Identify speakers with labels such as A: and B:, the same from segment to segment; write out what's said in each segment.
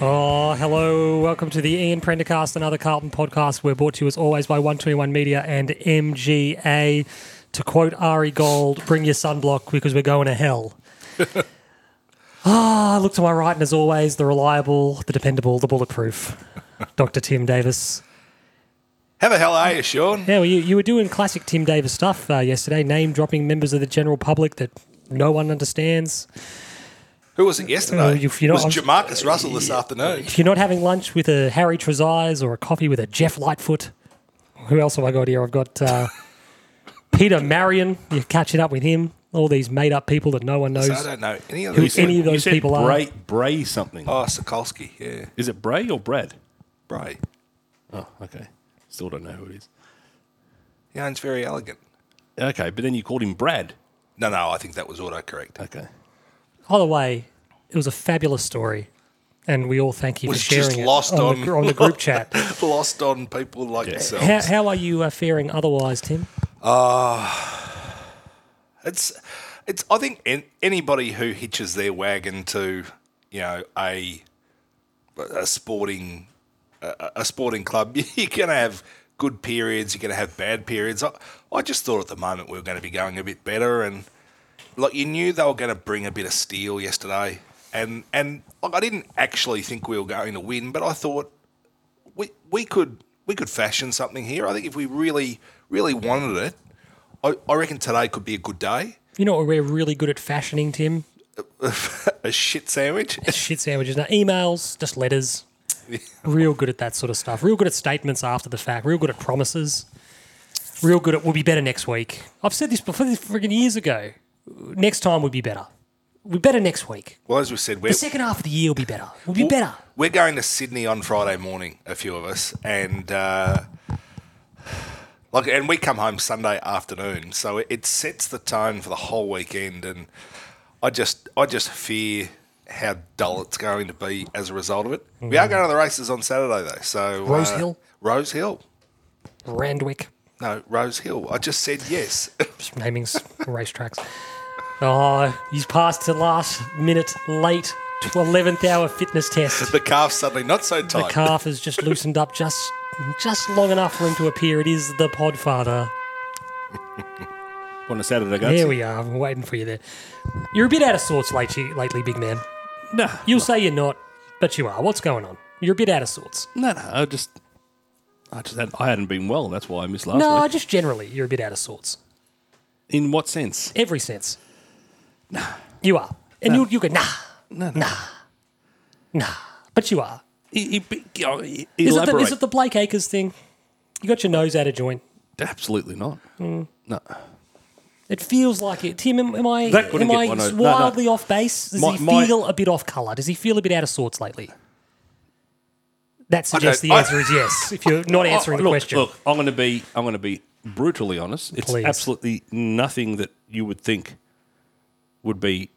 A: Oh, hello. Welcome to the Ian Prendercast, another Carlton podcast. We're brought to you as always by 121 Media and MGA. To quote Ari Gold, bring your sunblock because we're going to hell. ah, look to my right, and as always, the reliable, the dependable, the bulletproof, Dr. Tim Davis.
B: How the hell are you, Sean?
A: Yeah, well, you, you were doing classic Tim Davis stuff uh, yesterday, name dropping members of the general public that no one understands.
B: Who was it
A: Oh,
B: yesterday?
A: if you're not-
B: it was Jamarcus Russell this afternoon.
A: If you're not having lunch with a Harry Trezise or a coffee with a Jeff Lightfoot, who else have I got here? I've got uh, Peter Marion. You're catching up with him. All these made up people that no one knows.
B: So I don't know any of
A: Who-
B: these.
A: any of
B: people.
A: those
C: you said
A: people
C: Bray, Bray something.
B: Oh, Sokolsky, yeah,
C: Is it Bray or Brad?
B: Bray.
C: Oh, okay. Still don't know who it is.
B: He ain't very elegant.
C: Okay, but then you called him Brad.
B: No, no, I think that was autocorrect.
C: Okay.
A: Either way, it was a fabulous story, and we all thank you
B: Was
A: for sharing
B: just
A: it
B: lost
A: on,
B: on-
A: the, gr- on the group chat.
B: Lost on people like yourself.
A: How, how are you uh, faring otherwise, Tim?
B: It's, it's. I think an anybody who hitches their wagon to, you know, a, a sporting, a, a sporting club, you're going to have good periods. You're going to have bad periods. I, I just thought at the moment we were going to be going a bit better, and like you knew they were going to bring a bit of steel yesterday, and and like I didn't actually think we were going to win, but I thought we we could we could fashion something here. I think if we really really wanted it, I, I reckon today could be a good day.
A: You know what we're really good at fashioning, Tim?
B: a shit sandwich.
A: Shit sandwiches. Now, emails, just letters. Real good at that sort of stuff. Real good at statements after the fact. Real good at promises. Real good at we'll be better next week. I've said this before, this friggin' years ago. Next time we'll be better. We're better next week.
B: Well, as we said, we're
A: The second half of the year will be better. We'll be better.
B: we're going to Sydney on Friday morning, a few of us, and uh, like, and we come home Sunday afternoon, so it, it sets the tone for the whole weekend. And I just, I just fear how dull it's going to be as a result of it. We are going to the races on Saturday though, so
A: Mm.
B: uh,
A: Rose Hill?
B: Rose Hill,
A: Randwick.
B: no, Rose Hill. I just said yes.
A: Just naming s- racetracks. Oh, he's passed the last minute late to 11th hour fitness test.
B: the calf suddenly not so
A: The
B: tight.
A: calf is just loosened up just just long enough for him to appear. It is the Podfather.
C: On a Saturday,
A: There we are. I'm waiting for you there. You're a bit out of sorts lately, lately big man.
C: No,
A: You'll say you're not, but you are. What's going on? You're a bit out of sorts.
C: no, no. I just, I just, had, I hadn't been well. That's why I missed last
A: No,
C: week.
A: just generally, you're a bit out of sorts.
C: In what sense?
A: Every sense. Nah. You are. And you you go, nah,
C: No, no.
A: nah. But you are.
C: E- e- e- oh, e-
A: Is it, the,
C: elaborate.
A: is it the Blake Acres thing? You got your nose out of joint.
C: Absolutely not.
A: Hmm.
C: No.
A: It feels like it. Tim, am, am I,
C: That couldn't
A: am
C: get
A: I
C: one
A: s-
C: o- no, no.
A: wildly off base? Does
C: My-
A: he
C: my-
A: feel a bit off colour? Does he feel a bit out of sorts lately? That suggests the
B: I-
A: answer is yes. If you're not answering
C: Oh,
A: the
C: look,
A: question,
C: Look, I'm going to be, I'm going to be brutally honest. It's
A: Please.
C: absolutely nothing that you would think would be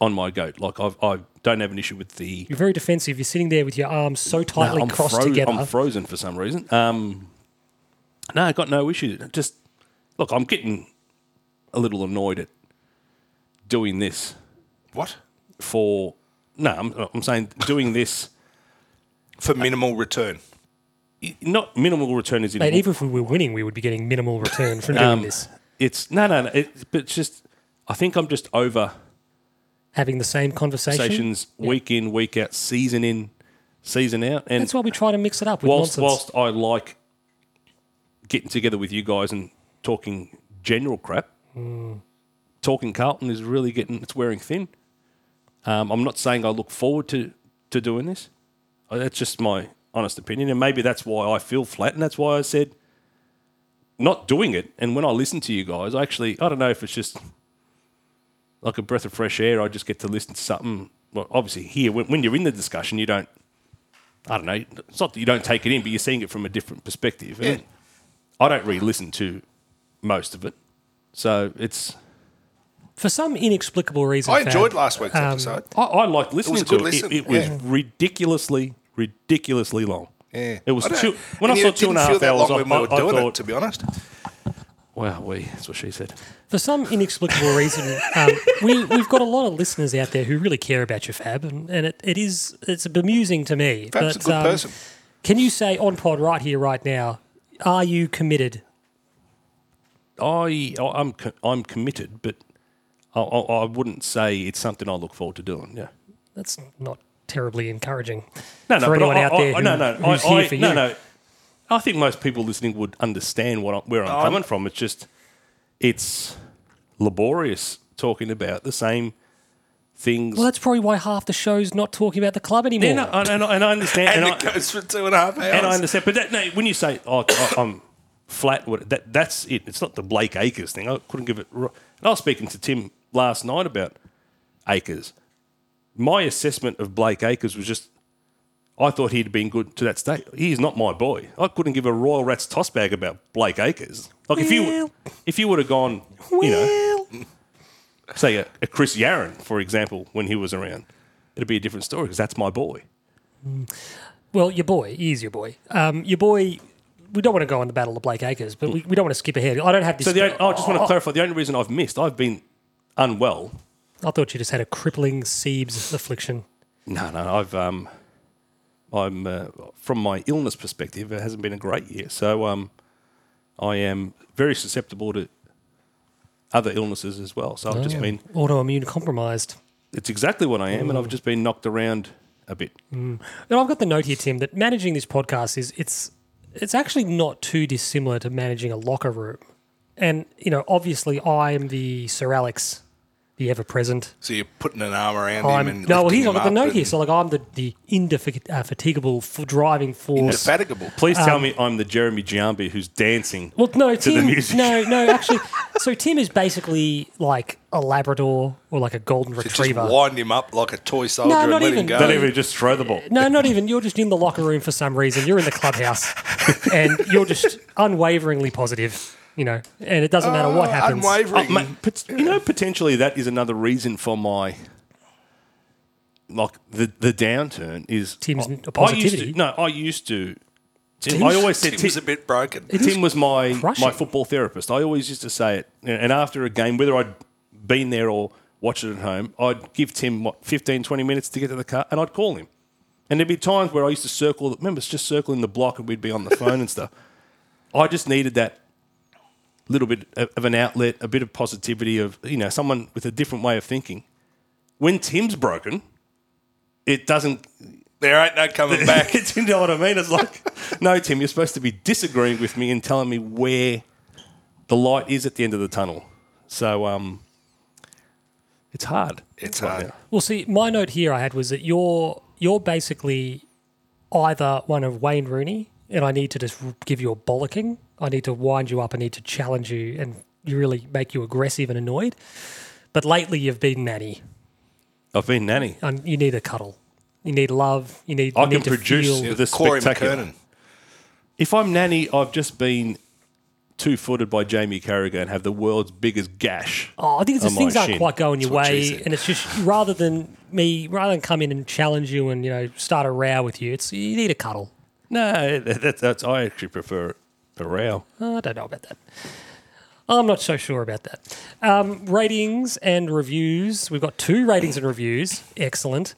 C: on my goat. Like I've, I don't have an issue with the.
A: You're very defensive. You're sitting there with your arms so
C: No,
A: tightly
C: I'm,
A: crossed
C: fro-
A: together.
C: I'm frozen for some reason. Um, no, I got no issue. Just look, I'm getting a little annoyed at doing this
B: What
C: for. No, I'm, I'm saying doing this.
B: for minimal return?
C: Not minimal return is in
A: Mate, even if we were winning, we would be getting minimal return from doing
C: Um,
A: this.
C: It's no, no, no. It, but it's just, I think I'm just over
A: Having the same conversation.
C: stations week in, week out, season in, season out, and
A: That's why we try to mix it up with
C: whilst
A: nonsense.
C: whilst I like getting together with you guys and talking general crap, talking Carlton is really getting it's wearing thin. Um, I'm not saying I look forward to to doing this. Uh, That's just my honest opinion, and maybe that's why I feel flat, and that's why I said not doing it. And when I listen to you guys, I actually I don't know if it's just like a breath of fresh air. I just get to listen to something. Well, obviously here when, when you're in the discussion, you don't I don't know. It's not that you don't take it in, but you're seeing it from a different perspective. And I don't really listen to most of it, so it's
A: For some inexplicable reason,
B: I
A: Fab,
B: enjoyed last week's
A: Um,
B: episode.
C: I, I liked listening
B: a
C: to
B: good
C: it.
B: listen,
C: It, it was
B: yeah.
C: ridiculously, ridiculously long.
B: Yeah.
C: It was
B: I don't-
C: two, when I
B: and
C: saw
B: it
C: two and a
B: didn't feel
C: half
B: that long
C: hours. I,
B: when we
C: I,
B: were
C: I
B: doing it,
C: thought
B: to be honest.
C: Wow, we. That's what she said.
A: For some inexplicable reason, um, we, we've got a lot of listeners out there who really care about your fab, and, and it, it is it's bemusing to me.
B: Fab's a
A: but,
B: good
A: um,
B: person.
A: Can you say on pod right here, right now? Are you committed?
C: I I'm co- I'm committed, but I, I, I wouldn't say it's something I look forward to doing. Yeah.
A: That's not terribly encouraging.
C: No, no,
A: for
C: but
A: anyone
C: I,
A: out
C: I-
A: there
C: I-
A: who,
C: no, no,
A: who's
C: I,
A: here
C: I-
A: for
C: no,
A: you.
C: no. I think most people listening would understand what I, where I'm coming from. It's just it's laborious talking about the same things.
A: Well, that's probably why half the show's not talking about the club anymore.
C: Yeah, no, and, and, I- and I understand, and,
B: And,
C: I,
B: it goes for two and a half hours.
C: and I understand. But that, no, when you say oh, I, I'm flat, what, that that's it. It's not the Blake Acres thing. I couldn't give it. ri- And I was speaking to Tim last night about Acres. My assessment of Blake Acres was just. I thought he'd been good to that state. He is not my boy. I couldn't give a royal rat's toss bag about Blake Acres. Like if you
A: Well.
C: if you would have gone, you know,
A: Well,
C: say a, a Chris Yaron, for example, when he was around, it'd be a different story because that's my boy.
A: well, your boy, he is your boy. Um, your boy. We don't want to go on the battle of Blake Acres, but we, we don't want to skip ahead. I don't have this.
C: So the, only- I just want to clarify the only reason I've missed, I've been unwell.
A: Oh, I thought you just had a crippling Siebes affliction.
C: No, no, I've um, I'm uh, from my illness perspective, it hasn't been a great year. So um, I am very susceptible to other illnesses as well. So I've
A: Oh,
C: just been
A: Autoimmune compromised.
C: it's exactly what I am, and I've just been knocked around a bit.
A: Now I've got the note here, Tim, that managing this podcast is it's it's actually not too dissimilar to managing a locker room. And you know, obviously, I am the Sir Alex, the ever present.
B: so you're putting an arm around him
A: I'm
B: and
A: no, well,
B: lifting
A: he's
B: him
A: I've got the
B: up
A: note
B: and-
A: here, so like I'm the the indefatigable f- driving force.
B: indefatigable.
C: Please tell me I'm the Jeremy Giambi who's dancing.
A: Well, Um, no, Tim.
C: music.
A: No, no, actually, so Tim is basically like a Labrador or like a golden
B: Just
A: retriever.
B: wind him up like a toy soldier and
A: not
B: let
A: even.
B: him go.
C: Don't even just throw the ball.
A: No, not even. You're just in the locker room for some reason. You're in the clubhouse, and you're just unwaveringly positive. You know, and it doesn't matter
B: Uh,
A: what happens.
C: Oh,
B: Unwavering.
C: mate, pot- you know, potentially that is another reason for my like the the downturn is
A: Tim's n-
C: I- I used
A: positivity.
C: to, no, I used to. Tim, I
A: Tim's-
C: always said
B: Tim was a
C: Tim,
B: bit broken.
C: Tim was my
A: crushing.
C: my football therapist. I always used to say it, and and after a game, whether I'd been there or watched it at home, I'd give Tim what 15, 20 minutes to get to the car, and I'd call him. And there'd be times where I used to circle. Remember, it's just circling the block, and we'd be on the phone and stuff. I just needed that little bit of of an outlet, a bit of positivity, of you know, someone with a different way of thinking. When Tim's broken, it doesn't.
B: There ain't no coming back.
C: you know what I mean? It's like, no, Tim, you're supposed to be disagreeing with me and telling me where the light is at the end of the tunnel. So, um, it's hard.
B: It's uh, hard.
A: Well, see, my note here I had was that you're you're basically either one of Wayne Rooney, and I need to just give you a bollocking. I need to wind you up. I need to challenge you, and you really make you aggressive and annoyed. But lately, you've been natty,
C: I've been nanny.
A: and you need a cuddle. You need love. You need.
C: I
A: you need
C: can
A: to
C: produce
A: feel-
C: it. With a
B: Corey
C: spectacular-
B: McKernan.
C: If I'm nanny, I've just been two footed by Jamie Carragher and have the world's biggest gash.
A: Oh, I think it's just
C: on my
A: things aren't
C: shin.
A: quite going your
B: what she
A: way,
B: said.
A: and it's just rather than me, rather than come in and challenge you and you know start a row with you, it's you need a cuddle.
C: No, that, that, that's I actually prefer a row.
A: I don't know about that. I'm not so sure about that. Um, ratings and reviews. We've got two ratings and reviews. Excellent.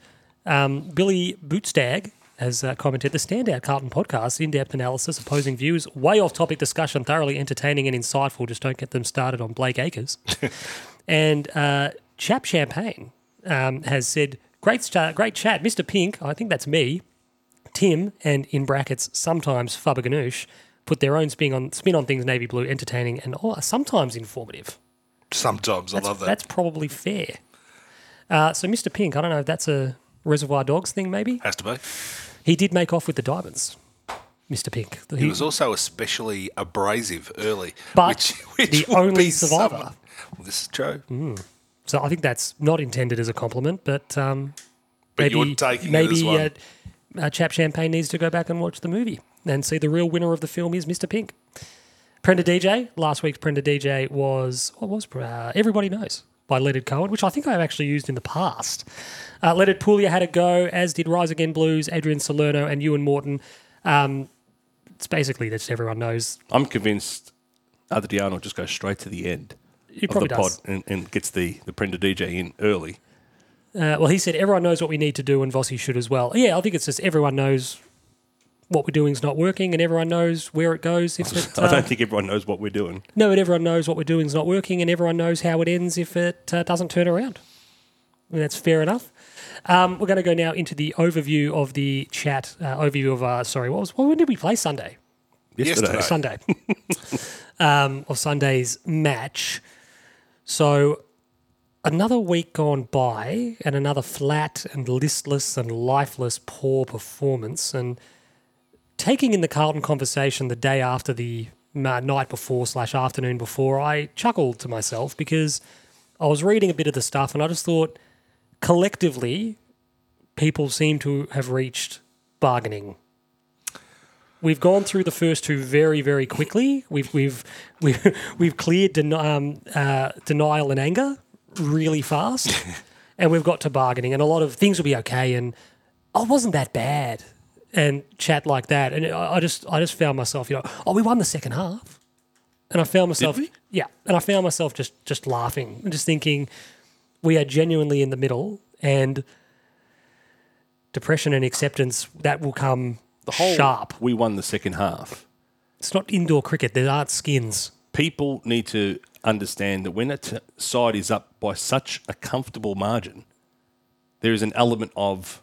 A: Um, Billy Bootstag has uh, commented the standout Carlton podcast, in depth analysis, opposing views, way off topic discussion, thoroughly entertaining and insightful. Just don't get them started on Blake Acres. and uh, Chap Champagne um, has said, great, sta- great chat, Mr. Pink. I think that's me. Tim and in brackets sometimes Faber Ganoush put their own spin on spin on things navy blue, entertaining and oh, sometimes informative.
B: Sometimes I love that.
A: That's probably fair. Uh, so Mr. Pink, I don't know if that's a Reservoir Dogs thing. Maybe
B: Has to be.
A: he did make off with the diamonds, Mr. Pink.
B: He was also especially abrasive early.
A: But the
B: would
A: only
B: be
A: survivor.
B: someone- Well, this is true.
C: Mm-hmm.
A: so I think that's not intended as a compliment, but um,
B: But
A: maybe
B: you're taking it
A: maybe
B: as one.
A: Uh, uh, Chap Champagne needs to go back and watch the movie and see the real winner of the film is Mr. Pink. Prenda DJ last week's Prenda DJ was what was uh, everybody knows by Leonard Cohen, which I think I've actually used in the past. Uh, Leonard Puglia had a go, as did Rise Again Blues, Adrian Salerno, and Ewan Morton. Um, it's basically that's everyone knows.
C: I'm convinced Adriano just goes straight to the end
A: He
C: of the
A: probably does.
C: pod and, and gets the, the Prender DJ in early.
A: Uh, well, he said everyone knows what we need to do, and Vossi should as well. Yeah, I think it's just everyone knows what we're doing is not working, and everyone knows where it goes. If it,
C: I
A: uh,
C: don't think everyone knows what we're doing.
A: no, and everyone knows what we're doing is not working, and everyone knows how it ends if it uh, doesn't turn around. And that's fair enough. Um, we're going to go now into the overview of the chat. Uh, overview of uh, sorry, what was well, when did we play Sunday?
C: Yesterday.
A: Sunday
B: Yesterday.
A: um, of Sunday's match. So another week gone by, and another flat and listless and lifeless poor performance. And taking in the Carlton conversation the day after the ma- night before slash afternoon before, I chuckled to myself because I was reading a bit of the stuff, and I just thought collectively people seem to have reached bargaining we've gone through the first two very very quickly. We've we've we've we've cleared den- um, uh, denial and anger really fast, and we've got to bargaining, and a lot of things will be okay. And oh, it wasn't that bad, and chat like that. And I, I just I just found myself, you know, oh, we won the second half, and I found myself,
C: we?
A: yeah, and I found myself just just laughing and just thinking, we are genuinely in the middle, and depression and acceptance that will come the
C: whole-
A: sharp
C: We won the second half.
A: it's not indoor cricket. There aren't skins.
C: People need to understand that when a t- side is up by such a comfortable margin, there is an element of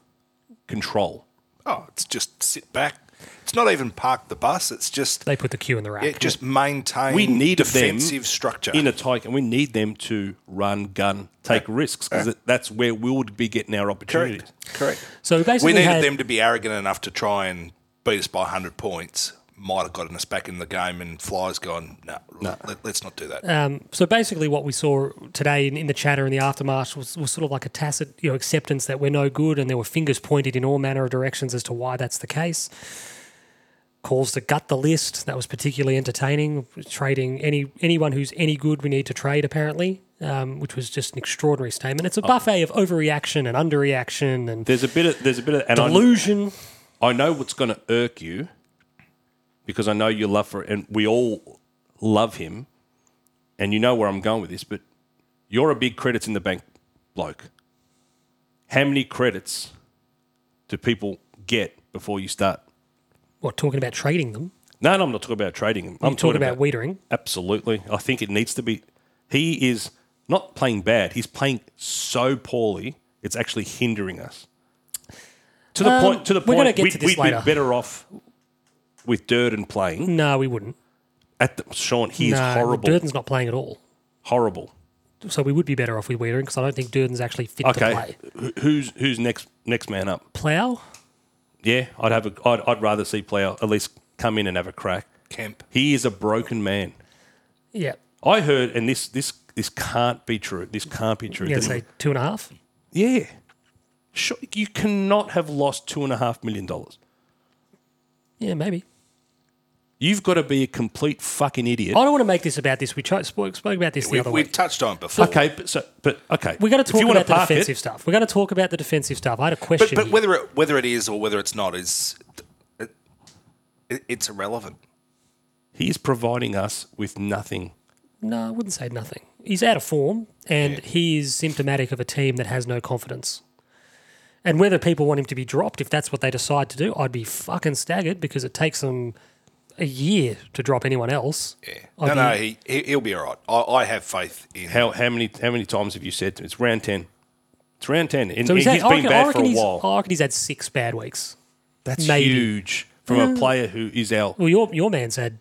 C: control.
B: Oh, it's just sit back. It's not even park the bus. It's just
A: They put the queue in the rack.
B: yeah, just maintain.
C: We need
B: defensive
C: them
B: structure.
C: in a tie, and we need them to run, gun, take risks because that's where we would be getting our opportunities.
B: correct, correct.
A: so we
B: We
A: basically
B: needed
A: had,
B: them to be arrogant enough to try and beat us by 100 points. Might have gotten us back in the game, and Fly's gone, no, Let, us not do that.
C: Uh,
A: So basically, what we saw today in, in the chatter in the aftermath was, was sort of like a tacit, you know, acceptance that we're no good, and there were fingers pointed in all manner of directions as to why that's the case. Calls to gut the list that was particularly entertaining. Trading any anyone who's any good, we need to trade apparently, um, which was just an extraordinary statement.
B: Oh.
A: It's a buffet of overreaction and underreaction and
C: There's a bit of there's a bit of and I,
A: delusion.
C: I know what's going to irk you because I know you love for and we all love him, and you know where I'm going with this. But you're a big credits in the bank bloke. How many credits do people get before you start?
A: What talking about trading them?
C: No, no, I'm not talking about trading. I'm
A: I'm talking about weedering.
C: Absolutely. I think it needs to be. He is not playing bad. He's playing so poorly, it's actually hindering us. To the
A: Um,
C: point, to the
A: we're gonna
C: point,
A: get
C: we'd,
A: to this
C: we'd
A: later.
C: be better off with Durden playing.
A: No, we wouldn't.
C: At the, Sean, he
A: no,
C: is horrible.
A: Durden's not playing at all.
C: Horrible.
A: So we would be better off with Weedering because I don't think Durden's actually fit to
C: Okay,
A: play.
C: Wh- who's who's next next man up?
A: Plough?
C: Yeah, I'd have a. I'd, I'd rather see Plough at least come in and have a crack.
B: Kemp.
C: He is a broken man.
A: Yeah.
C: I heard, and this this this can't be true. This can't be true.
A: You going to
C: that-
A: say two and a half?
C: Yeah. Sure, you cannot have lost two and a half million dollars.
A: Yeah, maybe.
C: You've got to be a complete fucking idiot.
A: I don't want to make this about this. We cho- spoke, spoke about this the
B: we,
A: other
B: we've
A: week.
B: touched on it before.
C: Okay, but so but okay.
A: We're going
C: If
A: to talk
C: you wanna
A: about the
C: park it-
A: defensive stuff. We're going to talk about the defensive stuff. I had a question.
B: But, but
A: here.
B: whether it whether it is or whether it's not is it, it's irrelevant.
C: He's providing us with nothing.
A: no, I wouldn't say nothing. He's out of form and he is symptomatic of a team that has no confidence. And whether people want him to be dropped, if that's what they decide to do, I'd be fucking staggered because it takes them a year to drop anyone else.
B: Yeah.
A: I'd
B: No,
A: be-
B: no, he, he he'll be all right. I, I have faith in.
C: How how many how many times have you said to me, it's round ten? It's round ten. And
A: So he's,
C: he's
A: had, I
C: been
A: reckon- I
C: bad
A: reckon
C: for a
A: he's-
C: while.
A: I reckon he's had six bad weeks.
C: That's
A: maybe. Mm.
C: huge from a player who is our
A: Well, your your man's had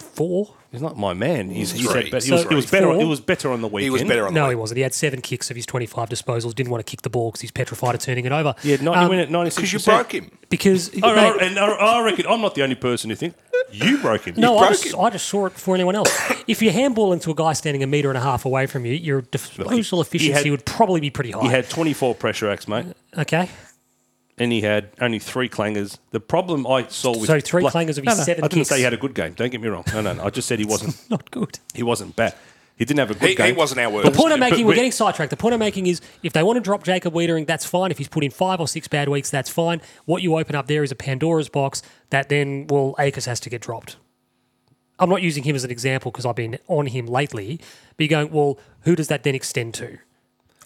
A: four.
C: he's not my man. He's, he's
B: Three.
C: had, but he
A: So
C: was, it was better
A: four?
C: it was better on the weekend.
B: he was better on
A: No,
B: the
A: he wasn't. He had seven kicks of his twenty-five disposals. Didn't want to kick the ball because he's petrified of turning it over.
C: Yeah, ninety
A: Um,
C: win at ninety six.
B: because you broke him.
A: because
C: I,
A: mate,
C: I, and I, I reckon I'm not the only person who thinks you broke him.
A: no, I
B: broke
A: just,
B: him.
A: I just saw it before anyone else. if you handball into a guy standing a meter and a half away from you, your disposal efficiency
C: had-
A: would probably be pretty
C: He
A: high.
C: had 24 pressure acts, mate,
A: okay,
C: and he had only three clangers. The problem I saw with
A: So three clangers of his
C: no, no,
A: seven
C: I didn't say
A: kicks.
C: he had a good game. Don't get me wrong. No, no, no I just said he wasn't.
A: not good.
C: he wasn't bad. He didn't have a good
B: He,
C: game.
B: he wasn't our
A: The
B: worst.
A: point I'm
C: But
A: making, we're
C: we-
A: getting sidetracked. The point I'm making is if they want to drop Jacob Wiedering, that's fine. If he's put in five or six bad weeks, that's fine. What you open up there is a Pandora's box that then, well, Akers has to get dropped. I'm not using him as an example because I've been on him lately, but you're going, well, who does that then extend to?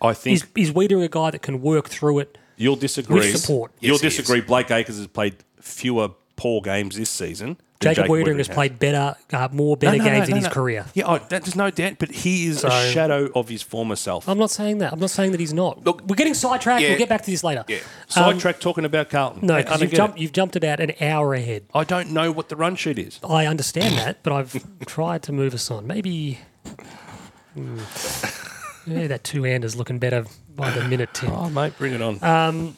C: I think
A: Is, is Weeder a guy that can work through it?
C: you'll disagree.
A: With support.
B: Yes,
C: you'll
B: he is.
C: disagree. Blake Acres has played fewer poor games this season. than
A: Jacob Weedering
C: Wiedering
A: has played better, uh, more better
C: No, no,
A: games
C: no,
A: in
C: no,
A: his
C: no.
A: career.
C: Yeah, I, that, there's no doubt. But he is a
A: So- um,
C: shadow of his former self.
A: I'm not saying that. I'm not saying that he's not.
B: Look-
A: we're getting sidetracked.
B: Yeah.
A: we'll get back to this later.
B: Yeah.
C: Sidetrack talking about Carlton.
A: No,
C: I
A: because
C: don't
A: you've
C: get
A: jumped,
C: it.
A: you've jumped about an hour ahead.
C: I don't know what the run sheet is.
A: I understand that, but I've tried to move us on. Maybe. Hmm. Yeah, that two hander's looking better by the minute. Tim.
C: Oh, mate, bring it on.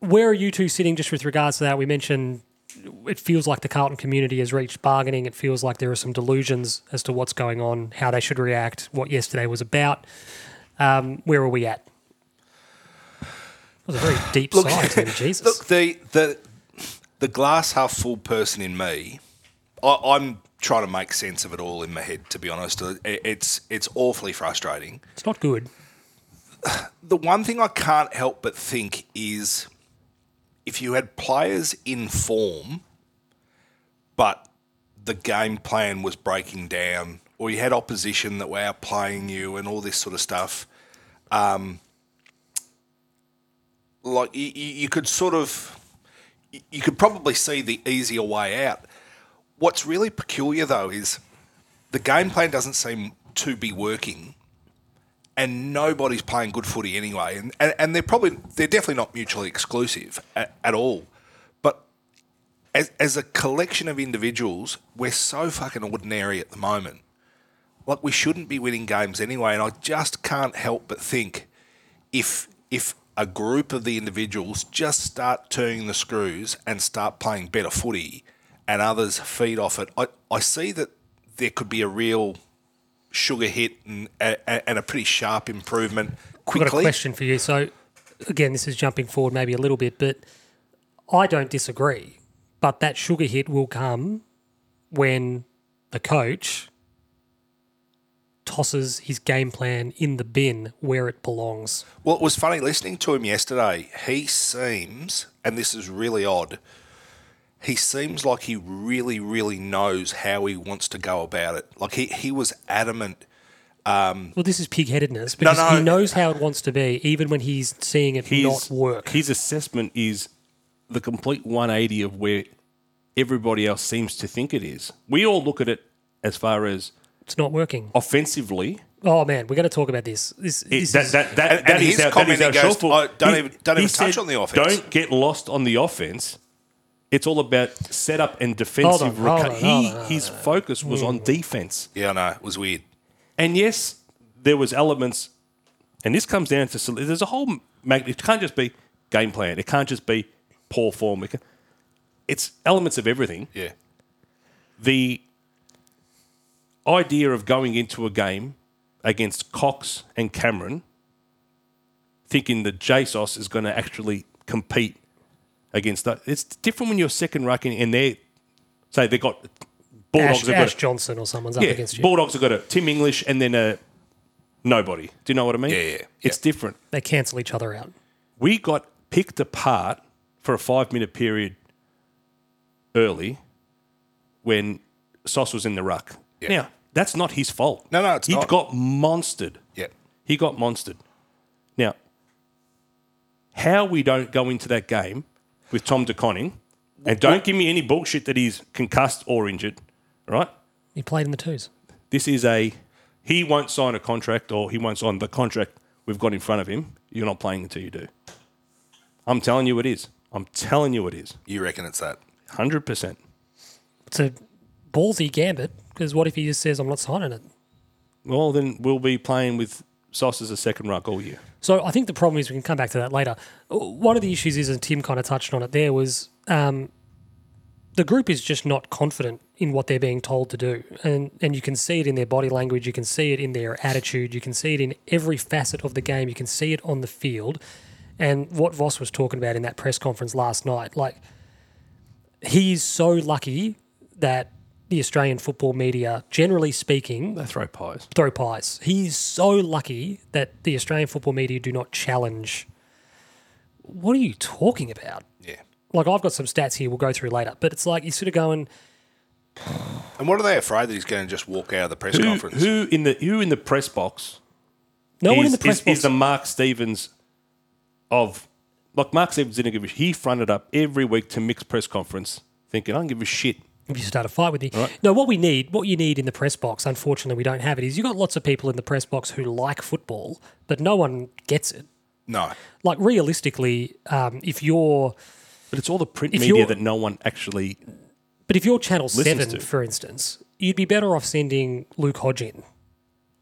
A: Where are you two sitting just with regards to that? We mentioned it feels like the Carlton community has reached bargaining. It feels like there are some delusions as to what's going on, how they should react, what yesterday was about. Um, where are we at? It was a very deep sigh, Tim. Jesus.
B: Look, the the the glass half full person in me, I, I'm trying to make sense of it all in my head. To be honest, It- it's it's awfully frustrating.
A: it's not good.
B: The one thing I can't help but think is, if you had players in form, but the game plan was breaking down, or you had opposition that were outplaying you, and all this sort of stuff. Um, like you, you could sort of, y- you could probably see the easier way out. What's really peculiar though is the game plan doesn't seem to be working, and nobody's playing good footy anyway. And and, and they're probably they're definitely not mutually exclusive at, at all, but as, as a collection of individuals, we're so fucking ordinary at the moment. Like we shouldn't be winning games anyway, and I just can't help but think if if a group of the individuals just start turning the screws and start playing better footy and others feed off it, I, I see that there could be a real sugar hit and, and, and a pretty sharp improvement
A: I've got a
B: quickly.
A: question for you. So, again, this is jumping forward maybe a little bit, but I don't disagree. But that sugar hit will come when the coach tosses his game plan in the bin where it belongs.
B: Well, it was funny listening to him yesterday. He seems, and this is really odd, he seems like he really, really knows how he wants to go about it. Like he, he was adamant.
A: Well, this is pig-headedness because
B: no.
A: he knows how it wants to be, even when he's seeing it not work.
C: His assessment is the complete 180 of where everybody else seems to think it is. We all look at it as far as
A: It's not working.
C: offensively.
A: Oh man, we're going to talk about this. This,
C: it-
A: this
C: that,
A: is-
C: that, that,
B: And-
C: that
B: and
C: is
B: his
C: our, that is
B: comment
C: our
B: that goes,
C: shortfall.
B: "Oh, don't
C: He-
B: even- don't
C: he
B: even touch on the offense."
C: Don't get lost on the offense. It's all about setup and
A: Hold
C: defensive.
A: on, hold
C: reco-
A: on,
C: he,
A: hold on, hold on, Hmm.
C: his focus was on defense.
B: Yeah, I know. It was weird.
C: And yes, there was elements, and this comes down to sol- there's a whole mag- It can't just be game plan. It can't just be poor form. It can- it's elements of everything.
B: Yeah.
C: The idea of going into a game against Cox and Cameron, thinking that JSOS is going to actually compete against that, it's different when you're second rucking and they're say they got Bulldogs
A: Ash,
C: have got
A: Ash Johnson or someone's up
C: yeah,
A: against you.
C: Bulldogs have got a Tim English and then a nobody. Do you know what I mean?
B: Yeah, yeah, yeah.
C: It's different.
A: They cancel each other out.
C: We got picked apart for a five minute period early when Sauce was in the ruck.
B: Yeah.
C: Now, that's not his fault.
B: No, no, it's
C: he
B: not.
C: got monstered.
B: Yeah.
C: He got monstered. Now, how we don't go into that game with Tom DeConning, and don't give me any bullshit that he's concussed or injured, right?
A: He played in the twos.
C: this is a he won't sign a contract or he won't sign the contract we've got in front of him. You're not playing until you do. I'm telling you it is. I'm telling you it is.
B: You reckon it's that?
C: 100%.
A: it's a ballsy gambit because what if he just says I'm not signing it?
C: Well, then we'll be playing with Sauce as a second ruck all year.
A: So I think the problem is we can come back to that later. One of the issues is, and Tim kind of touched on it there, was um, the group is just not confident in what they're being told to do, and and you can see it in their body language, you can see it in their attitude, you can see it in every facet of the game, you can see it on the field, and what Voss was talking about in that press conference last night, like he is so lucky that the Australian football media, generally speaking,
C: They throw pies.
A: throw pies. He is so lucky that the Australian football media do not challenge. What are you talking about?
B: Yeah.
A: Like I've got some stats here. We'll go through later, but it's like you're sort of going.
B: And what are they afraid that he's going to just walk out of the press
C: Who,
B: conference?
C: who in the who in the press box?
A: No one
C: is,
A: in the press
C: is,
A: box.
C: is the Mark Stevens of like Mark Stevens didn't give a shit. He fronted up every week to mixed press conference, thinking I don't give a shit.
A: if you start a fight with me. No, what we need, what you need in the press box, unfortunately, we don't have it. Is you've got lots of people in the press box who like football, but no one gets it.
B: no.
A: Like realistically, um, if you're
C: But it's all the print
A: If
C: media
A: you're-
C: that no one actually.
A: But if you're Channel Seven,
C: to.
A: for instance, you'd be better off sending Luke Hodgin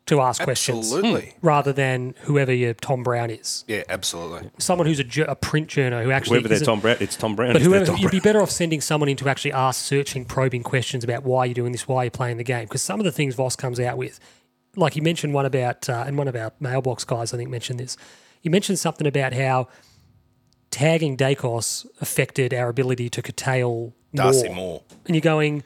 A: to ask questions
B: Absolutely.
C: Hmm.
A: rather than whoever your Tom Brown is.
B: Yeah, absolutely.
A: Someone who's a, ju- a print journo who actually
C: Whoever they're
A: isn't-
C: Tom Brown, it's Tom Brown.
A: But
C: if they're
A: whoever
C: Tom
A: you'd
C: Brown.
A: be better off sending someone in to actually ask searching, probing questions about why you're doing this, why you're playing the game, because some of the things Voss comes out with, like you mentioned one about, uh, and one of our mailbox guys, I think mentioned this. You mentioned something about how tagging Dacos affected our ability to curtail
B: Darcy
A: more
B: Moore.
A: and you're going,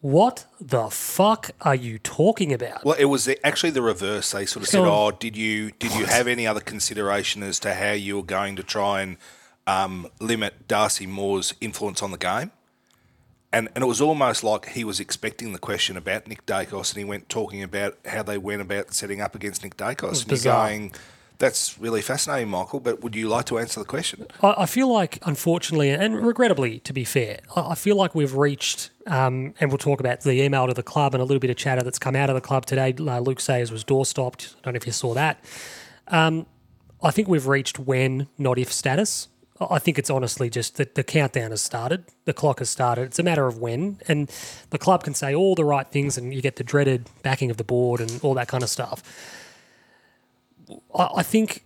A: "What the fuck are you talking about?"
B: Well, it was the, actually the reverse. They sort of said,
A: So-
B: "Oh, did you did you have any other consideration as to how you were going to try and um, limit Darcy Moore's influence on the game?" And and it was almost like he was expecting the question about Nick Dacos, and he went talking about how they went about setting up against Nick Dacos. And you're
A: bizarre.
B: going, "That's really fascinating, Michael." But would you like to answer the question?
A: I, I feel like, unfortunately, and regrettably, to be fair, I, I feel like we've reached, um, and we'll talk about the email to the club and a little bit of chatter that's come out of the club today. Uh, Luke Sayers was door stopped. I don't know if you saw that. Um, I think we've reached when, not if status. I I think it's honestly just that the countdown has started, the clock has started. It's a matter of when, and the club can say all the right things, and you get the dreaded backing of the board and all that kind of stuff. I, I think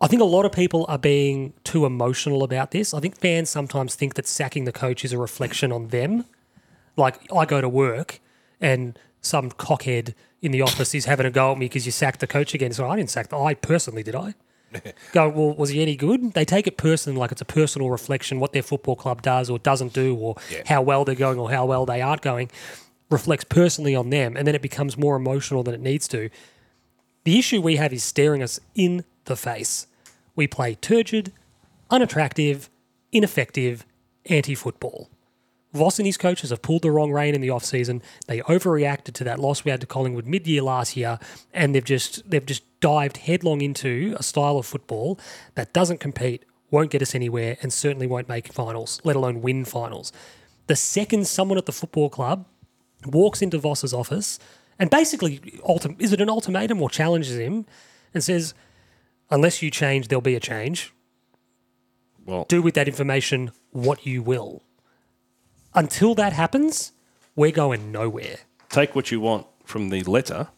A: I think a lot of people are being too emotional about this. I think fans sometimes think that sacking the coach is a reflection on them. Like I go to work and some cockhead in the office is having a go at me because you sacked the coach again. So I didn't sack the I personally did I. go well, was he any good? They take it personally, like it's a personal reflection what their football club does or doesn't do, or how well they're going or how well they aren't going. Reflects personally on them, and then it becomes more emotional than it needs to. The issue we have is staring us in the face. We play turgid, unattractive, ineffective, anti football. Voss and his coaches have pulled the wrong rein in the offseason. They overreacted to that loss we had to Collingwood mid year last year, and they've just they've just dived headlong into a style of football that doesn't compete, won't get us anywhere, and certainly won't make finals, let alone win finals. The second someone at the football club walks into Voss's office and basically, ultim- is it an ultimatum or challenges him and says, unless you change, there'll be a change.
C: Well-
A: do with that information what you will. Until that happens, we're going nowhere.
C: take what you want from the letter.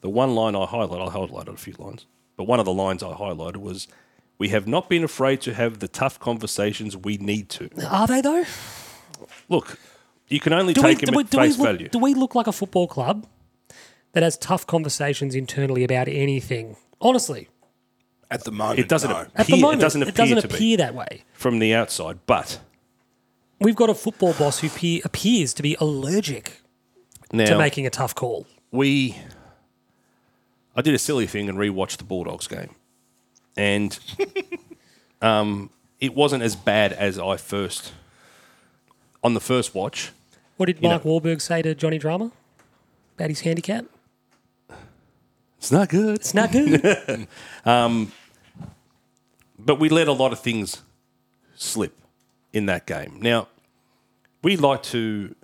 C: The one line I highlighted, I highlighted a few lines, but one of the lines I highlighted was, "We have not been afraid to have the tough conversations we need to."
A: Are they though?
C: Look, you can only
A: Do we,
C: take
A: do,
C: them
A: we,
C: at
A: do, we
C: face
A: look,
C: value.
A: do we look like a football club that has tough conversations internally about anything? Honestly,
B: At the moment,
C: It doesn't
B: no.
A: at
C: appear.
A: the moment,
C: it doesn't appear to be
A: appear that way.
C: from the outside, but
A: We've got a football boss who pe- appears to be allergic
C: now
A: to making a tough call.
C: we I did a silly thing and rewatched the Bulldogs game. And um, it wasn't as bad as I first on the first watch.
A: What did Mark Wahlberg say to Johnny Drama about his handicap?
C: It's not good.
A: It's not good.
C: but we let a lot of things slip in that game. Now, we like to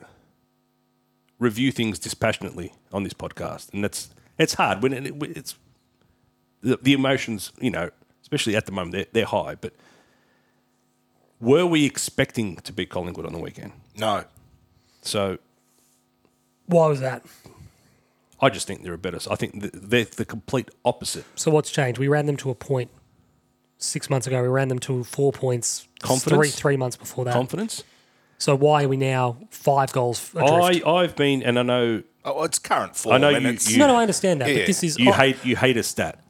C: review things dispassionately on this podcast, and that's it's hard when it, it's the, the emotions, you know, especially at the moment they're, they're high. But were we expecting to beat Collingwood on the weekend?
B: No.
C: So
A: Why was that?
C: I just think they're a better. I think th- they're the complete opposite.
A: So what's changed? We ran them to a point six months ago. We ran them to four points.
C: Confidence?
A: Three, three months before that.
C: Confidence.
A: so why are we now five goals adrift?
C: I I've been, and I know
B: Oh, it's current form.
C: know
B: and
C: you-
B: it's-
C: you-
A: no, no, I understand that,
B: Yeah,
A: but this is oh,
C: you
A: I,
C: hate you hate a stat,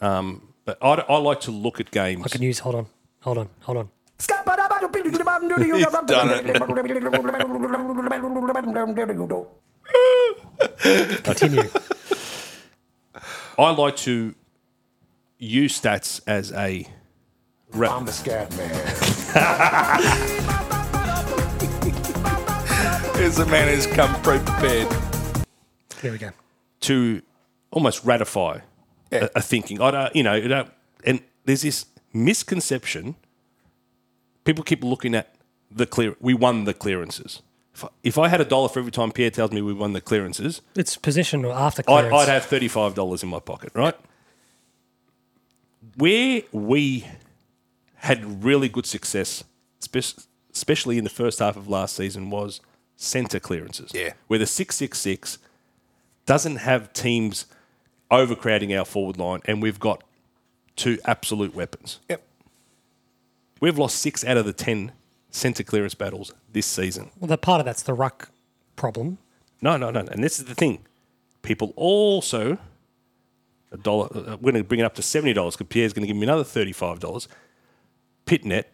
C: um, but I, I like to look at games.
A: I can use. Hold on, hold on, hold on. Continue.
C: I like to use stats as a rep.
D: I'm the scat man.
B: Here's a man who's come pre-prepared.
A: There we go.
C: to almost ratify
B: Yeah.
C: a, a thinking. I don't, you know, you don't, and there's this misconception. People keep looking at the clear. We won the clearances. If I, if I had a dollar for every time Pierre tells me we won the clearances,
A: It's position or after
C: I'd,
A: clearance.
C: I'd have thirty-five dollars in my pocket, right? Where we had really good success, spe- especially in the first half of last season, was centre clearances.
B: Yeah.
C: where the six-six-six doesn't have teams overcrowding our forward line, and we've got two absolute weapons.
B: Yep.
C: We've lost six out of the ten centre clearance battles this season.
A: Well, the part of that's the ruck problem.
C: No, no, no. And this is the thing. People also a dollar. uh, We're going to bring it up to seventy dollars because Pierre's going to give me another thirty-five dollars. Pitnet.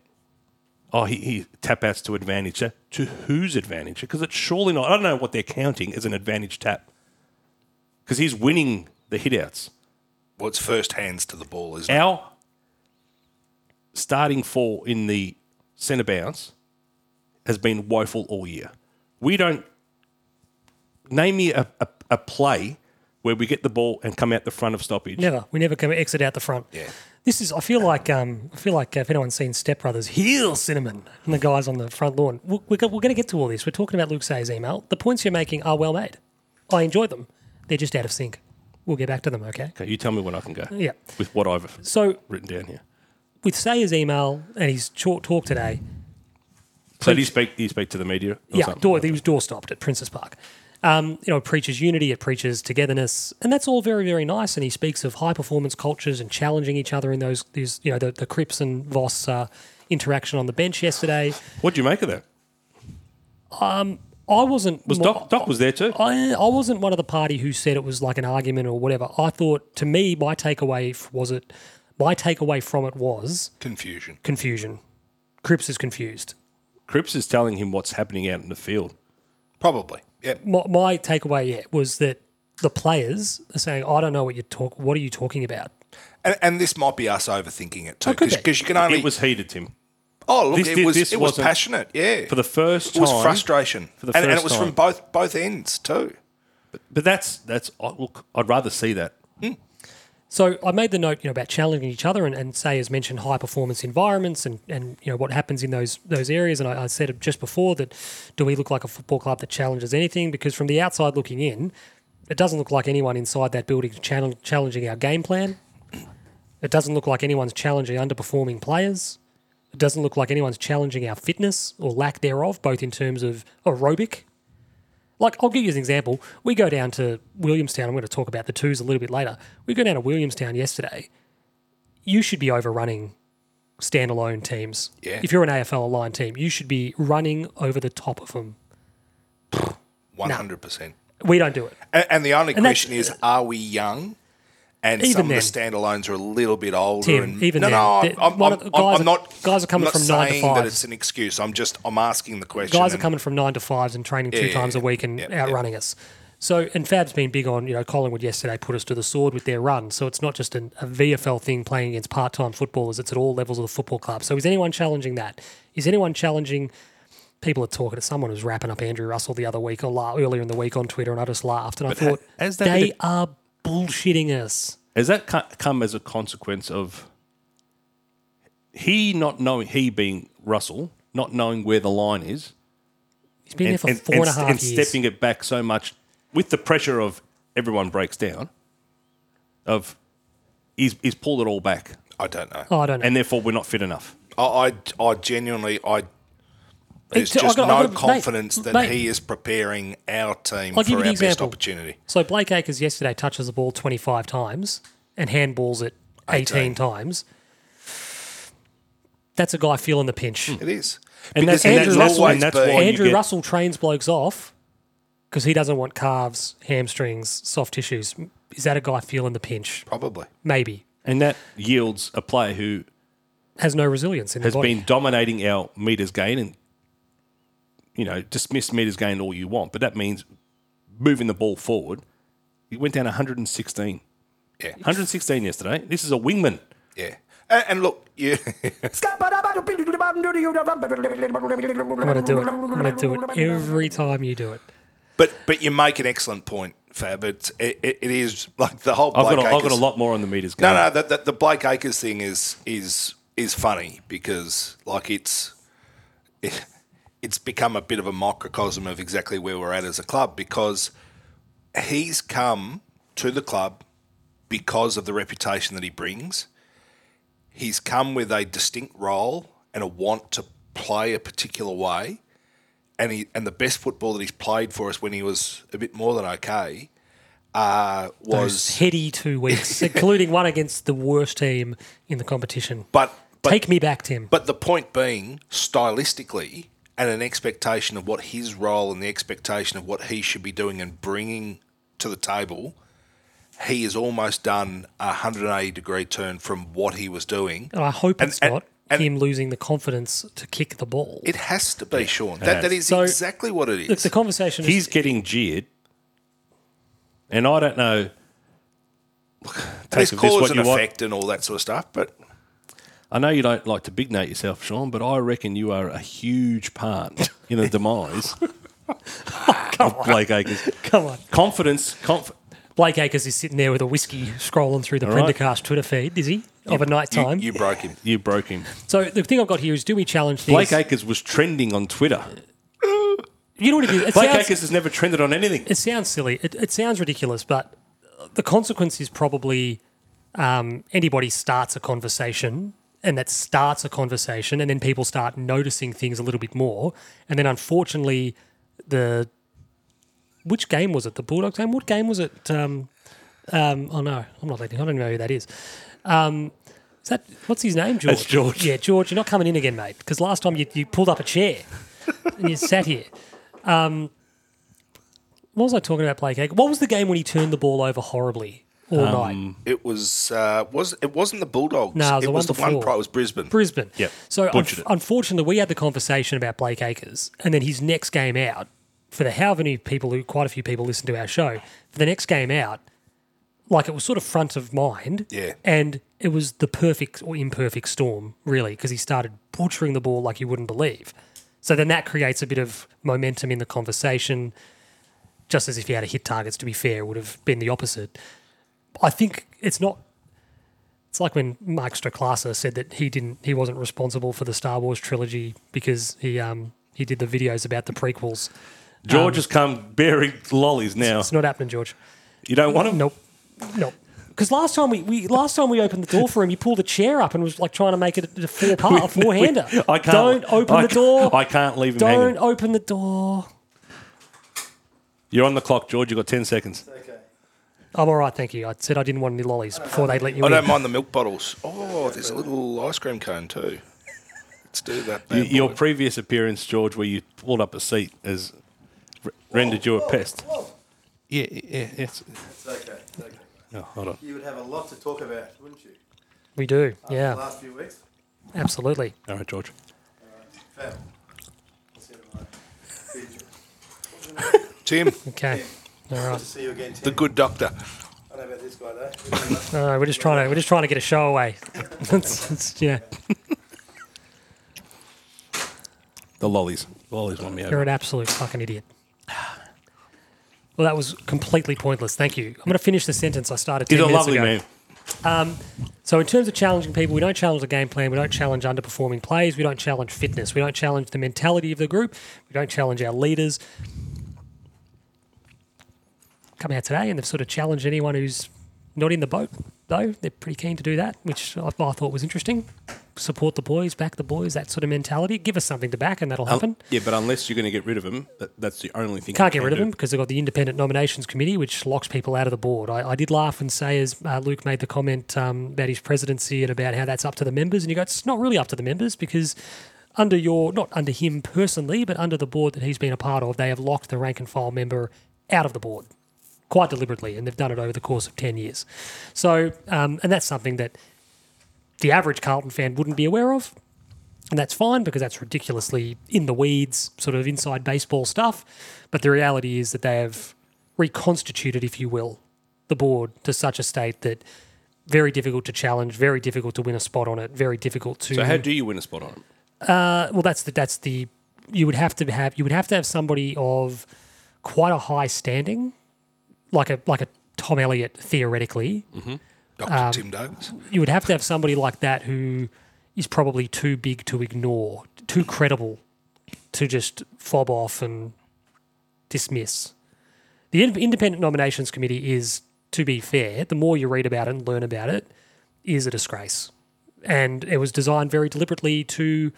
C: Oh, he, he tap outs to advantage. Uh, To whose advantage? Because it's surely not. I don't know what they're counting as an advantage tap. Because he's winning the hitouts.
B: Well, it's first hands to the ball, isn't it?
C: Our starting four in the centre bounce has been woeful all year. We don't name me a, a, a play where we get the ball and come out the front of stoppage.
A: Never. We never can exit out the front.
B: Yeah.
A: This is. I feel like. Um. I feel like if anyone's seen Step Brothers, heel cinnamon, and the guys on the front lawn. We're, we're, go- we're going to get to all this. We're talking about Luke Say's email. The points you're making are well made. I enjoy them. They're just out of sync. We'll get back to them. Okay.
C: Okay, you tell me when I can go.
A: Yeah.
C: With what I've
A: So
C: written down here.
A: with Say's email and his short talk today,
C: So do you speak? Do you speak to the media? Or
A: yeah,
C: something?
A: door, he was door stopped at Princess Park. Um, you know, it preaches unity, it preaches togetherness, and that's all very, very nice. And he speaks of high performance cultures and challenging each other in those, these, you know, the, the Crips and Voss uh, interaction on the bench yesterday.
C: What do you make of that?
A: I wasn't
C: Was
A: mo-
C: Doc, Doc was there too?
A: I, I wasn't one of the party who said it was like an argument or whatever. I thought, to me, my takeaway f- was it. My takeaway from it was
B: Confusion.
A: confusion. Crips is confused.
C: Cripps is telling him what's happening out in the field.
B: Probably. Yep.
A: my, my takeaway yeah, was that the players are saying, "I don't know what you talk. What are you talking about?"
B: And, and this might be us overthinking it too,
A: Oh, could be.
B: because you can only.
C: It was heated, Tim.
B: oh, look,
C: this-
B: it
C: this-
B: was
C: this
B: it was
C: wasn't-
B: passionate. Yeah,
C: For the first
B: it was
C: time-
B: frustration,
C: for the
B: and, and
C: first
B: it was
C: time.
B: from both both ends too.
C: But that's that's I- look. I'd rather see that.
A: So I made the note, you know, about challenging each other, and, and say has mentioned high performance environments, and, and you know what happens in those those areas. And I, I said just before that, do we look like a football club that challenges anything? Because from the outside looking in, it doesn't look like anyone inside that building channel, challenging our game plan. It doesn't look like anyone's challenging underperforming players. It doesn't look like anyone's challenging our fitness or lack thereof, both in terms of aerobic. Like, I'll give you an example. We go down to Williamstown. I'm going to talk about the twos a little bit later. We go down to Williamstown yesterday. You should be overrunning standalone teams.
B: Yeah.
A: If you're an AFL aligned team, you should be running over the top of them.
B: One hundred percent.
A: We don't do it.
B: And and the only
A: And that's-
B: question is, are we young? And
A: Even
B: some
A: then.
B: of the standalones are a little bit older.
A: Tim,
B: and,
A: even
B: no,
A: then,
B: no,
A: the-
B: I'm, I'm,
A: one of
B: I'm,
A: the guys
B: I'm
A: are-
B: not.
A: guys are coming
B: I'm not
A: from nine to
B: saying
A: five.
B: that it's an excuse. I'm just I'm asking the question.
A: guys are
B: and-
A: coming from nine to fives and training two
B: yeah,
A: times a
B: yeah,
A: week and
B: yeah, yeah.
A: outrunning us. So, and Fab's been big on, you know, Collingwood yesterday put us to the sword with their run. So it's not just an, a VFL thing playing against part time footballers, it's at all levels of the football club. So is anyone challenging that? Is anyone challenging? People are talking to someone who's wrapping up Andrew Russell the other week or la- earlier in the week on Twitter, and I just laughed. And I thought,
C: ha- has that
A: they
C: been a-
A: are bullshitting us.
C: Has that co- come as a consequence of he not knowing he being Russell not knowing where the line is
A: He's been there for four and a half
C: and
A: years.
C: stepping it back so much with the pressure of everyone breaks down of he's, he's pulled it all back
B: I don't know.
A: oh, I don't know.
C: and therefore we're not fit enough.
B: I, I, I genuinely, I. There's
A: It's- I
B: just
A: got- I
B: no
A: got- mate,
B: confidence that
A: mate.
B: he is preparing our team
A: I'll
B: for
A: give you
B: our
A: the
B: best
A: example.
B: opportunity.
A: So Blake Acres yesterday touches the ball 25 times and handballs it 18,
B: 18.
A: times. That's a guy feeling the pinch.
B: It is.
C: And
B: Because
C: that's- and
A: that's
B: always
A: why-
C: and that's why
B: been-
C: you
A: Andrew
C: get-
A: Russell trains blokes off because he doesn't want calves, hamstrings, soft tissues. Is that a guy feeling the pinch?
B: Probably.
A: Maybe.
C: And that yields a player who
A: Has no resilience in the
C: has
A: body.
C: been dominating our meters gain and you know dismiss meters gain all you want, but that means moving the ball forward. He went down 116.
B: Yeah.
C: 116 yesterday. This is a wingman.
B: Yeah. And, and look, you,
A: I'm gonna do it. I'm gonna do it every time you do it.
B: But but you make an excellent point, Fab. It's, it, it it is like the whole.
C: I've
B: Blake
C: got, a, I've got
B: Acres-
C: a lot more on the meters.
B: No,
C: going.
B: no, the, the, the Blake Acres thing is is is funny because like it's it, it's become a bit of a microcosm of exactly where we're at as a club because he's come to the club because of the reputation that he brings. He's come with a distinct role and a want to play a particular way. And he and the best football that he's played for us when he was a bit more than okay uh, was
A: Those heady two weeks, including one against the worst team in the competition.
B: but but
A: Take me back, Tim.
B: But the point being, stylistically, and an expectation of what his role and the expectation of what he should be doing and bringing to the table, he has almost done a 180 degree turn from what he was doing.
A: And I hope
B: And-
A: it's
B: and-
A: not
B: and-
A: him losing the confidence to kick the ball.
B: It has to be, Sean. That, that is
A: So-
B: exactly what it
A: Look,
B: is.
A: the conversation is
C: He's getting jeered, and I don't know.
B: And it's
C: take of this
B: cause
C: what
B: and
C: you want.
B: effect and all that sort of stuff. But
C: I know you don't like to big nate yourself, Sean, but I reckon you are a huge part in the demise of Blake Acres.
A: come on.
C: Confidence, conf-
A: Blake Acres is sitting there with a whiskey scrolling through the
C: right.
A: Prendercast Twitter feed, is he? Of a night
B: you,
A: time.
B: you broke him.
C: you broke him.
A: So the thing I've got here is do we challenge things?
C: Blake Acres was trending on Twitter.
A: you know what it is? It
C: Blake
A: sounds, Um,
C: Acres has never trended on anything.
A: it sounds silly. It, it sounds ridiculous, but the consequence is probably um, anybody starts a conversation and that starts a conversation and then people start noticing things a little bit more. And then unfortunately, the. Which game was it? The Bulldogs game? What game was it? Um, um, oh no, I'm not letting. I don't know who that is. Um, is that what's his name? George.
C: That's George.
A: Yeah, George. You're not coming in again, mate. Because last time you, you pulled up a chair and you sat here. Um, what was I talking about, Blake? What was the game when he turned the ball over horribly
C: Um,
A: all night?
B: It was uh, was it wasn't the Bulldogs.
A: No, it was
B: it
A: the
B: was
A: one
B: the one
A: before.
B: prior. It was Brisbane.
A: Brisbane.
C: Yep.
A: So un-
C: Butchered it.
A: unfortunately, we had the conversation about Blake Acres, and then his next game out for the however many people who quite a few people listen to our show for the next game out, like it was sort of front of mind.
B: Yeah.
A: And it was the perfect or imperfect storm, really, because he started butchering the ball like you wouldn't believe. So then that creates a bit of momentum in the conversation. Just as if he had a hit targets, to be fair, it would have been the opposite. I think it's not it's like when Mark Straclasa said that he didn't, he wasn't responsible for the Star Wars trilogy because he um he did the videos about the prequels.
C: George has come bearing lollies now.
A: It's not happening, George.
C: You don't want him?
A: Nope, nope. Because last time we, we last time we opened the door for him, he pulled a chair up and was like trying to make it a four par four hander.
C: I can't.
A: Don't open
C: I
A: the
C: ca-
A: door.
C: I can't leave him
A: Don't
C: hanging.
A: open the door.
C: You're on the clock, George. You've got 10 seconds.
A: I'm all right, thank you. I said I didn't want any lollies before they let you
B: I
A: in.
B: don't mind the milk bottles. Oh, there's a little ice cream cone too. Let's do that. bad
C: Your
B: boy.
C: previous appearance, George, where you pulled up a seat, has re- rendered you a pest. Yeah, yeah, yes.
D: It's okay. It's okay.
C: Oh, hold on.
D: You would have a lot to talk about, wouldn't you?
A: We do,
D: After The
A: yeah,
D: last few weeks.
A: absolutely.
C: All right, George.
D: Fab. Let's get it right. Good.
B: Tim,
A: Okay, all
D: Good
A: right.
D: to see you again, Tim.
B: the good doctor.
D: I know about this guy though.
A: No, we're just trying to we're just trying to get a show away. It's- it's- yeah,
C: The lollies. Lollies won me
A: You're
C: over.
A: an absolute fucking idiot. Well, that was completely pointless. Thank you. I'm going to finish the sentence I started. 10
C: He's a
A: minutes
C: lovely
A: ago.
C: man.
A: So, in terms of challenging people, we don't challenge the game plan. We don't challenge underperforming players. We don't challenge fitness. We don't challenge the mentality of the group. We don't challenge our leaders. Come out today and they've sort of challenged anyone who's not in the boat, though. They're pretty keen to do that, which I, I thought was interesting. Support the boys, back the boys, that sort of mentality. Give us something to back, and
C: Um,
A: that'll happen.
C: Yeah, but unless you're going to get rid of him, that, that's the only thing.
A: Can't
C: you
A: get rid of
C: do.
A: them because they've got the independent nominations committee, which locks people out of the board. I, I did laugh and say, as uh, Luke made the comment um, about his presidency and about how that's up to the members, and you go, it's not really up to the members because under your, not under him personally, but under the board that he's been a part of, they have locked the rank and file member out of the board quite deliberately, and they've done it over the course of 10 years. So, um, and that's something that the average Carlton fan wouldn't be aware of. And that's fine because that's ridiculously in the weeds, sort of inside baseball stuff. But the reality is that they have reconstituted, if you will, the board to such a state that Very difficult to challenge. Very difficult to win a spot on it. Very difficult to.
C: So how do you win a spot on them?
A: well, that's the that's the you would have to have you would have to have somebody of quite a high standing, like a like a Tom Elliott theoretically.
B: Dr. Tim Davis.
A: You would have to have somebody like that who is probably too big to ignore, too credible to just fob off and dismiss. The Ind- Independent Nominations Committee is, to be fair, the more you read about it and learn about it, is a disgrace. And it was designed very deliberately to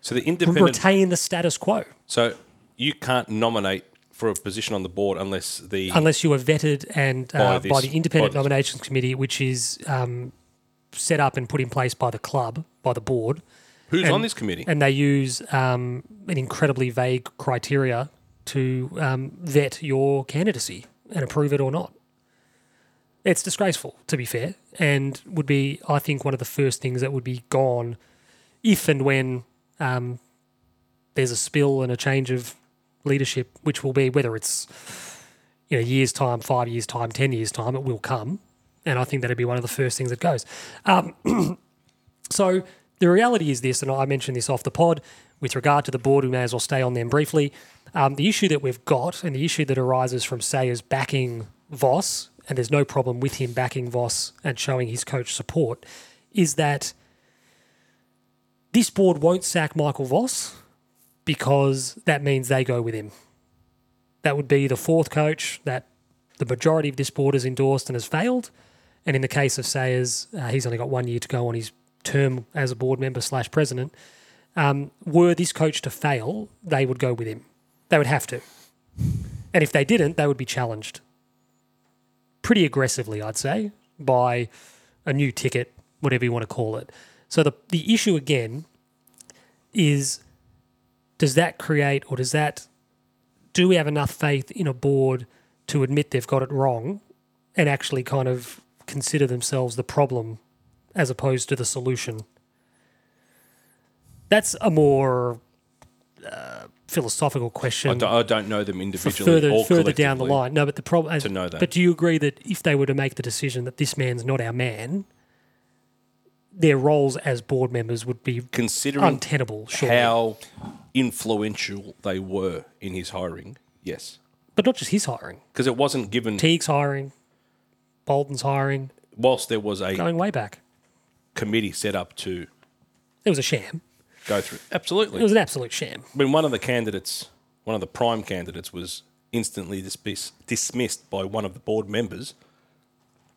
C: So the independent.
A: retain the status quo
C: so you can't nominate for a position on the board unless the
A: unless you are vetted and uh, by,
C: By this-
A: the independent
C: by this.
A: nominations committee, which is um, set up and put in place by the club, by the board,
C: who's
A: and-
C: on this committee.
A: and they use um, an incredibly vague criteria to um, vet your candidacy and approve it or not. It's disgraceful, to be fair, and would be, I think, one of the first things that would be gone if and when um, there's a spill and a change of leadership, which will be whether it's you know years time, five years time, ten years time, it will come, and I think that'd be one of the first things that goes. So the reality is this, and I mentioned this off the pod with regard to the board, we may as well stay on them briefly. Um, the issue that we've got and the issue that arises from Sayers backing Voss, and there's no problem with him backing Voss and showing his coach support, is that this board won't sack Michael Voss because that means they go with him. That would be the fourth coach that the majority of this board has endorsed and has failed. And in the case of Sayers, uh, he's only got one year to go on his term as a board member slash president. Um, were this coach to fail, they would go with him. They would have to. And if they didn't, they would be challenged pretty aggressively, I'd say, by a new ticket, whatever you want to call it. So the, the issue again is does that create or does that do we have enough faith in a board to admit they've got it wrong and actually kind of consider themselves the problem as opposed to the solution? That's a more uh, philosophical question
C: I, don't, I don't know them
A: for
C: individually
A: further
C: or
A: further down the
C: collectively.
A: line. No, but the problem
C: To know that.
A: But do you agree that if they were to make the decision that this man's not our man, their roles as board members would be
C: Considering
A: untenable? Sure,
C: how influential they were in his hiring, yes,
A: but not just his hiring.
C: because it wasn't given.
A: Teague's hiring, Bolden's hiring,
C: whilst there was a
A: going way back.
C: committee set up to
A: It was a sham.
C: go through,
A: It
C: absolutely.
A: was an absolute sham.
C: I mean, one of the candidates, one of the prime candidates, was instantly dismiss- dismissed by one of the board members.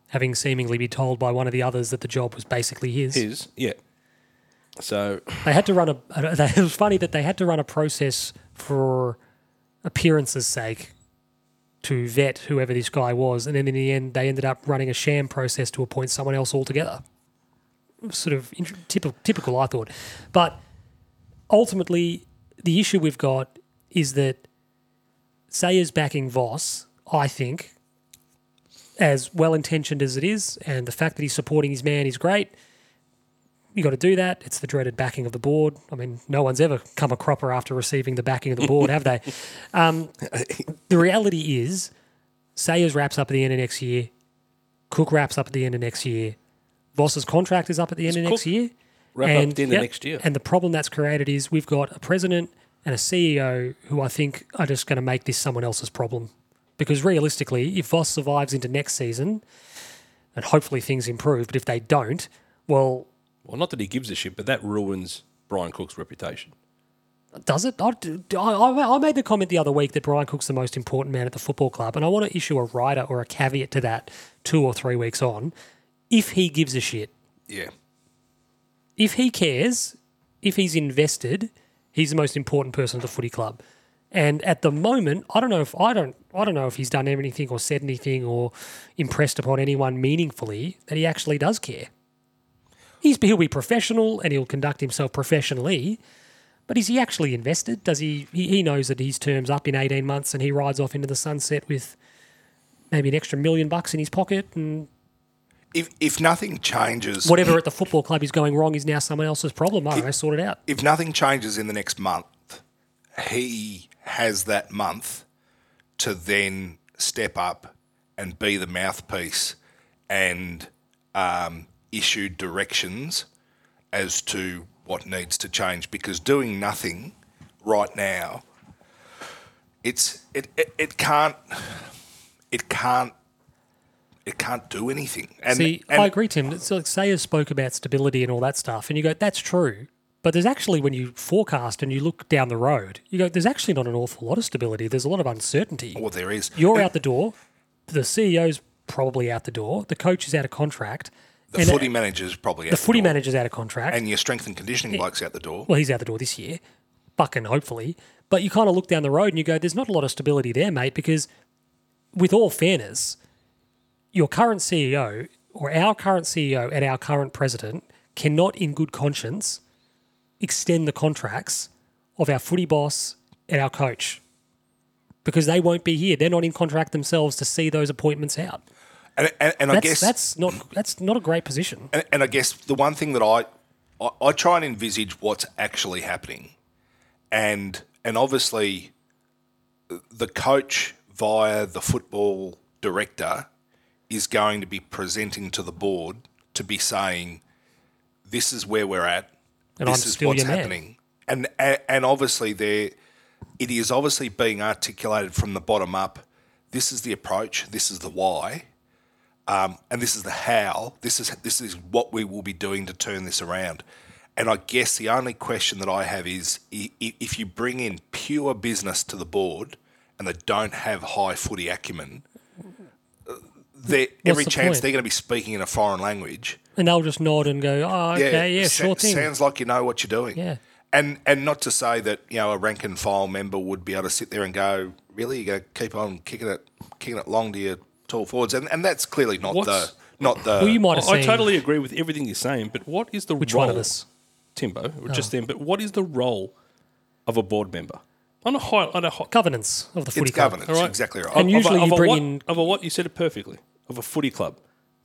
A: Having seemingly been told by one of the others that the job was basically his.
C: His, yeah. So
A: They had to run a. It was funny that they had to run a process for appearances' sake to vet whoever this guy was, and then in the end, they ended up running a sham process to appoint someone else altogether. Sort of int- typical, typical, I thought. But ultimately, the issue we've got is that Sayers backing Voss, I think, as well intentioned as it is, and the fact that he's supporting his man is great you got to do that. It's the dreaded backing of the board. I mean, no one's ever come a cropper after receiving the backing of the board, have they? Um, the reality is, Sayers wraps up at the end of next year. Cook wraps up at the end of next year. Voss's contract is up at the end of next
C: Cook
A: year.
C: wrap up at the end of
A: yep,
C: next year.
A: And the problem that's created is we've got a president and a CEO who I think are just going to make this someone else's problem. Because realistically, if Voss survives into next season, and hopefully things improve, but if they don't, well,
C: Well, not that he gives a shit, but that ruins Brian Cook's reputation.
A: Does it? I, I- I, I made the comment the other week that Brian Cook's the most important man at the football club, and I want to issue a rider or a caveat to that two or three weeks on. If he gives a shit,
B: Yeah.
A: if he cares, if he's invested, he's the most important person at the footy club. And at the moment, I don't know if I don't I don't know if he's done anything or said anything or impressed upon anyone meaningfully that he actually does care. He's he'll be professional and he'll conduct himself professionally, but is he actually invested? Does he he, he knows that his term's up in eighteen months and he rides off into the sunset with maybe an extra million bucks in his pocket and
B: If, if nothing changes,
A: whatever at the football club is going wrong is now someone else's problem. I don't know, sort it out.
B: if nothing changes in the next month, he has that month to then step up and be the mouthpiece and um, issued directions as to what needs to change because doing nothing right now, it's it it, it can't it can't it can't do anything. And,
A: See,
B: and
A: I agree, Tim. It's like Sayers spoke about stability and all that stuff, and you go, that's true. But there's actually, when you forecast and you look down the road, you go, there's actually not an awful lot of stability. There's a lot of uncertainty.
B: well, there is.
A: You're out the door. The CEO's probably out the door. The coach is out of contract.
B: the
A: and
B: footy manager's probably out
A: the footy
B: door,
A: manager's out of contract.
B: and your strength and conditioning blokes out the door.
A: well, he's out the door this year, fucking hopefully. But you kind of look down the road and you go, there's not a lot of stability there, mate, because with all fairness, your current CEO or our current CEO and our current president cannot, in good conscience, extend the contracts of our footy boss and our coach because they won't be here. They're not in contract themselves to see those appointments out.
B: And, and, and I
A: That's,
B: guess
A: that's not that's not a great position.
B: and, and I guess the one thing that I, I I try and envisage what's actually happening, and and obviously, the coach via the football director is going to be presenting to the board to be saying, "This is where we're at.
A: And
B: this
A: I'm
B: is
A: still
B: what's
A: your man."
B: happening." And, and and obviously there, it is obviously being articulated from the bottom up. This is the approach. This is the why and this is the how. This is this is what we will be doing to turn this around. And I guess the only question that I have is i- i- if you bring in pure business to the board and they don't have high footy acumen, uh, they every
A: the
B: chance
A: point?
B: they're going to be speaking in a foreign language.
A: And they'll just nod and go, "Oh, okay, yeah,
B: sa-
A: sure thing."
B: Sounds like you know what you're doing.
A: Yeah.
B: And and not to say that you know a rank and file member would be able to sit there and go, really, you're going to keep on kicking it, kicking it long to your tall forwards, and and that's clearly not
C: What's-
B: the not the.
A: well, you might have
C: I, I
A: seen-
C: totally agree with everything you're saying, but what is the
A: Which
C: role?
A: one of us? Oh.
C: Timbo, or just them, but what is the role of a board member? On a high, on a high,
A: governance of the footy
B: it's
A: club.
B: governance,
C: all right?
B: exactly right.
A: And you- usually
C: of a
A: bring
C: what,
A: in-
C: of a what you said it perfectly of a footy club,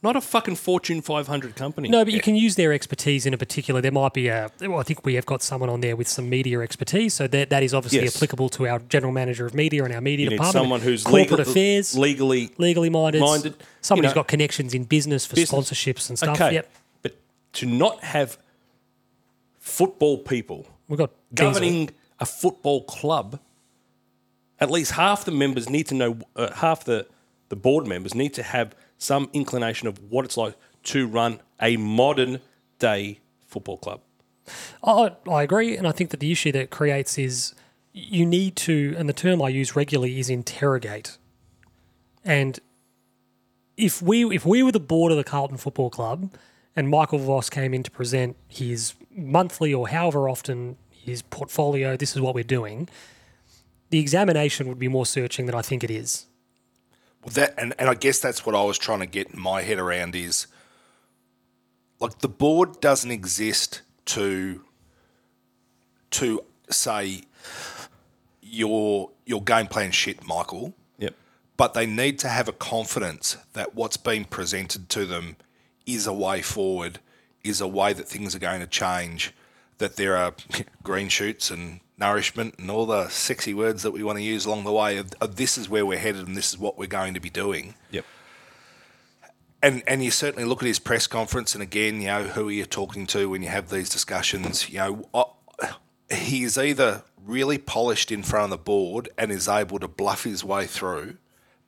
C: not a fucking Fortune 500 company.
A: No, but you can use their expertise in a particular. There might be a. Well, I think we have got someone on there with some media expertise, so that that is obviously
C: Yes.
A: applicable to our general manager of media and our media
C: you need
A: department.
C: someone who's
A: corporate
C: legal,
A: affairs,
C: legally
A: legally minded,
C: minded, you
A: someone who's
C: know.
A: got connections in business for
C: Business.
A: sponsorships and stuff.
C: okay.
A: Yep,
C: But to not have football people
A: we've got Diesel.
C: governing a football club, at least half the members need to know, uh, half the, the board members need to have some inclination of what it's like to run a modern day football club.
A: I, I agree, and I think that the issue that it creates is you need to, and the term I use regularly is interrogate. And if we if we were the board of the Carlton Football Club, and Michael Voss came in to present his monthly or however often his portfolio, this is what we're doing. The examination would be more searching than I think it is.
B: Well, Oh, that and, and I guess that's what I was trying to get my head around is like the board doesn't exist to to say your your game plan shit, Michael.
C: Yep.
B: But they need to have a confidence that what's been presented to them is a way forward, is a way that things are going to change, that there are green shoots and nourishment and all the sexy words that we want to use along the way of, of this is where we're headed and this is what we're going to be doing.
C: Yep.
B: And and you certainly look at his press conference, and again, you know, who are you talking to when you have these discussions? You know, I, he is either really polished in front of the board and is able to bluff his way through,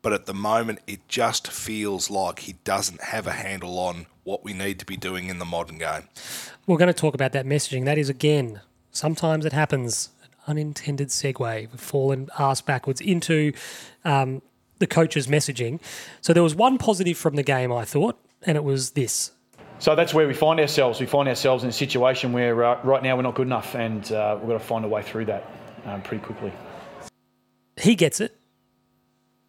B: but at the moment, it just feels like he doesn't have a handle on what we need to be doing in the modern game.
A: We're going to talk about that messaging. That is, again, sometimes it happens, an unintended segue. We've fallen ass backwards into um, the coach's messaging. So there was one positive from the game, I thought, and it was this.
E: So that's where we find ourselves. We find ourselves in a situation where uh, right now we're not good enough, and uh, we've got to find a way through that um, pretty quickly.
A: He gets it.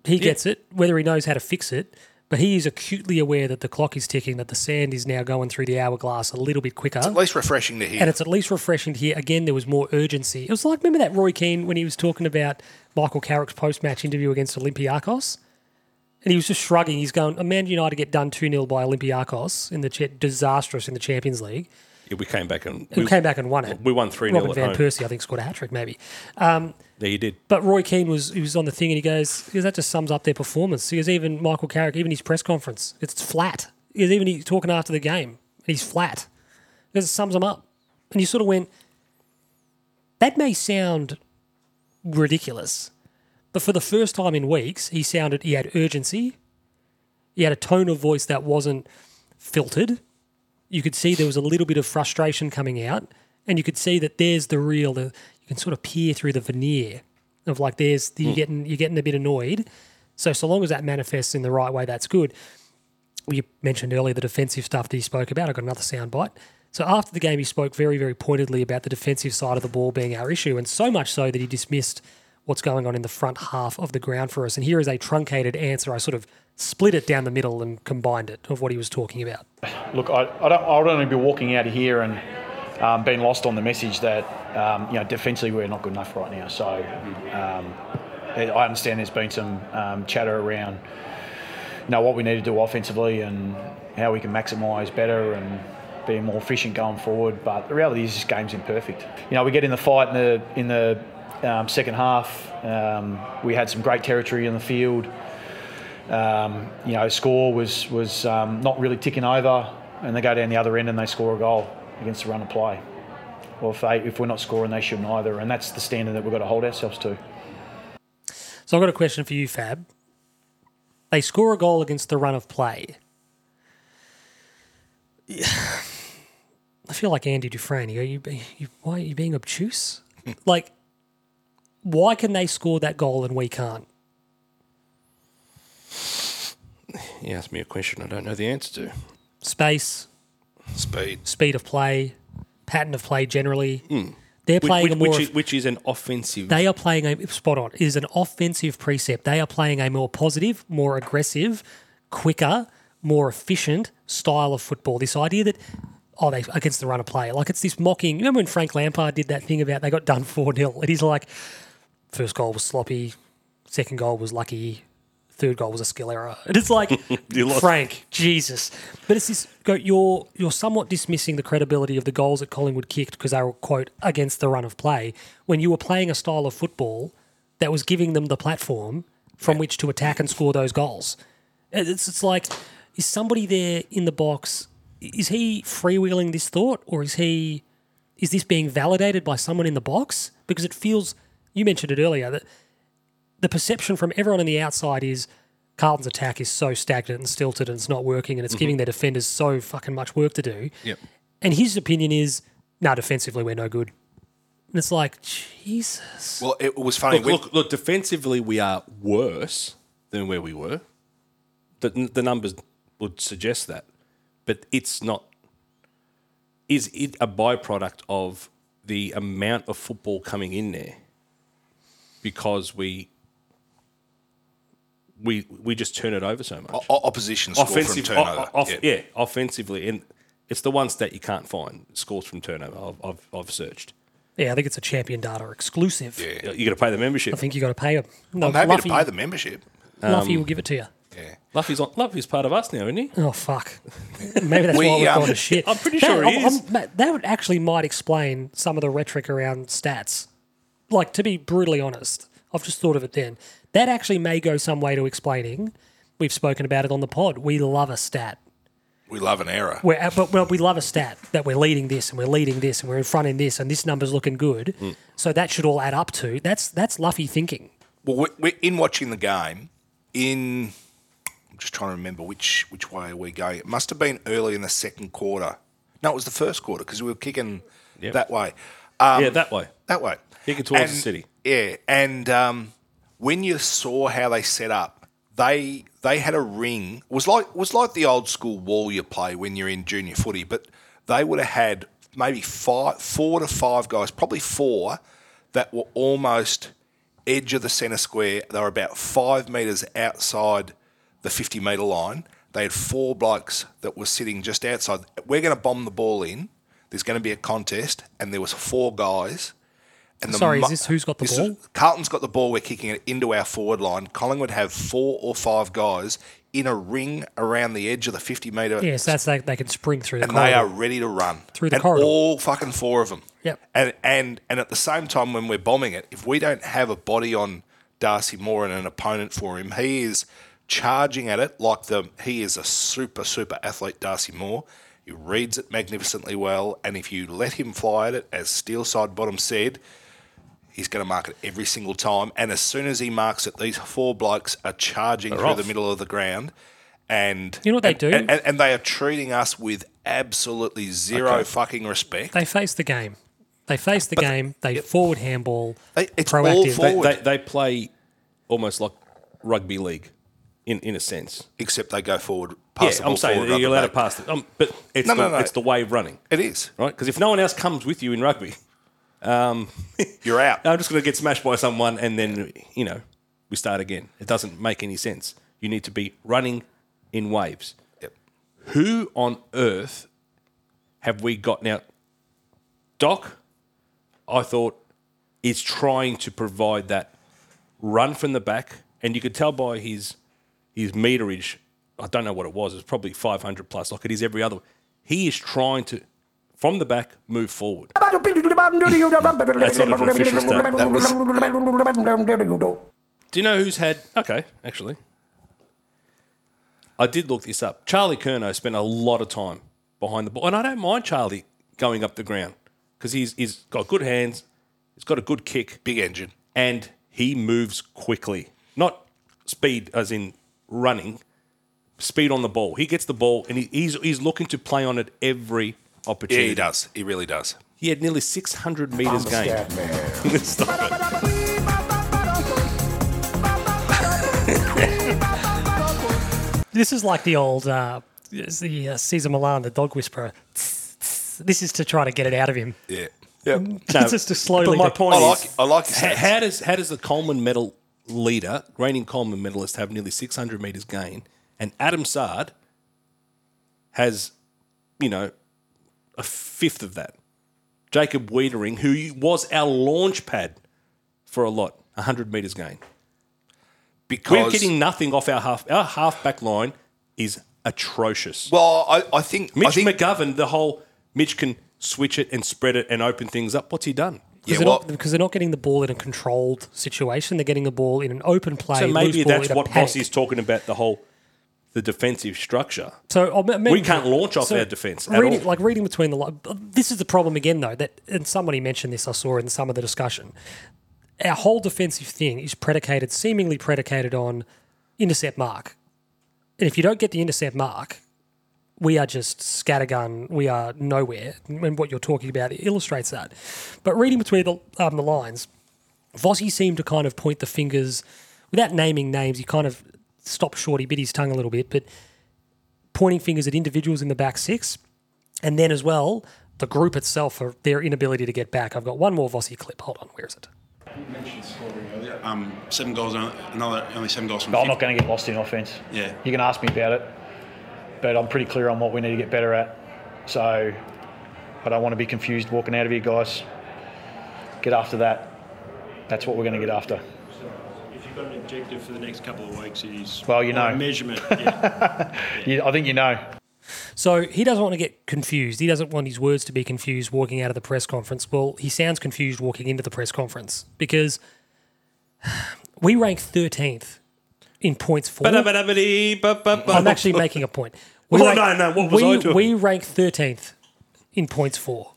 A: He gets it, whether he knows how to fix it. But he is acutely aware that the clock is ticking, that the sand is now going through the hourglass a little bit quicker.
B: At least refreshing to hear.
A: and it's at least refreshing to hear again there was more urgency. It was like remember that Roy Keane when he was talking about Michael Carrick's post match interview against Olympiacos? And he was just shrugging. He's going, "Oh, Man United get done 2 0 by Olympiacos in the cha- disastrous in the Champions League.
C: Yeah, we came back and
A: Who came back and won it?
C: We won 3-0
A: Robin
C: at
A: Van
C: home.
A: Persie, I think, scored a hat trick, maybe.
C: There you did.
A: But Roy Keane was he was on the thing and he goes, he goes, that just sums up their performance. He goes, even Michael Carrick, even his press conference, it's flat. Because even he's talking after the game, he's flat. Because it sums him up. And you sort of went, that may sound ridiculous, but for the first time in weeks, he sounded, he had urgency. He had a tone of voice that wasn't filtered. You could see there was a little bit of frustration coming out, and you could see that there's the real. The, you can sort of peer through the veneer of like there's you're getting you're getting a bit annoyed. So so long as that manifests in the right way, that's good. You mentioned earlier the defensive stuff that he spoke about. I got another soundbite. So after the game, he spoke very very pointedly about the defensive side of the ball being our issue, and so much so that he dismissed what's going on in the front half of the ground for us. And here is a truncated answer. I sort of split it down the middle and combined it of what he was talking about.
E: look, I, I don't, I don't want to be walking out of here and um, being lost on the message that um, you know defensively we're not good enough right now. So um, I I understand there's been some um, chatter around you know what we need to do offensively and how we can maximise better and be more efficient going forward. But the reality is this game's imperfect. You know we get in the fight in the in the um, second half. Um, we had some great territory in the field um, you know, score was was um, not really ticking over, and they go down the other end and they score a goal against the run of play. Well, if they if we're not scoring, they shouldn't either, and that's the standard that we've got to hold ourselves to.
A: So I've got a question for you, Fab. They score a goal against the run of play. Yeah. I feel like Andy Dufresne. You, go, you, be- you, why are you being obtuse? like, why can they score that goal and we can't?
C: You asked me a question I don't know the answer to.
A: Space,
B: Speed.
A: speed of play, pattern of play generally. They're
C: Hmm. Which,
A: playing
C: which,
A: a more.
C: which, is, which is an offensive.
A: they are playing a spot on. It is an offensive precept. They are playing a more positive, more aggressive, quicker, more efficient style of football. This idea that oh they against the run of play, like it's this mocking. Remember when Frank Lampard did that thing about they got done four 0 and he's like, first goal was sloppy, second goal was lucky, third goal was a skill error. And it's like Frank, Jesus. But it's this go you're you're somewhat dismissing the credibility of the goals that Collingwood kicked because they were quote against the run of play when you were playing a style of football that was giving them the platform from which to attack and score those goals. And It's it's like is somebody there in the box is he freewheeling this thought or is he is this being validated by someone in the box? Because it feels, you mentioned it earlier, that the perception from everyone on the outside is Carlton's attack is so stagnant and stilted and it's not working and it's giving their defenders so fucking much work to do.
B: Yep.
A: And his opinion is, no, defensively, we're no good. And it's like, Jesus.
B: Well, it was funny.
C: look,
B: when-
C: look, look, defensively, we are worse than where we were. The, the numbers would suggest that. But it's not. Is it a byproduct of the amount of football coming in there? Because we. We, we just turn it over so much.
B: o- opposition score
C: offensive,
B: from turnover.
C: o- o- off-
B: yeah.
C: yeah. offensively, and it's the one stat you can't find scores from turnover. I've, I've, I've searched.
A: yeah, I think it's a champion data exclusive.
C: You got to pay the membership.
A: I think you got to pay them. No,
B: I'm happy
A: Luffy,
B: to pay the membership.
A: Luffy will give it to you.
B: Yeah.
C: Luffy's on, Luffy's part of us now, isn't he?
A: Oh fuck! Maybe that's
B: We,
A: why we've
B: um,
A: gone to shit.
C: I'm pretty sure
A: that,
C: he is.
A: mate, that would actually might explain some of the rhetoric around stats. Like to be brutally honest, I've just thought of it. Then that actually may go some way to explaining. We've spoken about it on the pod. We love a stat.
B: We love an error.
A: We're at- but well, we love a stat that we're leading this and we're leading this and we're in front in this and this number's looking good.
B: Hmm.
A: So that should all add up to that's that's Luffy thinking.
B: Well, we're, we're in watching the game. In I'm just trying to remember which which way we going. It must have been early in the second quarter. No, it was the first quarter because we were kicking that way, um,
C: yeah, that way.
B: that way,
C: Kicking towards the
B: And-
C: city.
B: Yeah, and um, when you saw how they set up, they they had a ring. It was like it was like the old school wall you play when you're in junior footy, but they would have had maybe five, four to five guys, probably four, that were almost edge of the centre square. They were about five metres outside the 50 metre line. They had four blokes that were sitting just outside. We're going to bomb the ball in. There's going to be a contest, and there was four guys. And the
A: Sorry, is
B: mo-
A: this who's got the
B: this
A: ball?
B: is- Carlton's got the ball. We're kicking it into our forward line. Collingwood have four or five guys in a ring around the edge of the 50 metre.
A: Yes, that's like they can spring through the
B: And
A: corridor.
B: they are ready to run
A: Through the
B: and
A: corridor.
B: All fucking four of them.
A: Yep.
B: And and and at the same time, when we're bombing it, if we don't have a body on Darcy Moore and an opponent for him, he is charging at it like the he is a super super athlete, Darcy Moore. He reads it magnificently well, and if you let him fly at it, as Steel Side Bottom said, he's going to mark it every single time. And as soon as he marks it, these four blokes are charging through
C: off.
B: the middle of the ground, and
A: You know what they
B: and-
A: do?
B: and, and, and they are treating us with absolutely zero fucking respect.
A: They face the game. They face the game. They forward handball.
B: They- it's all
A: proactive.
B: forward.
C: They, they play almost like rugby league in, in a sense.
B: except they go forward. Pass the
C: yeah,
B: ball
C: I'm saying
B: forward
C: that
B: rather
C: you're
B: than
C: allowed to
B: back.
C: pass it. Um, but it's,
B: No,
C: the,
B: no, no.
C: it's the way of running,
B: It is.
C: right? Because if no one else comes with you in rugby, um,
B: You're out.
C: I'm just going to get smashed by someone and then, you know, we start again. It doesn't make any sense. You need to be running in waves.
B: Yep.
C: Who on earth have we got now? Doc, I thought, is trying to provide that run from the back, and you could tell by his his meterage. I don't know what it was. It was probably 500 plus, like it is every other. He is trying to, from the back, move forward.
F: That's
C: not an official stat.
B: That was-
C: Do you know who's had? Okay, actually, I did look this up. Charlie Kerno spent a lot of time behind the ball, and I don't mind Charlie going up the ground because he's he's got good hands, he's got a good kick,
B: Big engine.
C: and he moves quickly. Not speed as in running, speed on the ball. He gets the ball and he, he's he's looking to play on it every
B: Yeah,
C: opportunity.
B: he does. He really does.
C: He had nearly 600 meters gained. Stop it.
A: This is like the old uh, it's the uh, Caesar Milan, the dog whisperer. Tss, tss. This is to try to get it out of him.
B: Yeah. Yep.
C: No,
A: It's just to slowly.
C: But my
A: do-
C: point
B: I
C: is,
B: like. I like.
C: How,
B: His
C: how does how does the Coleman medal leader, reigning Coleman medalist, have nearly 600 meters gain, and Adam Sard has, you know, a fifth of that. Jacob Wiedering, who was our launch pad for a lot, 100 meters gain.
B: because
C: We're getting nothing off our half. Our half back line is atrocious.
B: Well, I, I think. I
C: Mitch
B: think.
C: McGovern, the whole Mitch can switch it and spread it and open things up. What's he done?
B: yeah.
A: they're
B: Well,
A: not, because they're not getting the ball in a controlled situation. They're getting the ball in an open play.
C: So
A: loose
C: maybe
A: ball
C: that's
A: in a
C: what
A: panic.
C: Rossi's talking about the whole the defensive structure.
A: So oh, I mean,
C: We can't launch off our defence at
A: reading,
C: all.
A: Like reading between the lines. This is the problem again, though. That and somebody mentioned this. I saw in some of the discussion. Our whole defensive thing is predicated, seemingly predicated on intercept mark. And if you don't get the intercept mark, we are just scattergun. We are nowhere. And what you're talking about illustrates that. But reading between the, um, the lines, Vossi seemed to kind of point the fingers without naming names. He kind of stopped short. He bit his tongue a little bit, but pointing fingers at individuals in the back six, and then as well the group itself for their inability to get back. I've got one more Vossi clip. Hold on, where is it?
G: Um, seven goals, on- another only seven goals from.
E: I'm not going to get lost in offence.
G: Yeah.
E: You can ask me about it, but I'm pretty clear on what we need to get better at. So I don't want to be confused walking out of here, guys. Get after that. That's what we're going to get after.
H: If you've got an objective for the next couple of weeks, it is
E: Well, you
H: or a
E: know.
H: measurement. Yeah.
E: You, I think you know.
A: So he doesn't want to get confused. He doesn't want his words to be confused walking out of the press conference. Well, he sounds confused walking into the press conference because we rank 13th in points for.
C: uh,
A: I'm
C: I'm
A: actually making a point. We
C: Oh, no, no, what was
A: we,
C: I doing?
A: We rank 13th in points for.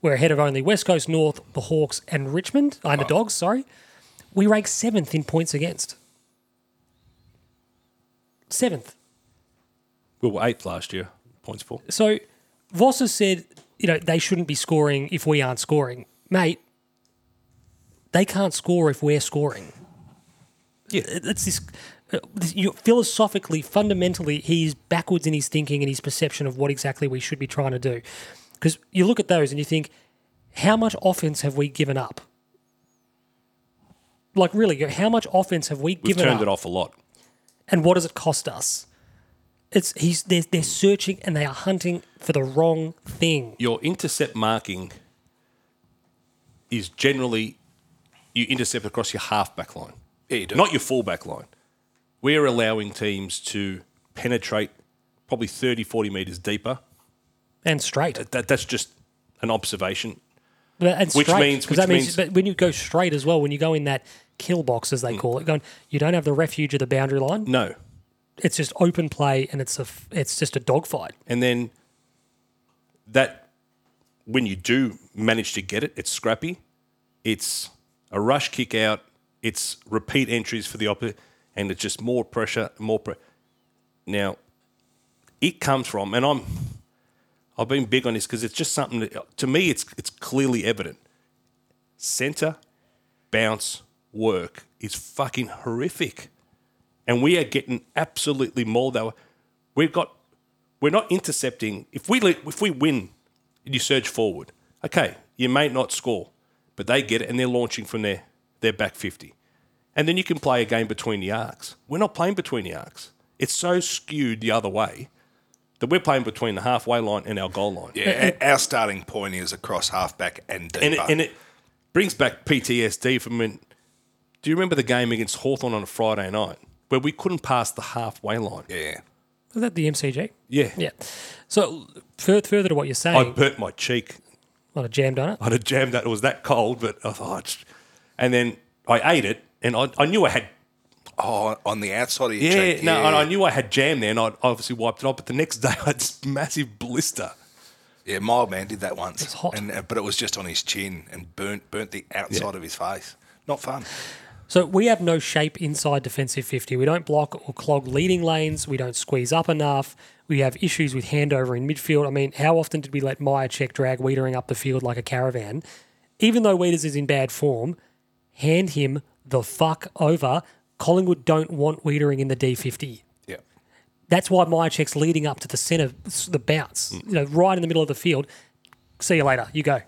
A: We're ahead of only West Coast North, the Hawks, and Richmond. I'm the Dogs, sorry. We rank 7th in points against. 7th.
C: we were eighth last year. Points four.
A: So Voss has said, you know, they shouldn't be scoring if we aren't scoring. Mate, they can't score if we're scoring.
C: Yeah.
A: It- It's this, uh, this you, philosophically, fundamentally, he's backwards in his thinking and his perception of what exactly we should be trying to do. Because you look at those and you think, how much offense have we given up? Like, really, how much offense have we
C: We've
A: given
C: turned
A: up?
C: it off a lot.
A: and what does it cost us? It's he's they're, they're searching and they are hunting for the wrong thing.
C: Your intercept marking is generally you intercept across your half back line,
B: yeah, you do.
C: not your full back line. We're allowing teams to penetrate probably 30, 40 metres deeper.
A: And straight,
C: That, that's just an observation.
A: and
C: which
A: straight,
C: means-
A: 'cause
C: which
A: that
C: means-
A: but when you go
C: Mm.
A: straight as well, when you go in that kill box as they call it, going you don't have the refuge of the boundary line.
C: No.
A: it's just open play and it's a f- it's just a dogfight.
C: And then that when you do manage to get it, it's scrappy. It's a rush kick out. It's repeat entries for the opposite, and it's just more pressure, more pressure. Now, it comes from, and I'm, I've been big on this because it's just something that to me it's it's clearly evident. Center, bounce, work is fucking horrific, and we are getting absolutely mauled. That way. we've got, we're not intercepting. If we let- if we win, you surge forward. Okay, you may not score, but they get it and they're launching from their their back fifty, and then you can play a game between the arcs. We're not playing between the arcs. It's so skewed the other way that we're playing between the halfway line and our goal line.
B: Yeah, our starting point is across halfback and deeper.
C: And it, and it brings back PTSD from when. Do you remember the game against Hawthorn on a Friday night where we couldn't pass the halfway line?
B: yeah,
A: Is that the MCG?
C: Yeah.
A: Yeah. So fur- further to what you're saying,
C: I burnt my cheek.
A: not a jammed on it.
C: I'd have jammed that. It was that cold, but I thought. "Oh, it's-" And then I ate it and I, I knew I had.
B: oh, on the outside of your
C: Yeah,
B: cheek.
C: no, and I knew I had jam there and I obviously wiped it off. But the next day I had this massive blister.
B: yeah, my old man did that once. It's
A: hot.
B: and, uh, but it was just on his chin and burnt burnt the outside of his face. Not fun.
A: So we have no shape inside defensive 50. We don't block or clog leading lanes. We don't squeeze up enough. We have issues with handover in midfield. I mean, how often did we let Myercheck drag Wiedering up the field like a caravan? Even though Wieders is in bad form, hand him the fuck over. Collingwood don't want Wiedering in the D50.
B: Yeah,
A: That's why Myercheck's leading up to the centre, s- the bounce, you know, right in the middle of the field. See you later. You go.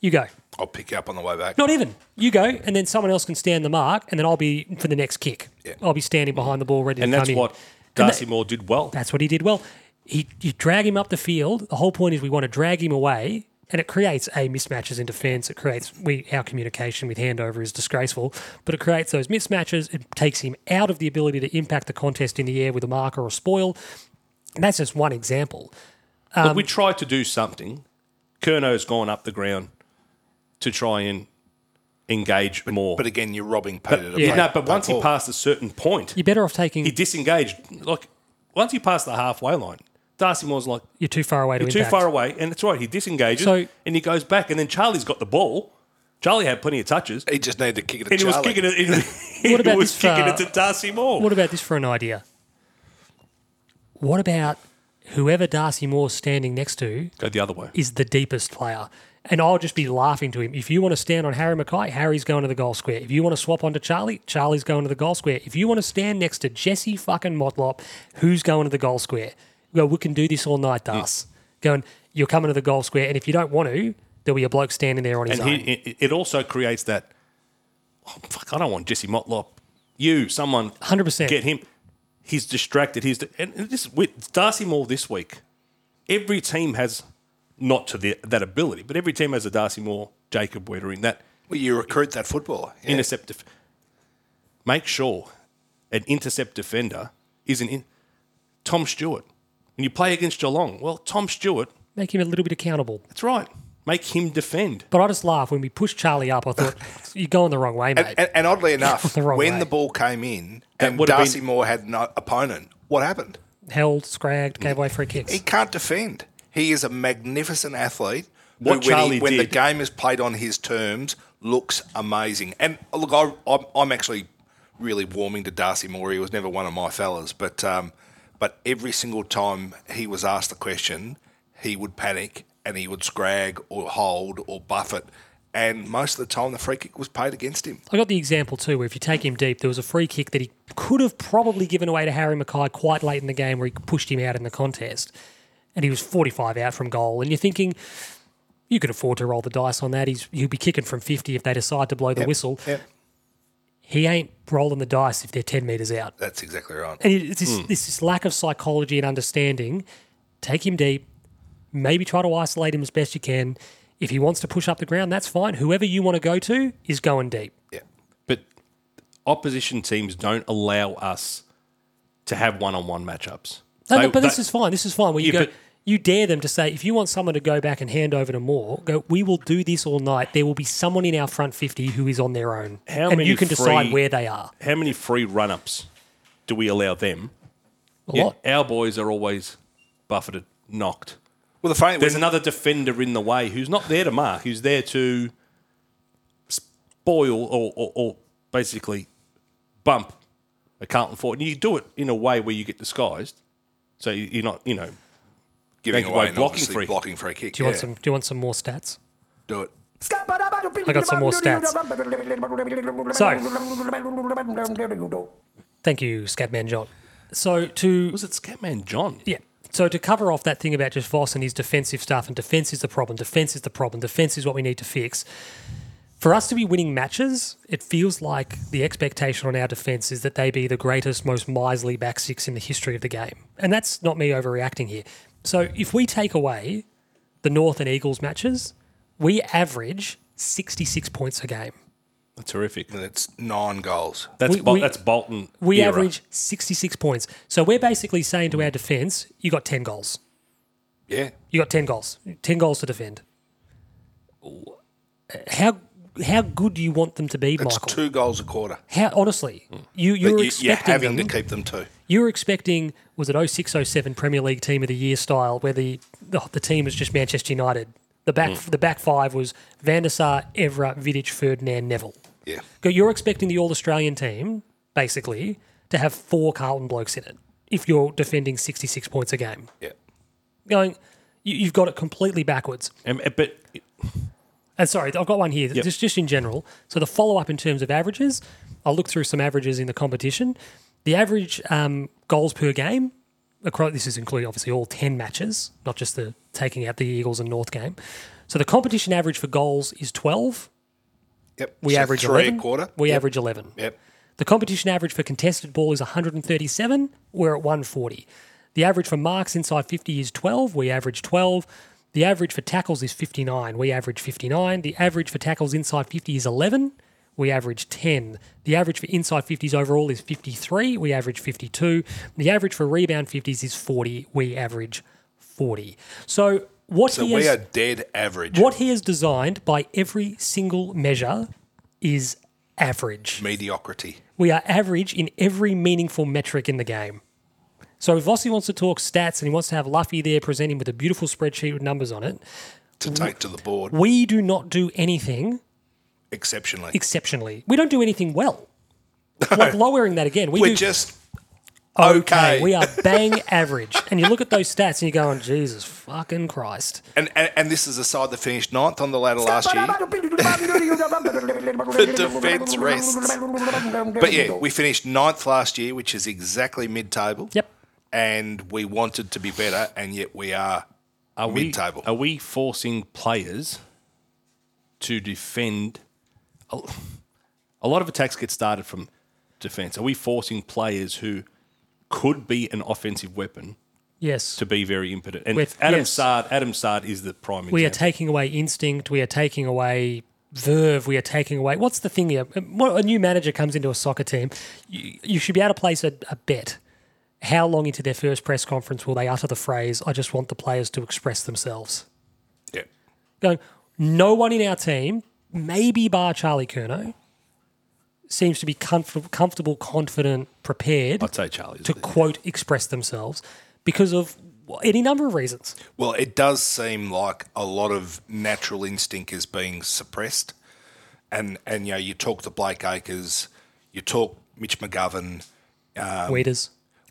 A: You go.
B: I'll pick you up on the way back.
A: Not even. You go, and then someone else can stand the mark, and then I'll be for the next kick.
B: Yeah.
A: I'll be standing behind the ball ready
C: And
A: to
C: that's
A: come in.
C: what
A: And
C: Darcy
A: that-
C: Moore did well.
A: That's what he did well. He, you drag him up the field. The whole point is we want to drag him away, and it creates a mismatches in defence. It creates we our communication with handover is disgraceful, but it creates those mismatches. It takes him out of the ability to impact the contest in the air with a marker or spoil. And that's just one example.
C: But we tried to do something. Kerno's gone up the ground to try and engage more.
B: But again, you're robbing Peter. to
A: yeah.
B: play-
C: no, but
B: play
C: once he
B: ball.
C: passed a certain point,
A: You're better off taking.
C: he disengaged. Like once he passed the halfway line, Darcy Moore's like
A: you're too far away to
C: you're too
A: impact.
C: far away, and it's right. He disengages
A: So-
C: and he goes back, and then Charlie's got the ball. Charlie had plenty of touches, and
B: he just needed to kick it. To
C: he was
B: Charlie.
C: kicking it. He,
A: What about
C: was
A: this,
C: kicking
A: uh,
C: it to Darcy Moore.
A: What about this for an idea? What about whoever Darcy Moore's standing next to
C: Go the other way.
A: is the deepest player? And I'll just be laughing to him. If you want to stand on Harry Mackay, Harry's going to the goal square. If you want to swap onto Charlie, Charlie's going to the goal square. If you want to stand next to Jesse fucking Motlop, who's going to the goal square? Well, we can do this all night, Darcy. Going, you're coming to the goal square, and if you don't want to, there'll be a bloke standing there on his
C: And
A: own.
C: he, it, it also creates that. Oh, fuck! I don't want Jesse Motlop. You, someone,
A: 100%.
C: get him. He's distracted. He's and this with Darcy Moore this week. Every team has not to the, that ability, but every team has a Darcy Moore, Jacob Wittering, that
B: Well, you recruit that footballer. Yeah.
C: intercept. Def- make sure an intercept defender isn't in. Tom Stewart. When you play against Geelong, well, Tom Stewart.
A: Make him a little bit accountable.
C: That's right. Make him defend.
A: But I just laugh when we pushed Charlie up. I thought, you're going the wrong way, mate.
B: And, and oddly enough,
A: The wrong
B: when
A: way.
B: the ball came in
C: That
B: and
C: would've
B: Darcy
C: been-
B: Moore had no opponent, what happened?
A: held, scragged, gave away free kicks.
B: He can't defend. He is a magnificent athlete. who,
C: What
B: when,
C: Charlie
B: when the
C: did-
B: game is played on his terms, looks amazing. And uh, look, I, I'm, I'm actually really warming to Darcy Moore. He was never one of my fellas, but um, but every single time he was asked the question, he would panic and he would scrag or hold or buff it. And most of the time, the free kick was paid against him.
A: I got the example too, where if you take him deep, there was a free kick that he could have probably given away to Harry Mackay quite late in the game, where he pushed him out in the contest, and he was 45 out from goal. And you're thinking, you could afford to roll the dice on that. He's he'll be kicking from 50 if they decide to blow the whistle.
B: Yep.
A: He ain't rolling the dice if they're 10 meters out.
B: That's exactly right.
A: And it- it's this, this, this lack of psychology and understanding. Take him deep, maybe try to isolate him as best you can. If he wants to push up the ground, that's fine. Whoever you want to go to is going deep.
B: Yeah.
C: but opposition teams don't allow us to have one-on-one matchups.
A: No,
C: They-
A: no, but this
C: they-
A: is fine. This is fine. Where you
C: Yeah,
A: go,
C: but-
A: you dare them to say, if you want someone to go back and hand over to Moore, go. We will do this all night. There will be someone in our front fifty who is on their own,
C: How
A: and
C: many
A: you can decide
C: free-
A: where they are.
C: how many free run-ups do we allow them
A: A lot.
C: Our boys are always buffeted, knocked.
B: Well, the funny
C: There's
B: when-
C: another defender in the way who's not there to mark, who's there to spoil or, or, or basically bump a Carlton forward. And you do it in a way where you get disguised. So you- you're not, you know,
B: giving
C: Make it
B: away
C: by
B: an
C: blocking
B: obviously
C: free.
B: blocking free kick.
A: Do you
B: yeah,
A: want some? Do you want some more stats?
B: do it.
A: I got some more stats.
F: So,
A: Thank you, Scatman John. So to
C: was it Scatman John?
A: yeah. So to cover off that thing about just Voss and his defensive stuff, and defense is the problem. Defense is the problem. Defense is what we need to fix. For us to be winning matches, it feels like the expectation on our defense is that they be the greatest, most miserly back six in the history of the game, and that's not me overreacting here. So if we take away the North and Eagles matches, we average sixty-six points a game.
C: Terrific.
B: And it's nine goals.
C: That's,
A: We-
C: Bol-
A: we-
C: that's Bolton.
A: We
C: era.
A: average 66 points. So we're basically saying to our defense, you got 10 goals.
B: Yeah.
A: You got 10 goals. 10 goals to defend. How how good do you want them to be,
B: It's
A: Michael?
B: two goals a quarter.
A: how honestly, you
B: But
A: you're
B: you,
A: expecting
B: you're having
A: them,
B: to keep them two.
A: you're expecting was it 06 07 Premier League team of the year style where the the, the team was just Manchester United. The back
B: Mm.
A: the back five was Van der Sar, Evra, Vidic, Ferdinand, Neville.
B: Yeah.
A: Go- You're expecting the All Australian team, basically, to have four Carlton blokes in it if you're defending 66 points a game.
B: Yeah.
A: Going, you, you've got it completely backwards.
C: Um, but
A: And sorry, I've got one here, just, just in general. So the follow up in terms of averages, I'll look through some averages in the competition. The average um, goals per game, across, this is including obviously all 10 matches, not just the taking out the Eagles and North game. So the competition average for goals is 12.
B: Yep.
A: We
B: So
A: average
B: three
A: 11.
B: a quarter.
A: We average 11.
B: Yep.
A: The competition average for contested ball is 137. We're at 140. The average for marks inside 50 is 12. We average 12. The average for tackles is 59. We average 59. The average for tackles inside 50 is 11. We average 10. The average for inside 50s overall is 53. We average 52. The average for rebound 50s is 40. We average 40. So what
B: So
A: he
B: we
A: has-
B: are dead average.
A: what he has designed by every single measure is average.
B: Mediocrity.
A: We are average in every meaningful metric in the game. So if Vossi wants to talk stats and he wants to have Luffy there presenting with a beautiful spreadsheet with numbers on it,
B: to take to the board
A: we do not do anything
B: exceptionally.
A: exceptionally. We don't do anything well. Like lowering that again, we
B: We're
A: do
B: just
A: okay.
B: okay.
A: We are bang average. And you look at those stats and you're going, Jesus fucking Christ.
B: and, and and this is a side that finished ninth on the ladder last year.
F: the
B: defence rests. But yeah, we finished ninth last year, which is exactly mid-table.
A: Yep.
B: And we wanted to be better, and yet we are,
C: are we,
B: mid-table.
C: Are we forcing players to defend? A a lot of attacks get started from defence. Are we forcing players who could be an offensive weapon
A: Yes.
C: to be very impotent? And
A: With-
C: Adam
A: yes.
C: Sard, Adam Sard is the prime
A: We are
C: example.
A: taking away instinct. We are taking away verve. We are taking away. What's the thing here? When a new manager comes into a soccer team, you, you should be able to place a, a bet. How long into their first press conference will they utter the phrase, I just want the players to express themselves?
B: yeah,
A: Going, no one in our team, maybe bar Charlie Kerno, seems to be comfort, comfortable, confident, prepared
C: I'd say Charlie's.
A: to quote express themselves because of any number of reasons.
B: Well, it does seem like a lot of natural instinct is being suppressed, and and you know you talk to Blake Acres, you talk Mitch McGovern,
C: Um,
A: Waiters.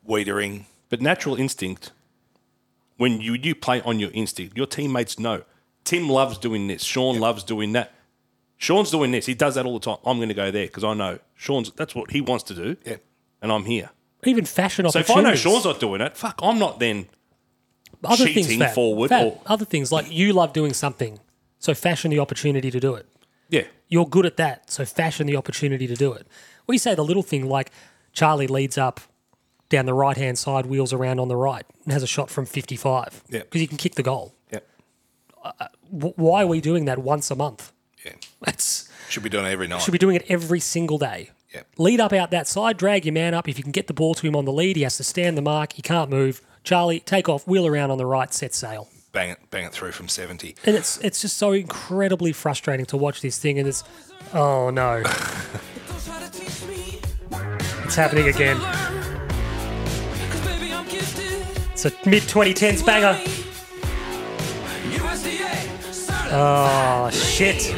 B: Weedering.
C: But natural instinct, when you, you play on your instinct, your teammates know. Tim loves doing this. Sean loves doing that. Sean's doing this. He does that all the time. I'm going to go there because I know Sean's. That's what he wants to do.
B: Yeah.
C: And I'm here.
A: Even fashion
C: So if I know
A: opportunities.
C: Sean's not doing it, fuck, I'm not then.
A: other things
C: cheating
A: Fab.
C: forward
A: Fab,
C: or-
A: other things like you love doing something so fashion the opportunity to do it
C: Yeah.
A: you're good at that so fashion the opportunity to do it we say the little thing like charlie leads up down the right hand side wheels around on the right and has a shot from 55
B: Yeah.
A: because he can kick the goal
B: Yeah,
A: W- why are we doing that once a month
B: yeah,
A: that's
B: should be doing it every night.
A: should be doing it every single day
B: Yeah.
A: lead up out that side drag your man up if you can get the ball to him on the lead he has to stand the mark he can't move charlie take off wheel around on the right set sail
B: bang it, bang it through from seventy.
A: and it's it's just so incredibly frustrating to watch this thing and it's oh no it's happening again It's a mid 2010s banger. Oh, shit.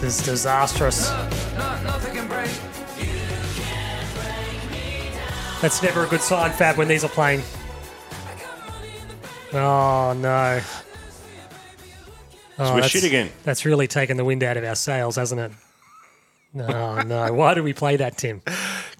A: This is disastrous. That's never a good sign, Fab, when these are playing. Oh, no. Oh,
C: we're
A: that's-
C: shit again.
A: That's really taken the wind out of our sails, hasn't it? Oh, no. Why did we play that, Tim?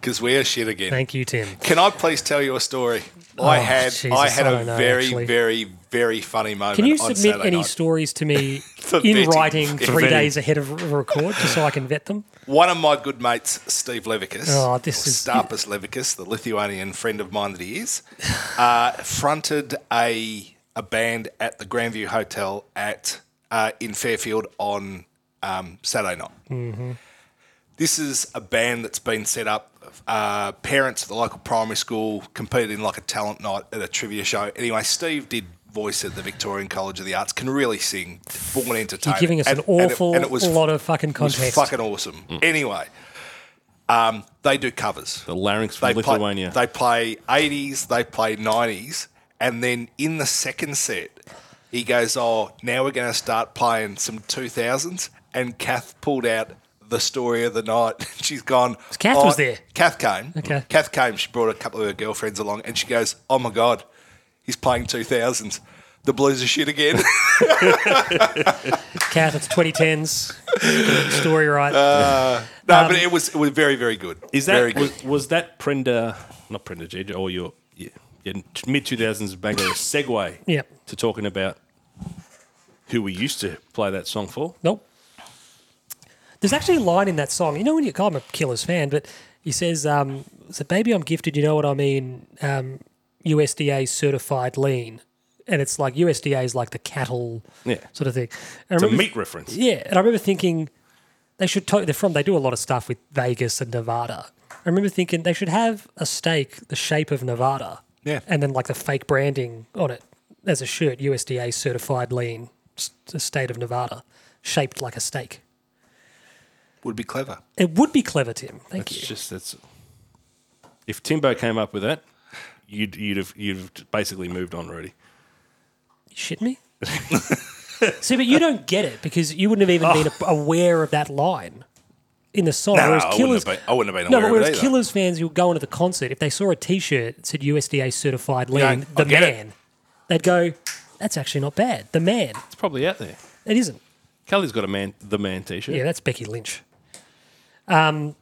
B: because we are shit again.
A: Thank you, Tim.
B: Can I please tell you a story? I had
A: Jesus,
B: I had
A: I
B: a
A: don't know,
B: very
A: actually.
B: very very funny moment.
A: Can you
B: on
A: submit
B: Saturday
A: any
B: night.
A: stories to me
B: For
A: in
B: vetting.
A: writing
B: For
A: three
C: vetting.
A: days ahead of r- record, just so I can vet them?
B: One of my good mates, Steve Levikas,
A: Oh, this
B: or
A: is-
B: Starpus Levikas, the Lithuanian friend of mine that he is, uh, fronted a a band at the Grandview Hotel at uh, in Fairfield on um, Saturday night.
A: Mm-hmm.
B: This is a band that's been set up. Uh, parents at the local primary school competed in like a talent night at a trivia show. Anyway, Steve did voice at the Victorian College of the Arts. Can really sing, born entertainer.
A: You're giving us an awful lot of fucking
B: It was
A: context.
B: fucking awesome. Anyway, um, they do covers.
C: The larynx from
B: They play,
C: Lithuania.
B: they play 80s, they play 90s, and then in the second set, he goes, "Oh, now we're going to start playing some 2000s." And Kath pulled out the story of the night. She's gone.
A: Kath
B: "Oh,"
A: was there?
B: Kath came.
A: Okay.
B: Kath came. She brought a couple of her girlfriends along, and she goes, "Oh my god, he's playing 2000s. The blues are shit again."
A: Cat, it's 2010s. Story right.
B: Uh, no,
A: Um,
B: but it was it was very very good.
C: Is that
B: very good?
C: was, was that Prenda not Prenda Jedja or your, your, mid two thousands banger a segue
A: Yep.
C: to talking about who we used to play that song for?
A: Nope. There's actually a line in that song. You know, when you, God, I'm a Killers fan, but he says, um, "So baby, I'm gifted. You know what I mean? Um, USDA certified lean." And it's like USDA is like the cattle
C: Yeah.
A: sort of thing. And I
C: It's a
A: remember-
C: meat reference.
A: Yeah, and I remember thinking they should. To- they're from. They do a lot of stuff with Vegas and Nevada. I remember thinking they should have a steak the shape of Nevada.
B: Yeah.
A: And then like the fake branding on it as a shirt, USDA certified lean, s- state of Nevada, shaped like a steak.
B: would be clever.
A: It would be clever, Tim. Thank
C: It's
A: you.
C: just that's if Timbo came up with that, you'd you'd have you'd have basically moved on already.
A: You shit me. See, but you don't get it because you wouldn't have even
B: Oh.
A: been aware of that line in the song.
B: No,
A: Whereas
B: I wouldn't
A: Killers,
B: have been. I wouldn't have been
A: No,
B: aware
A: but
B: of
A: whereas
B: it either.
A: Killers fans, you'll go into the concert if they saw a T-shirt that said USDA certified
B: know,
A: lean,
B: I
A: the
B: get it.
A: man, they'd go, "That's actually not bad." The man,
C: It's probably out there.
A: it isn't.
C: Kelly's got a man the man t shirt.
A: Yeah, that's Becky Lynch.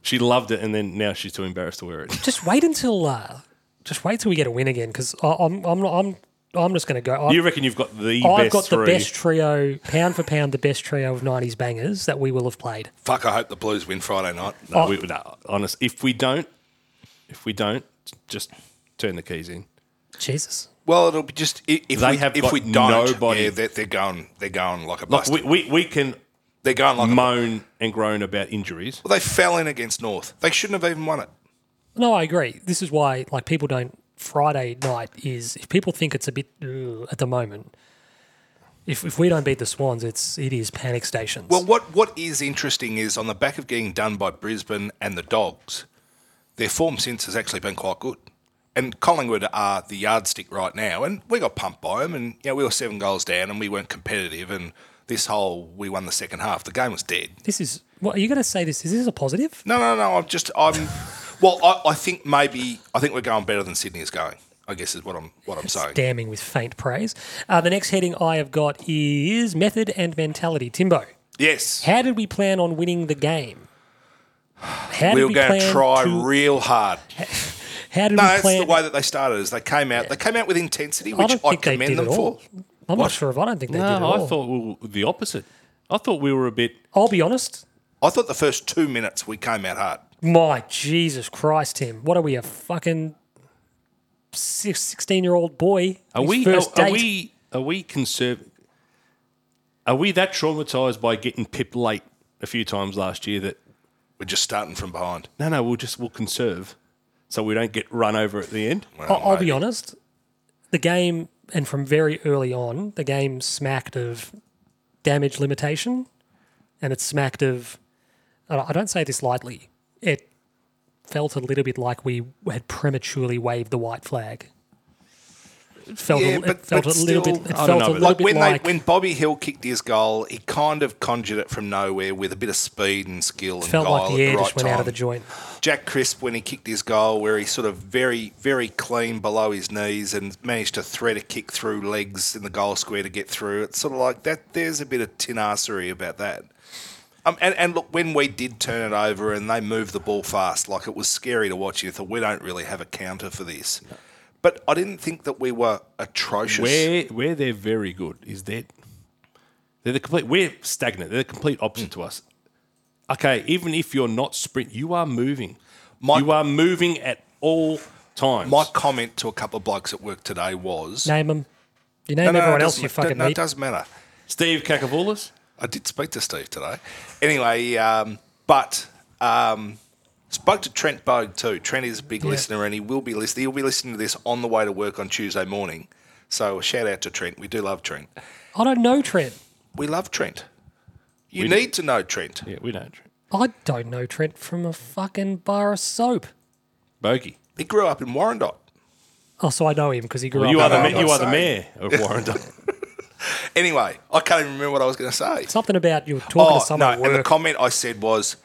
C: She loved it and then now she's too embarrassed to wear it.
A: Just wait until, uh, just wait till we get a win again because I'm, I'm, not, I'm, I'm just going to go. I,
C: You reckon you've got the
A: I've
C: best
A: got the
C: three.
A: best trio, pound for pound, the best trio of '90s bangers that we will have played.
B: Fuck! I hope the Blues win Friday night.
C: No,
A: Oh.
C: we, no, honest. If we don't, if we don't, just turn the keys in.
A: Jesus.
B: Well, it'll be just i- if
C: They
B: we
C: have
B: if we
C: got
B: don't,
C: nobody.
B: yeah, they're, they're going they're going like a
C: Like
B: bust.
C: we, we, we can
B: they're going like a, well,
C: moan and groan about injuries.
B: they fell in against North. They shouldn't have even won it.
A: No, I agree. This is why, like, people don't. Friday night is if people think it's a bit "Ugh," at the moment. If, if we don't beat the Swans, it's it is panic stations.
B: Well, what what is interesting is on the back of getting done by Brisbane and the Dogs, their form since has actually been quite good. And Collingwood are the yardstick right now, and we got pumped by them, and you know, we were seven goals down, and we weren't competitive, and this whole we won the second half, the game was dead.
A: this is what are you going to say? This is this a positive?
B: No, no, no. I'm just I'm. Well, I, I think maybe I think we're going better than Sydney is going. I guess is what I'm what I'm saying.
A: Damning with faint praise. Uh, the next heading I have got is method and mentality. Timbo,
B: Yes,
A: how did we plan on winning the game? How did
B: we
A: we,
B: were going to
A: plan
B: try
A: to-
B: real hard.
A: how did
B: No,
A: we
B: that's
A: plan?
B: the way that they started. Is they came out. They came out with intensity,
A: I
B: which
A: don't
B: I,
A: think they
B: commend
A: did
B: them
A: at all.
B: for.
A: I'm
B: What?
A: not sure if I don't think they did at
C: No,
A: all.
C: I thought we were the opposite. I thought we were a bit.
A: I'll be honest.
B: I thought the first two minutes we came out hard.
A: My Jesus Christ, Tim. What are we, a fucking 16 year old boy?
C: Are
A: his
C: we? Are,
A: First
C: are
A: date?
C: we? Are we conservative? Are we that traumatized by getting pipped late a few times last year that
B: We're just starting from behind.
C: no, no, we'll just we'll conserve so we don't get run over at the end?
A: I- I'll be honest. The game, and from very early on, the game smacked of damage limitation, and it smacked of. I don't- I don't say this lightly. It felt a little bit like we had prematurely waved the white flag. It felt,
B: Yeah,
A: a,
B: but-
A: it felt
B: but
A: a little
B: still-
A: bit. It
C: I don't
A: felt
C: know
A: a
C: about
A: little
B: Like
A: bit
B: when
A: like
B: they when Bobby Hill kicked his goal, he kind of conjured it from nowhere with a bit of speed and skill. And
A: felt
B: guile
A: like
B: at
A: the air
B: Oh, right
A: just went out of the
B: time.
A: joint.
B: Jack Crisp when he kicked his goal, where he sort of very, very clean below his knees and managed to thread a kick through legs in the goal square to get through. It's sort of like that. There's a bit of tinarsery about that. Um, and, and look, when we did turn it over and they moved the ball fast, like it was scary to watch. You thought we don't really have a counter for this, but I didn't think that we were atrocious.
C: Where where they're very good is that they're the complete we're stagnant. They're the complete opposite to us. Okay, even if you're not sprint, you are moving.
B: My-
C: you are moving at all times.
B: My comment to a couple of blokes at work today was,
A: Name them. You name everyone
B: it
A: else
B: doesn't-
A: you fucking
B: no, it
A: meet.
B: doesn't matter.
C: Steve Kakavoulis.
B: I did speak to Steve today. Anyway, um, but um, spoke to Trent Bogue too. Trent is a big listener, and he will be listening. He'll be listening to this on the way to work on Tuesday morning. So a shout out to Trent. We do love Trent.
A: I don't know Trent.
B: We love Trent. You need to know Trent.
C: Yeah, we don't.
A: I don't know Trent from a fucking bar of soap.
C: Bogey.
B: He grew up in Warrandyte.
A: Oh, so I know him because he grew
C: Well,
A: up.
C: you are the
B: no,
C: ma-
B: I'm
C: you are
B: not
C: the mayor of Warrandyte.
B: Anyway, I can't even remember what I was going to say.
A: Something about you were talking
C: Oh,
A: to someone at
B: Oh, and the
A: work.
B: comment I said was,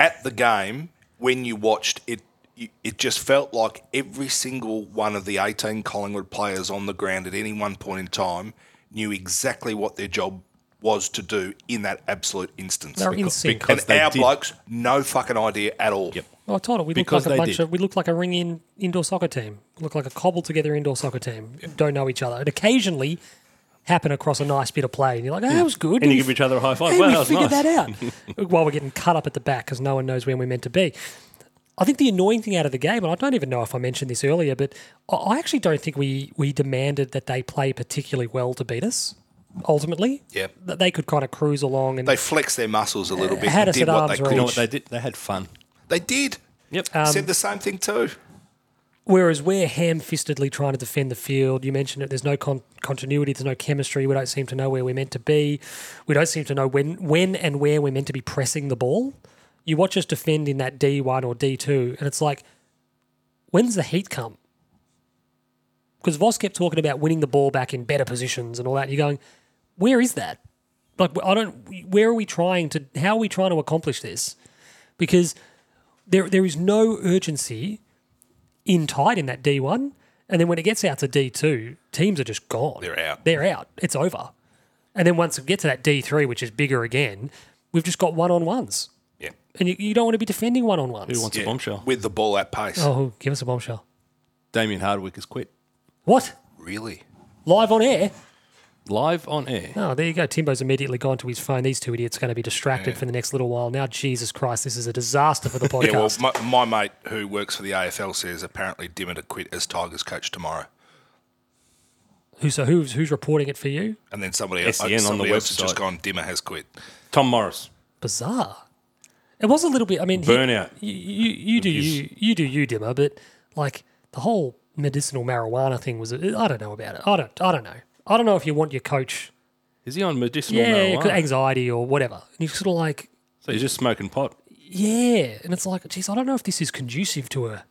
B: at the game when you watched it, you- it just felt like every single one of the eighteen Collingwood players on the ground at any one point in time knew exactly what their job was to do in that absolute instance.
A: They're in sync.
C: because-
B: and
C: they
B: our
C: did.
B: blokes, no fucking idea at all.
C: Yep.
A: Well, I told her we look
C: Because
A: like a
C: they
A: bunch
C: did.
A: of we look like a ring in indoor soccer team. Look like a cobbled together indoor soccer team. Don't know each other, and occasionally happen across a nice bit of play, and you're like, "Oh, that was good."
C: And
A: we
C: you give each other a high five.
A: and
C: Wow,
A: we
C: that was
A: figured
C: nice.
A: that out while we're getting cut up at the back because no one knows when we're meant to be. I think the annoying thing out of the game, and I don't even know if I mentioned this earlier, but I- I actually don't think we we demanded that they play particularly well to beat us. Ultimately,
B: Yeah.
A: that they could kind of cruise along and
B: They flexed their muscles a little bit.
A: Uh, had
B: and
A: us
B: did
A: at
B: what
A: arm's
B: they
A: reach.
B: could.
C: You know what they did? They had fun.
B: They did.
C: Yep.
B: Said the same thing too.
A: Whereas we're ham-fistedly trying to defend the field. You mentioned it. There's no con- continuity. There's no chemistry. We don't seem to know where we're meant to be. We don't seem to know when, when and where we're meant to be pressing the ball. You watch us defend in that D1 or D2, and it's like, when's the heat come? Because Voss kept talking about winning the ball back in better positions and all that. And you're going, where is that? Like, I don't. Where are we trying to? How are we trying to accomplish this? Because there, there is no urgency in tight in that D1. And then when it gets out to D2, teams are just gone.
B: They're out.
A: They're out. It's over. And then once we get to that D3, which is bigger again, we've just got one on ones.
B: Yeah.
A: And you, you don't want to be defending one on ones.
C: Who wants a
B: Yeah.
C: bombshell?
B: With the ball at pace.
A: Oh, give us a bombshell.
C: Damien Hardwick has quit.
A: What?
B: Really?
A: Live on air?
C: Live on air.
A: Oh, there you go. Timbo's immediately gone to his phone. These two idiots are going to be distracted for the next little while. Now, Jesus Christ, this is a disaster for the podcast.
B: Yeah, well, my, my mate who works for the AFL says apparently Dimitter quit as Tigers coach tomorrow.
A: Who, so who's, who's reporting it for you?
B: And then somebody else,
C: SEN on the
B: somebody else has just
C: website.
B: gone, Dimmer has quit.
C: Tom Morris.
A: bizarre. It was a little bit. I mean, he-
C: Burnout.
A: You, you, you do you, you do you, Dimmer, but like the whole medicinal marijuana thing was. I don't know about it. I don't. I don't know. I don't know if you want your coach,
C: Is he on medicinal
A: yeah,
C: marijuana?
A: anxiety or whatever. And you're sort of like,
C: So he's just smoking pot.
A: yeah, and it's like, geez, I don't know if this is conducive to a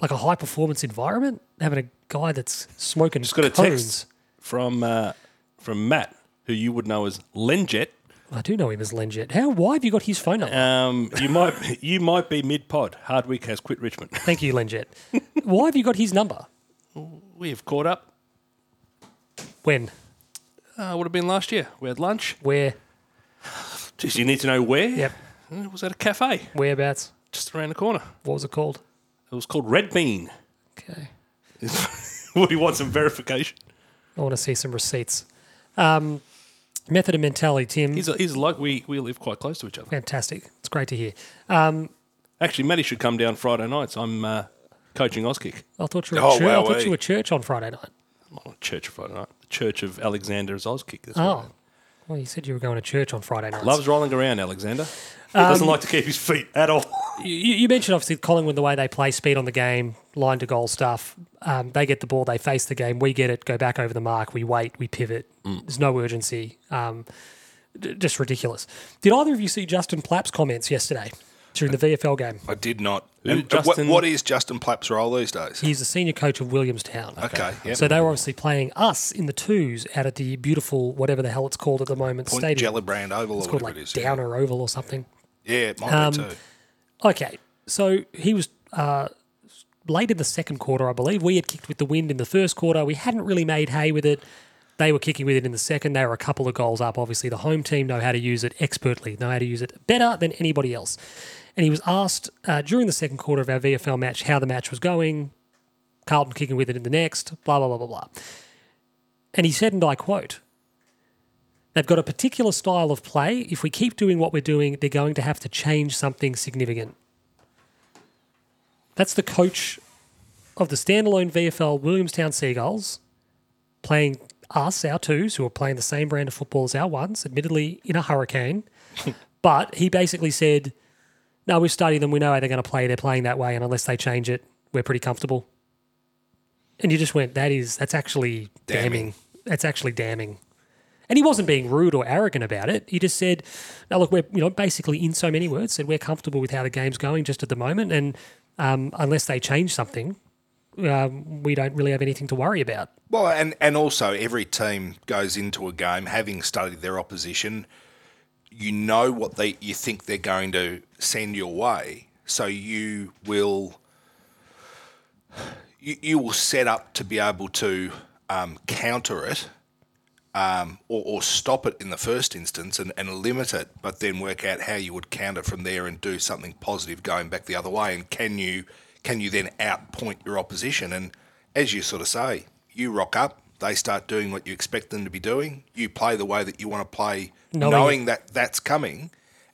A: like a high performance environment. Having a guy that's smoking
C: Just got a
A: cones.
C: text from uh, from Matt, who you would know as Lenjet.
A: I do know him as Lenjet. How? Why have you got his phone number?
C: Um, you might you might be mid pod. Hardwick has quit Richmond.
A: Thank you, Lenjet. why have you got his number?
C: we have caught up.
A: When?
C: Uh, would have been last year. We had lunch.
A: Where?
C: Jeez, you need to know where.
A: Yep.
C: Uh, It was at a cafe
A: Whereabouts?
C: just around the corner.
A: What was it called?
C: It was called Red Bean.
A: Okay.
C: we want some verification.
A: I want to see some receipts. Um, method and mentality, Tim.
C: He's a, he's a like we we live quite close to each other.
A: fantastic. It's great to hear.
C: Actually, Matty should come down Friday nights. I'm uh, coaching Auskick.
A: I thought you were,
B: Oh,
A: at church. I
B: wow,
A: thought
B: eh?
A: you were at church on Friday night.
C: Not on church Friday night. The Church of Alexander's Auskick. That's what
A: Oh. Well, you said you were going to church on Friday night.
C: Loves rolling around, Alexander. He
A: Um,
C: doesn't like to keep his feet at all.
A: you, you you mentioned obviously Collingwood the way they play speed on the game, line to goal stuff. Um, they get the ball, they face the game. We get it, go back over the mark. We wait, we pivot. There's no urgency. Um, d- just ridiculous. Did either of you see Justin Plapp's comments yesterday? during the VFL game.
B: I did not.
C: Who,
B: And what-
C: Justin-
B: what is Justin Plapp's role these days?
A: He's the senior coach of Williamstown.
B: okay, yeah.
A: So they were obviously playing us in the twos out at the beautiful whatever the hell it's called at the moment
B: Point
A: stadium.
B: Gellibrand Oval
A: it's
B: or
A: called
B: whatever
A: like
B: it is. yeah.
A: Downer Um, Oval or something.
B: Yeah, it might be too.
A: Okay, so he was uh, late in the second quarter, I believe. We had kicked with the wind in the first quarter. We hadn't really made hay with it. They were kicking with it in the second. They were a couple of goals up. Obviously, the home team know how to use it expertly, know how to use it better than anybody else. And he was asked uh, during the second quarter of our VFL match how the match was going. Carlton kicking with it in the next, blah, blah, blah, blah, blah. And he said, and I quote, They've got a particular style of play. If we keep doing what we're doing, they're going to have to change something significant. That's the coach of the standalone VFL Williamstown Seagulls playing us, our twos, who are playing the same brand of football as our ones, admittedly in a hurricane. but he basically said, No, we've studied them. We know how they're going to play. They're playing that way. And unless they change it, we're pretty comfortable. And you just went, That is, that's actually damning.
B: Damning.
A: That's actually damning. And he wasn't being rude or arrogant about it. He just said, "Now look, we're you know basically in so many words said we're comfortable with how the game's going just at the moment, and um, unless they change something, um, we don't really have anything to worry about."
B: Well, and, and also every team goes into a game having studied their opposition. You know what they you think they're going to send your way, so you will you, you will set up to be able to um, counter it um, or, or stop it in the first instance and, and limit it, but then work out how you would counter from there and do something positive going back the other way. And can you can you then outpoint your opposition? And as you sort of say, you rock up, they start doing what you expect them to be doing. You play the way that you want to play,
A: Knowing
B: knowing, that that's coming.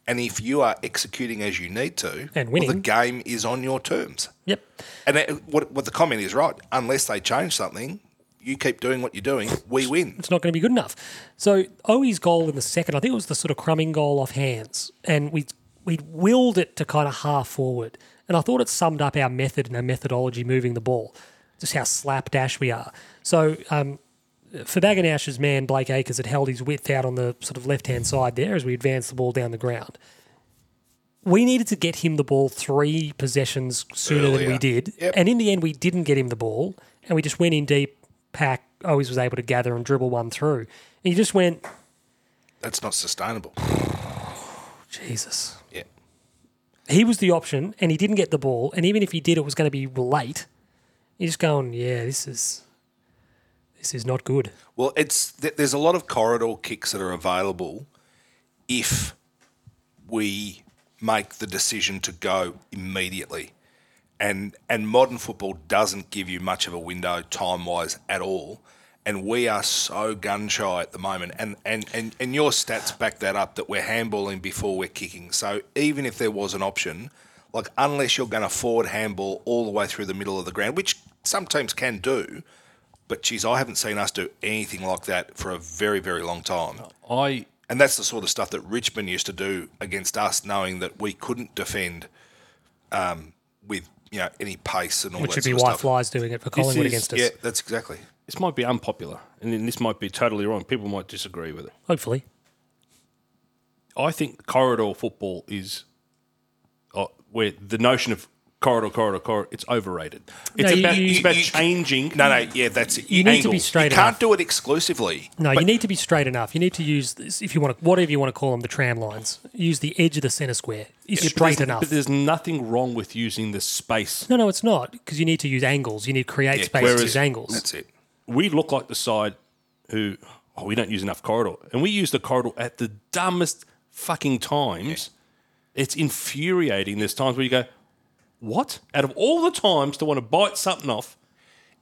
B: And if you are executing as you need to,
A: And
B: well,
A: winning.
B: the game is on your terms.
A: Yep.
B: And it, what, what the comment is right, unless they change something, you keep doing what you're doing, we win.
A: it's not going to be good enough. So Owi's goal in the second, I think it was the sort of crumbing goal off hands, and we we willed it to kind of half forward, and I thought it summed up our method and our methodology moving the ball, just how slapdash we are. So um, for Baganash's man Blake Akers had held his width out on the sort of left hand side there as we advanced the ball down the ground. We needed to get him the ball three possessions sooner than we
B: Earlier.
A: did,
B: Yep.
A: and in the end, we didn't get him the ball, and we just went in deep. Pack always was able to gather and dribble one through, and you just went,
B: That's not sustainable.
A: Jesus.
B: Yeah.
A: He was the option, and he didn't get the ball, and even if he did, it was going to be late. You're just going, yeah, this is this is not good.
B: Well, it's th- there's a lot of corridor kicks that are available if we make the decision to go immediately. And and modern football doesn't give you much of a window time wise at all. And we are so gun shy at the moment. And, and and and your stats back that up that we're handballing before we're kicking. So even if there was an option, like unless you're going to forward handball all the way through the middle of the ground, which some teams can do, but geez, I haven't seen us do anything like that for a very, very long time.
C: I
B: And that's the sort of stuff that Richmond used to do against us, knowing that we couldn't defend um, with you know any pace and all
A: Which
B: that
A: would be
B: sort
A: why
B: of stuff.
A: Fly's doing it for Collingwood
C: is-
A: against us.
B: Yeah, that's exactly.
C: this might be unpopular, and then this might be totally wrong. People might disagree with it.
A: Hopefully,
C: I think corridor football is uh, where the notion of corridor, corridor, corridor. It's overrated.
A: No,
C: It's
A: you-
C: about
A: you-
C: it's about
B: you-
C: changing.
B: No, no, yeah, that's it.
A: You need to be straight
B: You can't
A: enough.
B: do it exclusively.
A: no, you need to be straight enough. You need to use this, if you want to, whatever you want to call them, the tram lines. Use the edge of the centre square. It's
C: but
A: straight
C: there's-
A: enough.
C: But there's nothing wrong with using the space.
A: No, no, it's not because you need to use angles. You need to create space to
C: whereas-
A: use angles.
B: That's it.
C: We look like the side who oh, we don't use enough corridor, and we use the corridor at the dumbest fucking times. It's infuriating. There's times where you go, "What?" Out of all the times to want to bite something off,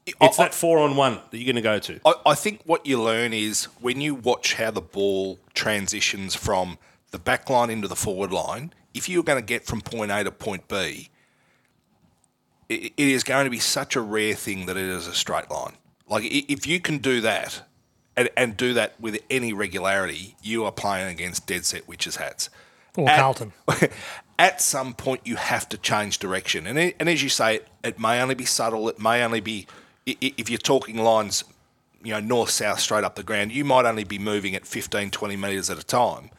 C: it's
B: I-
C: that four on one that you're going to go to.
B: I, I think what you learn is when you watch how the ball transitions from the back line into the forward line, if you're going to get from point A to point B, i it is going to be such a rare thing that it is a straight line. Like, i- if you can do that and, and do that with any regularity, you are playing against dead set witches' hats.
A: Or
B: At-
A: Carlton.
B: at some point you have to change direction and, it, and as you say it, it may only be subtle it may only be i- i- if you're talking lines you know north south straight up the ground you might only be moving at 15 20 metres at a time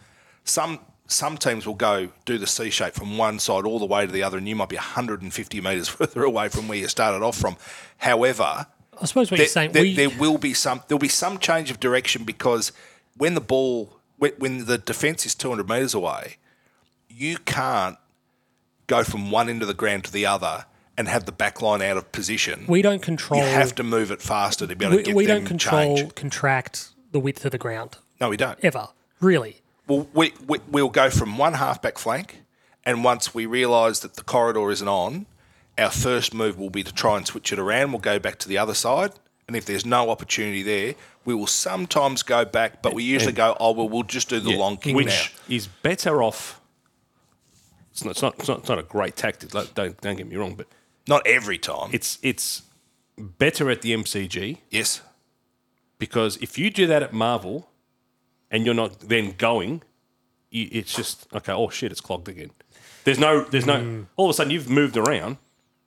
B: some some teams will go do the C shape from one side all the way to the other, and you might be 150 metres further away from where you started off from. However,
A: I suppose what
B: there,
A: you're saying,
B: there,
A: we,
B: there will be some there'll be some change of direction because when the ball when, when the defense is 200 meters away you can't go from one end of the ground to the other and have the back line out of position
A: we don't control.
B: you have to move it faster to be able to
A: we,
B: get
A: we
B: them
A: don't control
B: change.
A: contract the width of the ground
B: no we don't
A: ever. Really,
B: well we, we, we'll go from one half back flank and once we realize that the corridor isn't on our first move will be to try and switch it around we'll go back to the other side and if there's no opportunity there we will sometimes go back but we usually go oh well we'll just do the long kick
C: which
B: now
C: is better off. It's not, it's not. It's not. It's not a great tactic. like, Don't don't get me wrong, but
B: not every time
C: it's it's better at the MCG
B: yes
C: because if you do that at Marvel, and you're not then going, you, it's just okay. Oh shit, it's clogged again. There's no. There's no.
A: Mm.
C: All of a sudden, you've moved around.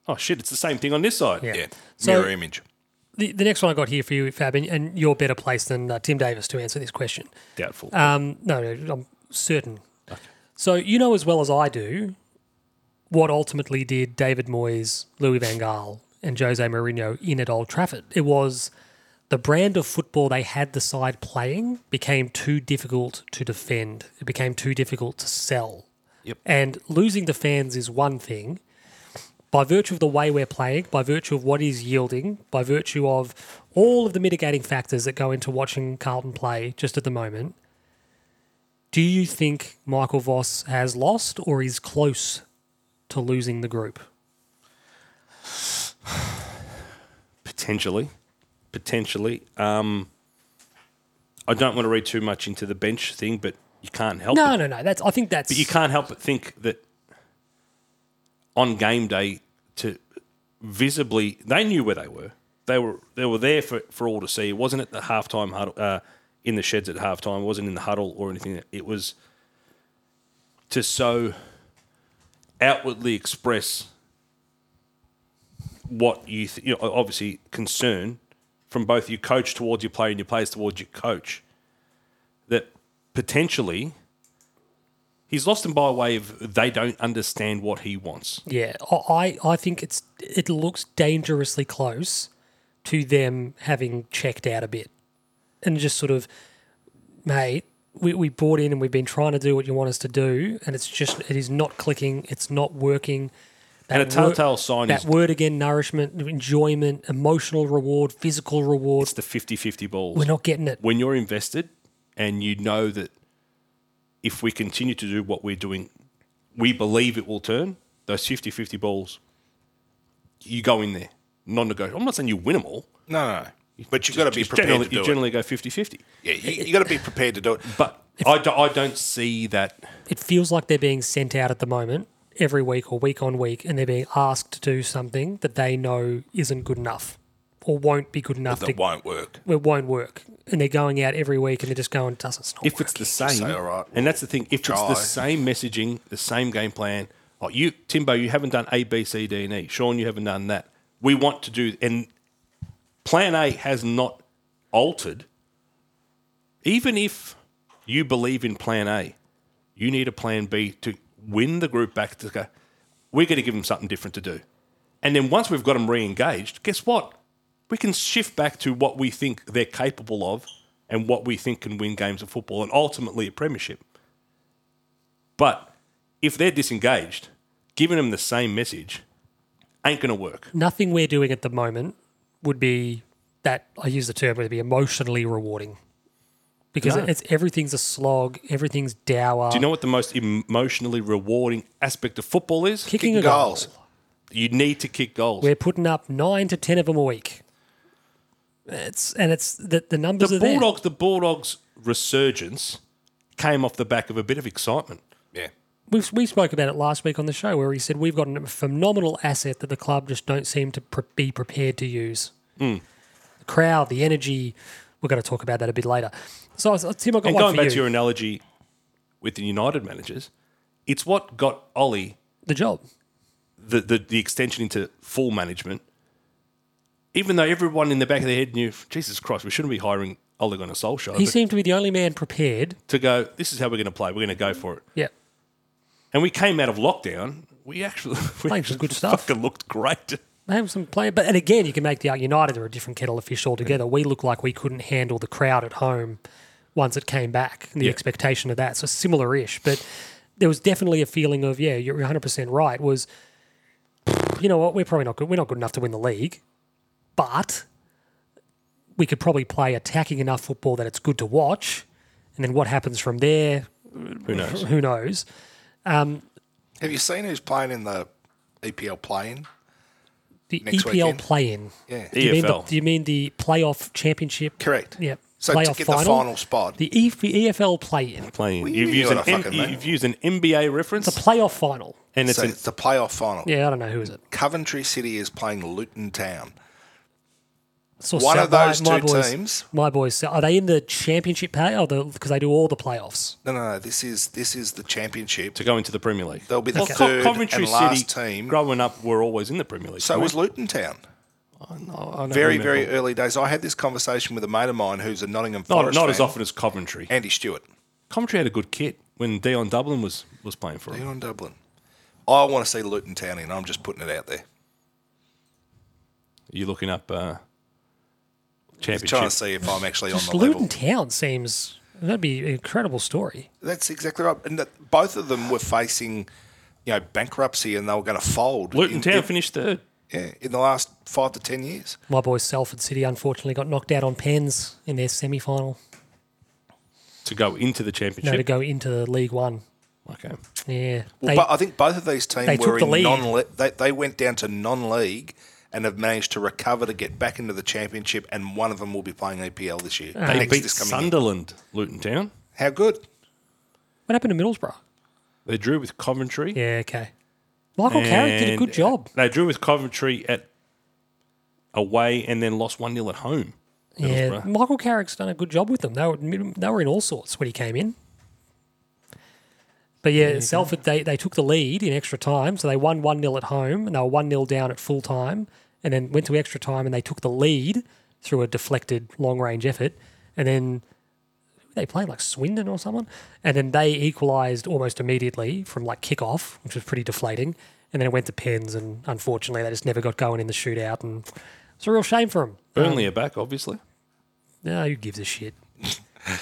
C: Oh shit, it's the same thing on this side.
A: yeah.
B: yeah
A: So-
B: mirror image
A: The, the next one I got here for you, Fab, and, and you're better placed than uh, Tim Davis to answer this question.
C: Doubtful.
A: Um, no, no, I'm certain. So you know as well as I do what ultimately did David Moyes, Louis Van Gaal, and Jose Mourinho in at Old Trafford. It was the brand of football they had the side playing became too difficult to defend. It became too difficult to sell. Yep. And losing the fans is one thing. By virtue of the way we're playing, by virtue of what is yielding, by virtue of all of the mitigating factors that go into watching Carlton play just at the moment, do you think Michael Voss has lost or is close to losing the group?
C: Potentially. Potentially. Um, I don't want to read too much into the bench thing, but you can't help
A: No,
C: it.
A: no, no. That's I think that's
C: But you can't help but think that on game day to visibly they knew where they were. They were they were there for, for all to see. It wasn't at the halftime huddle uh, in the sheds at halftime, it wasn't in the huddle or anything. It was to so outwardly express what you, th- you know, obviously concern from both your coach towards your player and your players towards your coach that potentially he's lost them by way of they don't understand what he wants.
A: Yeah, I I I think it's it looks dangerously close to them having checked out a bit and just sort of, mate, we we bought in and we've been trying to do what you want us to do, and it's just it is not clicking, it's not working. That
C: And a telltale sign
A: that
C: is-
A: word again: nourishment, enjoyment, emotional reward, physical reward.
C: It's the 50 50 balls.
A: We're not getting it.
C: when you're invested and you know that if we continue to do what we're doing, we believe it will turn, those 50 50 balls, you go in there, non negotiable. I'm not saying you win them all.
B: no no no but you've got to be
C: You
B: prepared
C: generally,
B: to do
C: you generally go 50 50.
B: it yeah you, you got to be prepared to do it
C: But I, do, I don't see that.
A: it feels like they're being sent out at the moment every week or week on week and they're being asked to do something that they know isn't good enough or won't be good enough to
B: that won't work
A: it won't work and they're going out every week and they're just going doesn't it's not
C: if it's the same,
B: say, all right,
C: and that's the thing. If it's
B: try.
C: the same messaging, the same game plan, like you, Timbo, you haven't done A, B, C, D, and E. Sean, you haven't done that. We want to do, and Plan A has not altered. Even if you believe in Plan A, you need a Plan B to win the group back. To go, we're going to give them something different to do, and then once we've got them re-engaged, guess what? we can shift back to what we think they're capable of and what we think can win games of football and ultimately a premiership. But if they're disengaged, giving them the same message ain't going to work.
A: nothing we're doing at the moment would be that I use the term would be emotionally rewarding because
C: No.
A: it's everything's a slog everything's dour
C: Do you know what the most emotionally rewarding aspect of football is?
A: kicking,
B: Kicking
A: a goal
B: goals.
C: You need to kick goals.
A: we're putting up 9 to 10 of them a week it's and it's the, the numbers
C: the
A: are there.
C: Bulldogs, the Bulldogs resurgence came off the back of a bit of excitement.
B: yeah
A: We've, we spoke about it last week on the show where he said we've got a phenomenal asset that the club just don't seem to pre- be prepared to use.
C: Hmm.
A: The crowd, the energy. We're going to talk about that a bit later. So, so Tim, I've got
C: And
A: one
C: going
A: for
C: back
A: you.
C: to your analogy with the United managers, it's what got Ollie
A: the job.
C: the, the, the extension into full management, even though everyone in the back of their head knew, Jesus Christ, we shouldn't be hiring Ole Gunnar Solskjaer
A: He
C: but
A: seemed to be the only man prepared.
C: to go, this is how we're going to play. We're going to go for it.
A: Yeah.
C: And we came out of lockdown. We actually, we
A: Playing some
C: actually
A: good stuff.
C: fucking looked great.
A: They have some play, but and again, you can make the argument United are a different kettle of fish
B: Mm.
A: altogether. We look like we couldn't handle the crowd at home once it came back, and the
C: Yeah.
A: expectation of that. So similar-ish, but there was definitely a feeling of yeah, you're 100 percent right. Was you know what? We're probably not good. We're not good enough to win the league, but we could probably play attacking enough football that it's good to watch. And then what happens from there?
C: Who knows?
A: Who knows?
B: Have you seen who's playing in the E EPL playing?
A: The
B: Next
A: EPL
B: weekend.
A: play-in.
B: Yeah.
A: Do you, mean the,
C: EFL.
A: do you mean the playoff championship?
B: Correct.
A: Yep.
B: So to
A: playoff
B: get
A: final.
B: the final spot,
A: The E- the EFL play-in.
C: Playing.
B: Well, you
C: you've,
B: knew
C: used
B: what
C: an
B: I
C: M-
B: fucking meant.
C: you've used an NBA reference,
A: It's a playoff final.
C: and it's
B: so
C: an,
B: it's the playoff final.
A: Yeah, I don't know who is it.
B: Coventry City is playing Luton Town.
A: It's all
B: One
A: Sou-
B: of those
A: my, my
B: two
A: boys,
B: teams-
A: My boys, Sou- are they in the championship pay? Or because they do all the playoffs.
B: No, no, no. This is this is the championship.
C: to go into the Premier League.
B: They'll be the
C: Well, Co-
B: third
C: Coventry
B: and last
C: City,
B: team.
C: Growing up, were always in the Premier League.
B: So it was
C: correct?
B: Luton Town.
C: I don't
B: Very,
C: remember.
B: very early days. I had this conversation with a mate of mine who's a Nottingham
C: Not,
B: Forest
C: not
B: fan,
C: as often as Coventry.
B: Andy Stewart.
C: Coventry had a good kit when Dion Dublin was was playing for
B: You're
C: him.
B: on Dublin. I want to see Luton Town in. I'm just putting it out there.
C: You're looking up uh,
B: Trying to
C: championship.
B: see if I'm actually on
A: Just
B: the
A: Luton
B: level.
A: Town seems that'd be an incredible story.
B: That's exactly right. And that, both of them were facing, you know, bankruptcy, and they were going to fold.
C: Luton
B: in,
C: Town
B: in-
C: finished third.
B: yeah, in the last five to ten years.
A: My boys Salford City unfortunately got knocked out on pens in their semi-final.
C: to go into the
A: No, to
C: championship.
A: go into League One.
C: okay.
A: Yeah,
B: Well,
A: They-
B: but I think both of these teams
A: they took
B: were
A: the
B: in
A: lead.
B: non. They, they went down to non-league and have managed to recover to get back into the championship. And one of them will be playing EPL this
A: Ah.
B: year.
C: They
B: next,
C: beat
B: this coming year.
C: Sunderland, Luton Town.
B: How good?
A: what happened to Middlesbrough?
C: They drew with Coventry.
A: Yeah, okay. Michael Carrick did a
C: and- uh,
A: good job.
C: They drew with Coventry at away and then lost 1 0 at home.
A: Yeah,
C: Middlesbrough.
A: Michael Carrick's done a good job with them. They were they were in all sorts when he came in. But yeah, Salford they, they took the lead in extra time, so they won one 0 at home, and they were one 0 down at full time, and then went to extra time, and they took the lead through a deflected long range effort, and then they played like Swindon or someone, and then they equalised almost immediately from like kickoff, which was pretty deflating, and then it went to pens, and unfortunately they just never got going in the shootout, and it's a real shame for them.
C: Burnley are back, obviously.
A: Um, No, who gives a shit?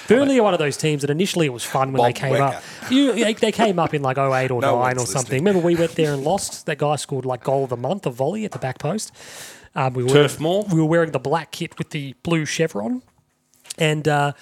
A: Burnley are one of those teams that initially it was fun when they
B: Bob
A: came
B: Wecker.
A: up. You, they, they came up in like 08 or
B: No
A: 9
B: one's
A: or
B: listening.
A: something. Remember we went there and lost? That guy scored like goal of the month, a volley at the back post. Um, we, were,
C: Turf Moor.
A: we were wearing the black kit with the blue chevron. And uh,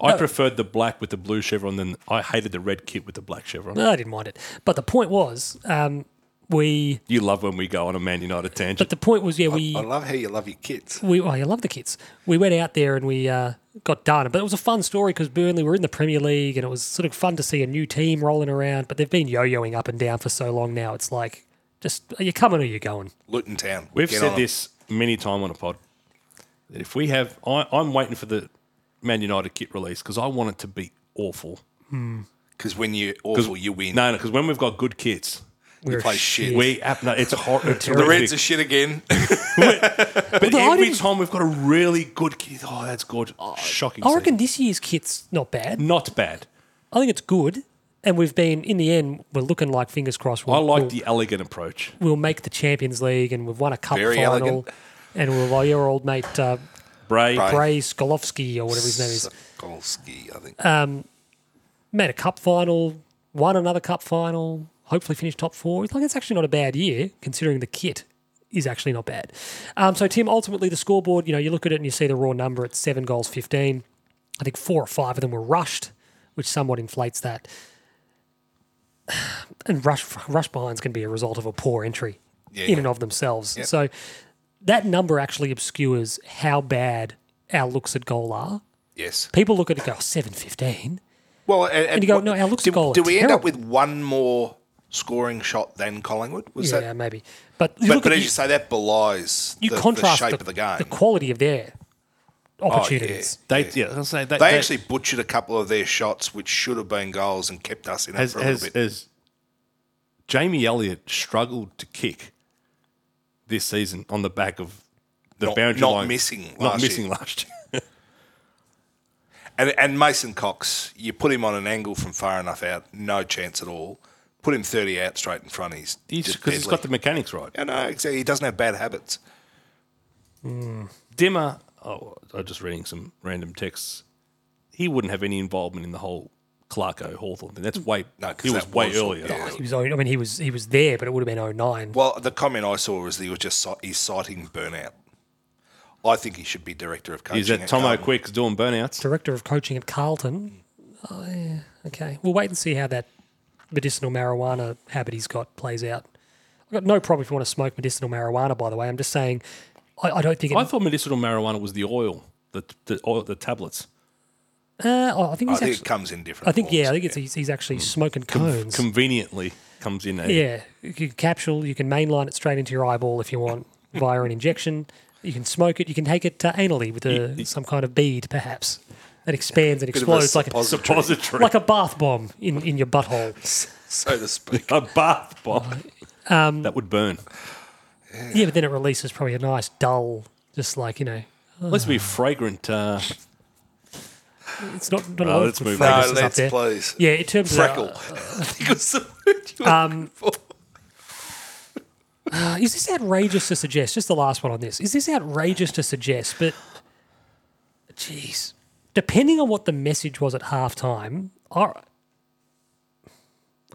C: I preferred the black with the blue chevron than I hated the red kit with the black chevron.
A: no, I didn't mind it. But the point was, um, we.
C: You love when we go on a Man United tangent.
A: But the point was, yeah, we.
B: I love how you love your kids.
A: we oh, I love the kids. We went out there and we uh, got done, but it was a fun story because Burnley were in the Premier League and it was sort of fun to see a new team rolling around. But they've been yo-yoing up and down for so long now. It's like just are you coming or you going?
B: Luton Town.
C: We've
B: Get on
C: said
B: 'em.
C: this many time on a pod. That if we have, I, I'm waiting for the Man United kit release because I want it to be awful.
B: because when you awful, you win.
C: No, no, because when we've got good kits,
A: We're
B: play shit.
C: we app. No, it's hor- it's
B: the Reds are
C: horrific.
B: shit again.
C: But
A: Although I
C: every
A: didn't-
C: time we've got a really good kit, oh, that's good. Shocking.
A: I
C: season.
A: reckon this year's kit's not bad.
C: not bad.
A: I think it's good, and we've been in the end. We're looking like fingers crossed. We'll,
C: I like
A: we'll,
C: the elegant approach.
A: we'll make the Champions League, and we've won a cup
B: Very
A: final.
B: elegant.
A: And we'll like your old mate uh,
C: Bray,
B: Bray.
A: Bray Skolowski or whatever his name is.
B: Sokolski, I think.
A: Uh, made a cup final, won another cup final, hopefully finished top four. It's like it's actually not a bad year considering the kit is actually not bad. Um, so Tim, ultimately the scoreboard, you know, you look at it and you see the raw number. It's seven goals, fifteen. I think four or five of them were rushed, which somewhat inflates that. And rush rush behinds can be a result of a poor entry in
B: yeah.
A: and of themselves. So that number actually obscures how bad our looks at goal are.
B: yes.
A: People look at it and go, "Oh, 715.
B: Well, and, and
A: you go,
B: what-
A: no, our looks
B: do,
A: goal are
B: do we end up
A: terrible.
B: with one more scoring shot than Collingwood? Was
A: yeah,
B: that?
A: maybe. But you
B: But,
A: look
B: but
A: at
B: as
A: the-
B: you say, that belies
A: you
B: the, the
A: contrast
B: shape of the game. Oh,
A: quality of their opportunities.
C: They, yeah, I'll say that,
B: They
C: that
B: actually butchered a couple of their shots, which should have been goals, and kept us in it
C: has,
B: for a little
C: has,
B: bit.
C: has Jamie Elliott struggled to kick this season on the back of the
B: Not-
C: boundary
B: not
C: line
B: missing
C: not
B: last
C: missing
B: year.
C: last year.
B: And, and Mason Cox, you put him on an angle from far enough out, no chance at all. Put him 30 out straight in front, he's just
C: Because he's
B: deadly.
C: got the mechanics right.
B: Yeah, no, exactly. He doesn't have bad habits.
C: Dimmer, oh, I was just reading some random texts. He wouldn't have any involvement in the whole Clarko Hawthorne thing. That's way,
B: No,
C: no,
B: 'cause
C: he was
B: that
C: way
B: was-
C: earlier.
B: yeah.
A: He was, I mean, he was he was there, but it would have been 09.
B: Well, the comment I saw was that he was just ci- he's citing burnout. I think he should be director of coaching.
C: Is that
B: at
C: Tomo
B: Carlton.
C: Quick's doing burnouts?
A: Director of coaching at Carlton. Oh, yeah. Okay, we'll wait and see how that medicinal marijuana habit he's got plays out. I've got no problem if you want to smoke medicinal marijuana. By the way, I'm just saying, I, I don't think. It,
C: I thought medicinal marijuana was the oil, the the, oil, the tablets.
A: uh, oh, I think
B: I
A: he's actually.
B: think Mm. it comes in different.
A: I think yeah, I
B: forms,
A: think it's, he's, he's actually smoking cones.
C: Conveniently comes in a
A: Yeah, you can capsule. You can mainline it straight into your eyeball if you want via an injection. You can smoke it. You can take it uh, anally with a, some kind of bead, perhaps that expands and
B: Bit of a
A: explodes like a
B: suppository,
C: repository,
A: like a bath bomb in, in your butthole.
B: so to speak.
C: a bath bomb. that would burn.
A: yeah, but then it releases probably a nice dull, just like you know,
C: Let's be fragrant. Uh,
A: it's not. not a
C: Oh,
A: lot of
C: let's move
B: No,
A: fragrances up
B: let's
A: there.
B: please.
A: Yeah, in terms
C: Uh,
B: Freckle.
A: of
B: I think was the word you were looking for.
A: uh, Um, is this outrageous to suggest? Just the last one on this. Is this outrageous to suggest? But, jeez, depending on what the message was at halftime, I,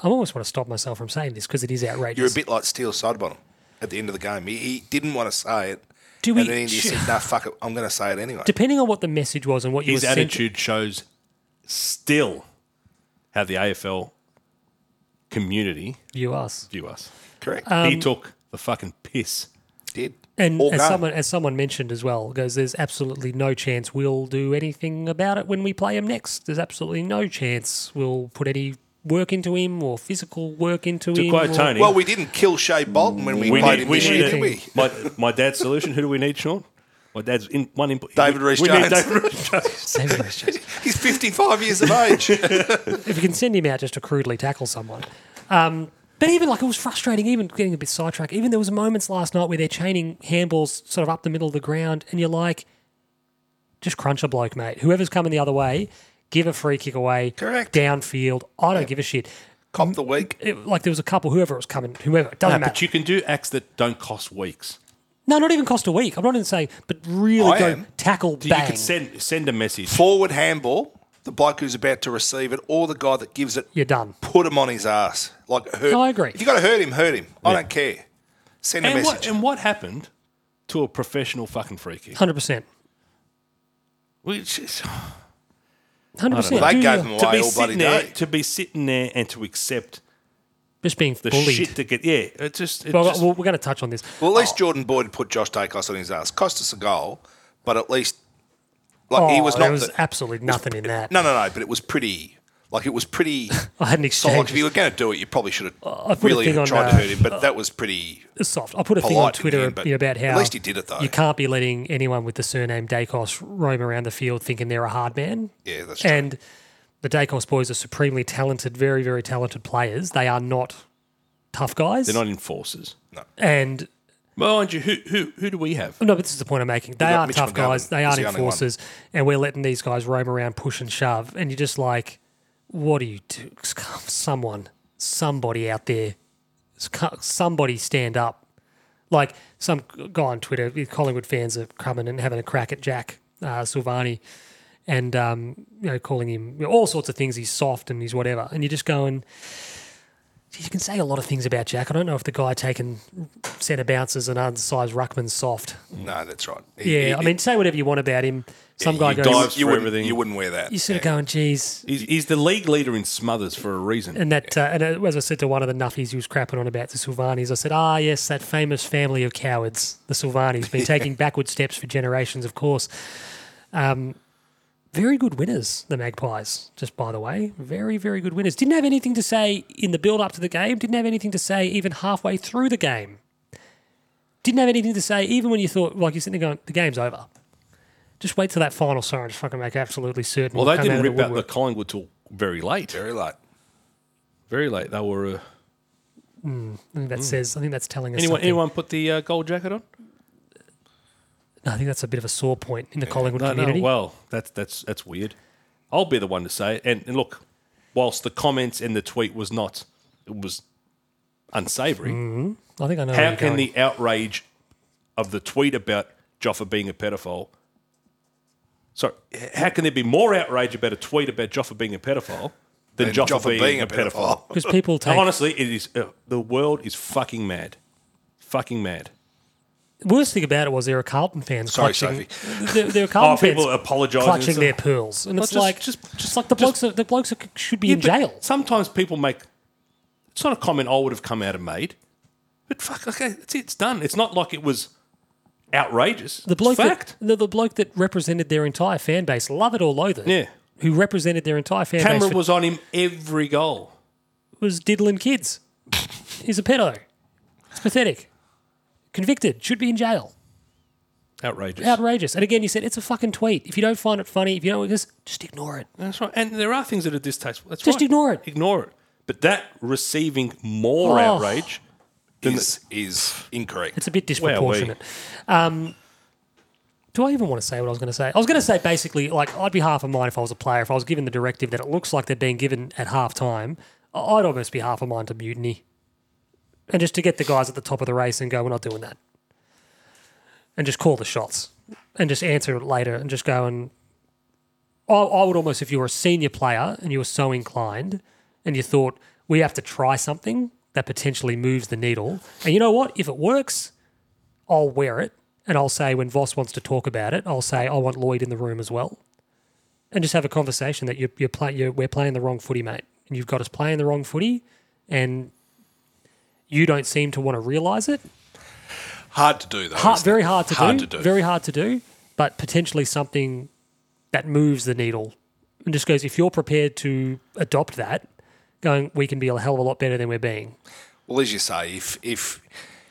A: I almost want to stop myself from saying this because it is outrageous.
B: You're a bit like Steel Sidebottom at the end of the game. He, he didn't want to say it.
A: Do we-
B: and then he said, nah, fuck it. I'm going to say it anyway.
A: depending on what the message was and what you
C: his
A: were sent-
C: attitude shows still how the AFL community
A: you us.
C: view us.
B: Correct.
A: uh,
C: he took the fucking piss.
B: did.
A: And
B: All
A: as
B: game.
A: someone as someone mentioned as well, goes there's absolutely no chance we'll do anything about it when we play him next. There's absolutely no chance we'll put any work into him or physical work into
C: To
A: him.
C: quote
A: or-
C: Tony,
B: Well, we didn't kill Shea Bolton when we,
C: we
B: played
C: need,
B: him
C: we
B: this year,
C: need
B: did we?
C: my, my dad's solution. Who do we need, Sean? My dad's in, one input.
B: David
C: we,
B: Rees
C: we
B: Jones.
C: need David Rees Jones.
A: David Rich-
B: He's 55 years of age.
A: if you can send him out just to crudely tackle someone. Um, but even like it was frustrating, even getting a bit sidetracked. Even there was moments last night where they're chaining handballs sort of up the middle of the ground, and you're like, just crunch a bloke, mate. Whoever's coming the other way, give a free kick away.
B: Correct.
A: Downfield. I don't give a shit.
B: Cop the week.
A: It- like there was a couple, whoever was coming, whoever it doesn't
B: Ah,
C: No,
A: matter.
C: but you can do acts that don't cost weeks.
A: no, not even cost a week. I'm not even saying, but really
B: I
A: go
B: am.
A: tackle
C: You
A: bang.
C: can send send a message.
B: Forward handball, the bloke who's about to receive it, or the guy that gives it,
A: you're done.
B: put him on his ass. Like hurt.
A: I agree.
B: If you got to hurt him, hurt him. I don't care. Send a
C: And
B: message.
C: what, and what happened to a professional fucking free kick?
A: Hundred percent.
C: Which is,
A: Hundred percent.
B: They gave him
C: to
B: away
C: be
B: all bloody
C: sitting there,
B: day.
C: to be sitting there, and to accept
A: Just being
C: the
A: bullied.
C: shit to get. Yeah, it just. It
A: well,
C: just
A: well, we're going to touch on this.
B: Well, at least Jordan Boyd put Josh Dacos on his ass. Cost us a goal, but at least like he
A: Oh,
B: was
A: there
B: not.
A: was
B: the-
A: absolutely nothing in that.
B: no, no, no. But it was pretty. Like it was pretty.
A: I had an
B: solid.
A: exchange.
B: If you were going to do it, you probably should have
A: Oh, put a
B: really
A: thing on,
B: tried
A: uh,
B: to hurt him. But that was pretty.
A: It's soft. I put a thing on
B: polite in the
A: Twitter
B: end, but
A: you know, about
B: at
A: how
B: least he did it, though.
A: You can't be letting anyone with the surname Dacos roam around the field thinking they're a hard man.
B: Yeah, that's true.
A: And the Dacos boys are supremely talented, very, very talented players. They are not tough guys.
C: they're not enforcers.
A: And
C: Well, mind you, who who who do we have?
A: no, but this is the point I'm making. They
B: got
A: are
B: Mitch
A: tough
B: McGovern
A: guys. They
B: is
A: aren't
B: the only one.
A: enforcers, and we're letting these guys roam around, push and shove. And you're just like, what do you do? Someone, somebody out there, somebody stand up. Like some guy on Twitter, Collingwood fans are coming and having a crack at Jack uh, Silvani, and um, you know, calling him you know, all sorts of things. He's soft and he's whatever. And you're just going. You can say a lot of things about Jack. I don't know if the guy taking centre bounces and undersized ruckman's soft.
B: No, that's right. He-
A: Yeah,
B: he-
A: I mean, say whatever you want about him. Some guy
C: he
A: goes,
C: dives
B: you
C: for
B: wouldn't,
C: everything.
B: you wouldn't wear that.
A: you're sort of going, geez.
C: He's, he's the league leader in Smothers for a reason.
A: And that, uh, and uh, as I said to one of the nuffies who was crapping on about the Silvanis, I said, ah, yes, that famous family of cowards, the Silvanis, been taking backward steps for generations, of course. Um, very good winners, the Magpies, just by the way. Very, very good winners. Didn't have anything to say in the build up to the game, didn't have anything to say even halfway through the game. Didn't have anything to say even when you thought, like, you're sitting there going, the game's over. Just wait till that final siren to fucking make absolutely certain.
C: Well,
A: we'll
C: they
A: come
C: didn't
A: out of
C: rip out the
A: woodwork.
C: Collingwood till very late.
B: Very late.
C: Very late. They were. Uh,
A: I think that says. I think that's telling us
C: Mm. anyone
A: something.
C: anyone put the uh, gold jacket on?
A: No, I think that's a bit of a sore point in the Collingwood
C: No, no.
A: community.
C: Well, that's that's that's weird. I'll be the one to say it. And, and look, whilst the comments and the tweet was not, it was unsavoury.
A: I think I know. where
C: How
A: you're
C: can
A: going.
C: the outrage of the tweet about Joffa being a pedophile? Sorry, how can there be more outrage about a tweet about Joffa being a pedophile than
B: And
C: Joffa,
B: Joffa
C: being, a pedophile?
A: because people take
C: Honestly, it is uh, the world is fucking mad, fucking mad.
A: worst thing about it was there were Carlton fans
B: Sorry,
A: clutching. There, there were Carlton
C: Oh, people
A: fans
C: apologising.
A: clutching
C: It's
A: their
C: like-
A: pearls, and it's
C: just-
A: like
C: just-
A: just, just like the blokes are, the blokes are, should be
C: Yeah,
A: in
C: but
A: jail.
C: Sometimes people make it's not a comment I would have come out and made, but fuck, okay, it's it's done. It's not like it was outrageous.
A: The bloke,
C: it's fact.
A: that, the, the bloke that represented their entire fan base, love it or loathe it,
C: Yeah.
A: who represented their entire fan
C: Camera
A: base,
C: was on him every goal.
A: was diddling kids. He's a pedo. It's pathetic. Convicted. Should be in jail.
C: Outrageous.
A: Outrageous. And again, you said it's a fucking tweet. If you don't find it funny, if you don't, just just ignore it.
C: That's right. And there are things that are distasteful. That's
A: Just
C: right.
A: ignore it.
C: Ignore it. But that receiving more
A: Oh.
C: outrage than
B: is, is incorrect.
A: It's a bit disproportionate. Um, do I even want to say what I was going to say? I was going to say basically, like, I'd be half a mind if I was a player. If I was given the directive that it looks like they're being given at half time, I'd almost be half a mind to mutiny. And just to get the guys at the top of the race and go, we're not doing that. And just call the shots and just answer it later and just go and. I, I would almost, if you were a senior player and you were so inclined and you thought, we have to try something that potentially moves the needle. And you know what? If it works, I'll wear it and I'll say when Voss wants to talk about it, I'll say I want Lloyd in the room as well, and just have a conversation that you're you're, play, you're we're playing the wrong footy, mate, and you've got us playing the wrong footy, and you don't seem to want to realise it.
B: Hard to do though.
A: Hard,
B: isn't it?
A: very hard to
B: hard
A: do.
B: to do.
A: Very hard to do, but potentially something that moves the needle and just goes if you're prepared to adopt that, going we can be a hell of a lot better than we're being
B: Well, as you say, if if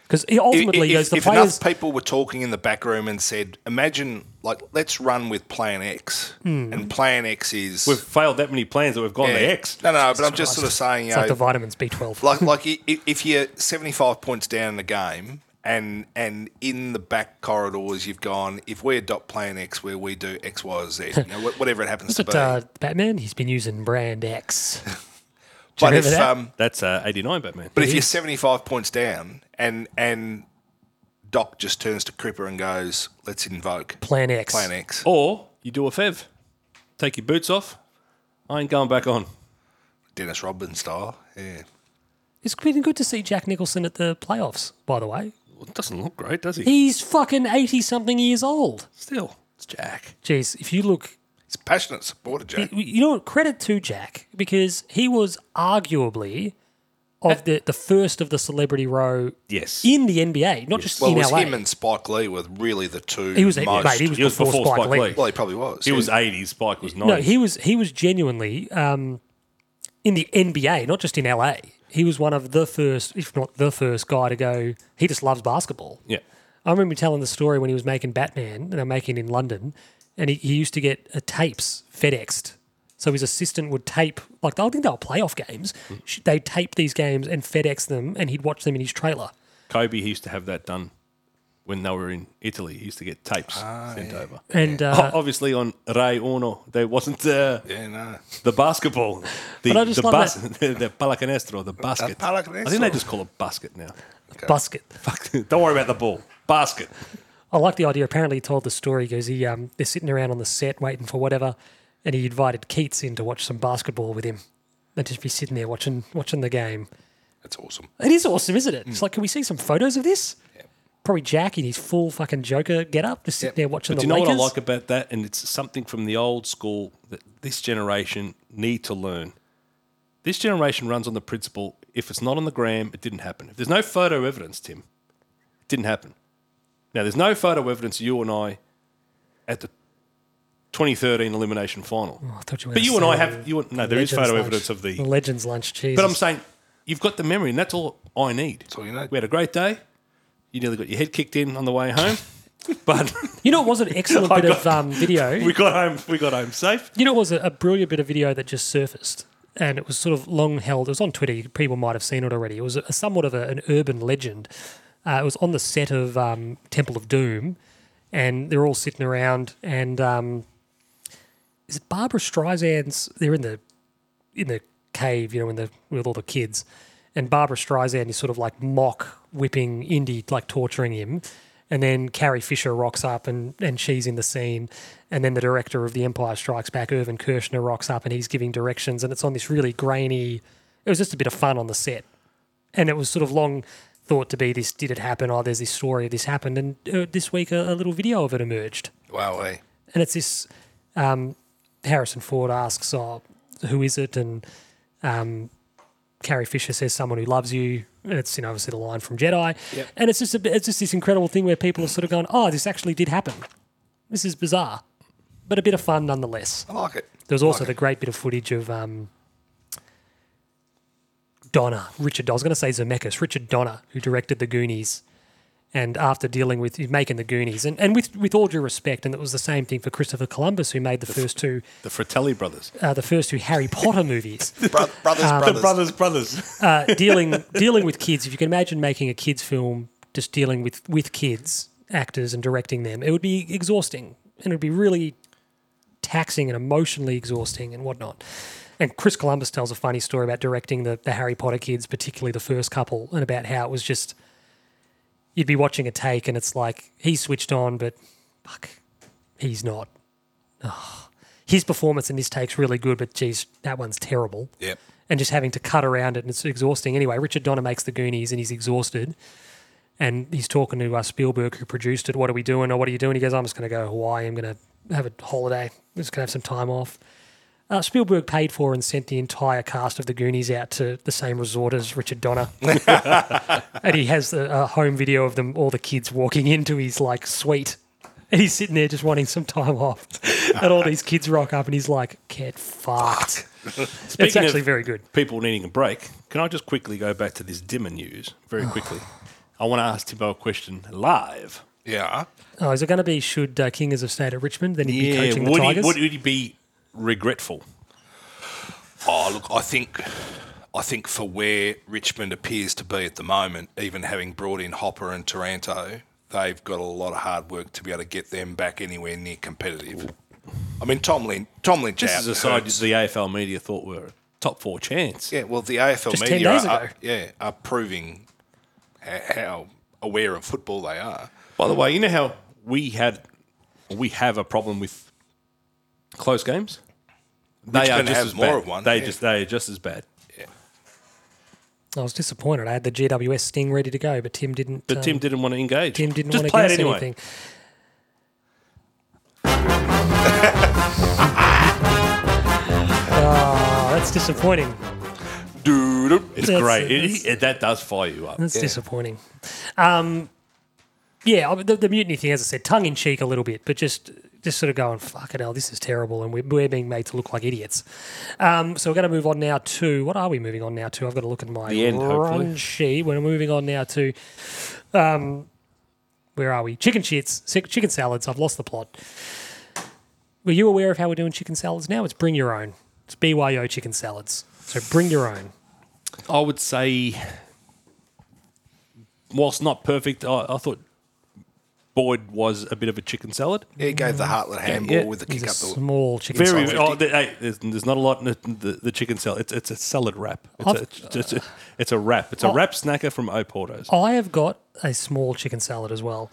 A: because ultimately
B: if,
A: those the
B: if
A: players.
B: enough people were talking in the back room and said, "Imagine, like, let's run with Plan X,"
A: Hmm.
B: and Plan X is
C: we've failed that many plans that we've gone
B: Yeah.
C: to X.
B: No, no, but I'm just sort of saying, you
A: it's like the
B: know,
A: vitamins B12.
B: like like i- i- if you're 75 points down in the game and and in the back corridors you've gone if we adopt plan x where we do x y or z you know, wh- whatever it happens to
A: But
B: be
A: uh, Batman, he's been using brand X.
B: but if
A: remember that?
B: um
C: That's uh, 89 Batman.
B: but if you're 75 points down and and doc just turns to cripper and goes let's invoke
A: Plan X.
B: plan x
C: or you do a fev. Take your boots off. I ain't going back on.
B: dennis rodman style yeah
A: It's been good to see Jack Nicholson at the playoffs, by the way.
C: Well, it doesn't look great, does he?
A: He's fucking 80 something years old.
C: Still, it's Jack.
A: Jeez, if you look,
B: he's a passionate supporter jack
A: you know, what? credit to Jack because he was arguably of the, the first of the celebrity row
C: Yes.
A: in the NBA, not just
B: well it
A: in
B: was
A: LA.
B: him and spike lee were really the two
A: he was,
B: most,
A: mate, he was,
C: He was
A: before, Spike, Lee.
B: well he probably was
C: He
B: yeah.
C: was 80s. Spike was 90s.
A: No, he was he was genuinely um, in the NBA, not just in LA. He was one of the first, if not the first guy to go. He just loves basketball.
C: yeah.
A: I remember telling the story when he was making Batman, and I'm making it in London, and he, he used to get uh, tapes FedExed. So his assistant would tape, like, I think they were playoff games. Sh They'd tape these games and FedEx them, and he'd watch them in his trailer.
C: Kobe he used to have that done when they were in Italy. He used to get tapes
A: Ah,
C: sent over.
A: And uh,
C: O- Obviously, on Rai Uno, there wasn't uh,
B: yeah no
C: the basketball, the,
A: But I just
C: the,
A: love
C: bas- the, the palacanestro, the basket.
B: palacanestro.
C: I think they just call it basket now.
A: Busket.
C: Fuck, don't worry about the ball. Basket.
A: I like the idea. Apparently, he told the story. He goes, he, um, they're sitting around on the set waiting for whatever, and he invited Keats in to watch some basketball with him. They'd just be sitting there watching watching the game.
B: that's awesome
A: It is awesome, isn't it?
C: Mm.
A: It's like, can we see some photos of this? Probably Jack in his full fucking Joker get up, just sitting there watching
C: Do
A: the
C: you know
A: Lakers.
C: what I like about that? And it's something from the old school that this generation need to learn. This generation runs on the principle: if it's not on the gram, it didn't happen. If there's no photo evidence, Tim, it didn't happen. Now there's no photo evidence. You and I at the 2013 elimination final,
A: Oh, I thought you were
C: but
A: gonna
C: you and
A: say
C: I have you. and- No, there
A: Legends
C: is photo
A: lunch.
C: evidence of the.
A: Legends lunch. Jesus.
C: But I'm saying you've got the memory, and that's all I need. That's
B: all you need.
C: We had a great day. You nearly got your head kicked in on the way home, but.
A: you know, it was an excellent bit of um, video.
C: We got home. We got home safe.
A: You know, it was a, a brilliant bit of video that just surfaced, and it was sort of long held. It was on Twitter. People might have seen it already. It was a, somewhat of a, an urban legend. Uh, it was on the set of um, Temple of Doom, and they're all sitting around, and um, is it Barbara Streisand's? They're in the in the cave, you know, in the with all the kids, and Barbara Streisand is sort of like mock whipping Indy, like torturing him, and then Carrie Fisher rocks up and and she's in the scene, and then the director of The Empire Strikes Back, Irvin Kershner, rocks up and he's giving directions, and it's on this really grainy. It was just a bit of fun on the set, and it was sort of long thought to be this did it happen oh there's this story this happened and uh, this week a, a little video of it emerged
B: Wow, hey.
A: and it's this um, Harrison Ford asks, "Oh, who is it?" and um, Carrie Fisher says, "Someone who loves you." And it's you know obviously the line from Jedi, and it's just a, bit- it's just this incredible thing where people have sort of gone, "Oh, this actually did happen. This is bizarre, but a bit of fun nonetheless."
B: I like it.
A: There's also the great bit of footage of um, Donner, Richard. I was going to say Zemeckis, Richard Donner, who directed the Goonies, and after dealing with he's making the Goonies, and, and with with all due respect, and it was the same thing for Christopher Columbus, who made the first two
C: The Fratelli brothers.
A: uh, the first two Harry Potter movies.
B: Bro- brothers, brothers.
C: Ah, brothers, brothers.
A: Uh, dealing dealing with kids, if you can imagine making a kids film, just dealing with with kids, actors, and directing them, it would be exhausting, and it would be really taxing and emotionally exhausting and whatnot. And Chris Columbus tells a funny story about directing the, the Harry Potter kids, particularly the first couple, and about how it was just you'd be watching a take and it's like he's switched on, but fuck, he's not. Ugh. His performance in this take's really good, but geez, that one's terrible.
B: Yep.
A: And just having to cut around it and it's exhausting. Anyway, Richard Donner makes the Goonies and he's exhausted. And he's talking to uh, Spielberg, who produced it. What are we doing? Or what are you doing? He goes, I'm just going to go to Hawaii. I'm going to have a holiday. I'm just going to have some time off. Uh, Spielberg paid for and sent the entire cast of the Goonies out to the same resort as Richard Donner. and he has a, a home video of them, all the kids walking into his like suite. And he's sitting there just wanting some time off. and all these kids rock up and he's like, get fucked. it's
C: Speaking of-
A: actually very good.
C: People needing a break. Can I just quickly go back to this dimmer news
A: Oh.
C: very quickly? I want to ask Timbo a question live.
B: Yeah.
A: Oh, is it going to be should uh, King have stayed at Richmond? Then he'd be coaching the
C: would he,
A: Tigers.
C: would he be regretful?
B: Oh, look, I think, I think for where Richmond appears to be at the moment, even having brought in Hopper and Taranto, they've got a lot of hard work to be able to get them back anywhere near competitive. I mean, Tomlin, Tomlin's
C: This
B: out.
C: is a side
B: hurts.
C: the AFL media thought were a top four chance.
B: uh, Yeah, well, the AFL
A: Just 10
B: media
A: days
B: are,
A: ago.
B: yeah, are proving h- how aware of football they are.
C: By the way, you know how we had we have a problem with close games. They
B: Richmond have more
C: bad.
B: of one,
C: They
B: yeah.
C: just they are just as bad.
A: I was disappointed. I had the GWS sting ready to go, but Tim didn't.
C: But
A: um,
C: Tim didn't want to engage.
A: Tim didn't
C: just
A: want to
C: play
A: guess
C: it anyway.
A: anything. oh, that's disappointing.
B: Dude,
C: It's
A: That's
C: great.
A: it.
C: It- it- that does fire you up.
A: That's disappointing. Um, yeah, I- the, the mutiny thing, as I said, tongue in cheek a little bit, but just just sort of going, fuck it, hell, this is terrible, and we're, we're being made to look like idiots. Um, so we're going to move on now to what are we moving on now to? I've got to look at my
C: The end, hopefully.
A: run sheet. We're moving on now to. Um, where are we? Chicken shits, si- chicken salads. I've lost the plot. Were you aware of how we're doing chicken salads now? It's bring your own. It's BYO chicken salads. So bring your own.
C: I would say, whilst not perfect, I, I thought Boyd was a bit of a chicken salad.
B: yeah, he gave the Hartland handball
C: Mm-hmm. Yeah.
B: with the
A: These
B: kick
A: are
B: up the.
A: small chicken
C: Very.
A: salads.
C: Oh, th- hey, there's, there's not a lot in the, the, the chicken salad. It's, it's a salad wrap. It's, a, it's, it's a, it's a wrap.
B: Oh.
C: It's a wrap snacker from Oporto's.
A: I have got a small chicken salad as well.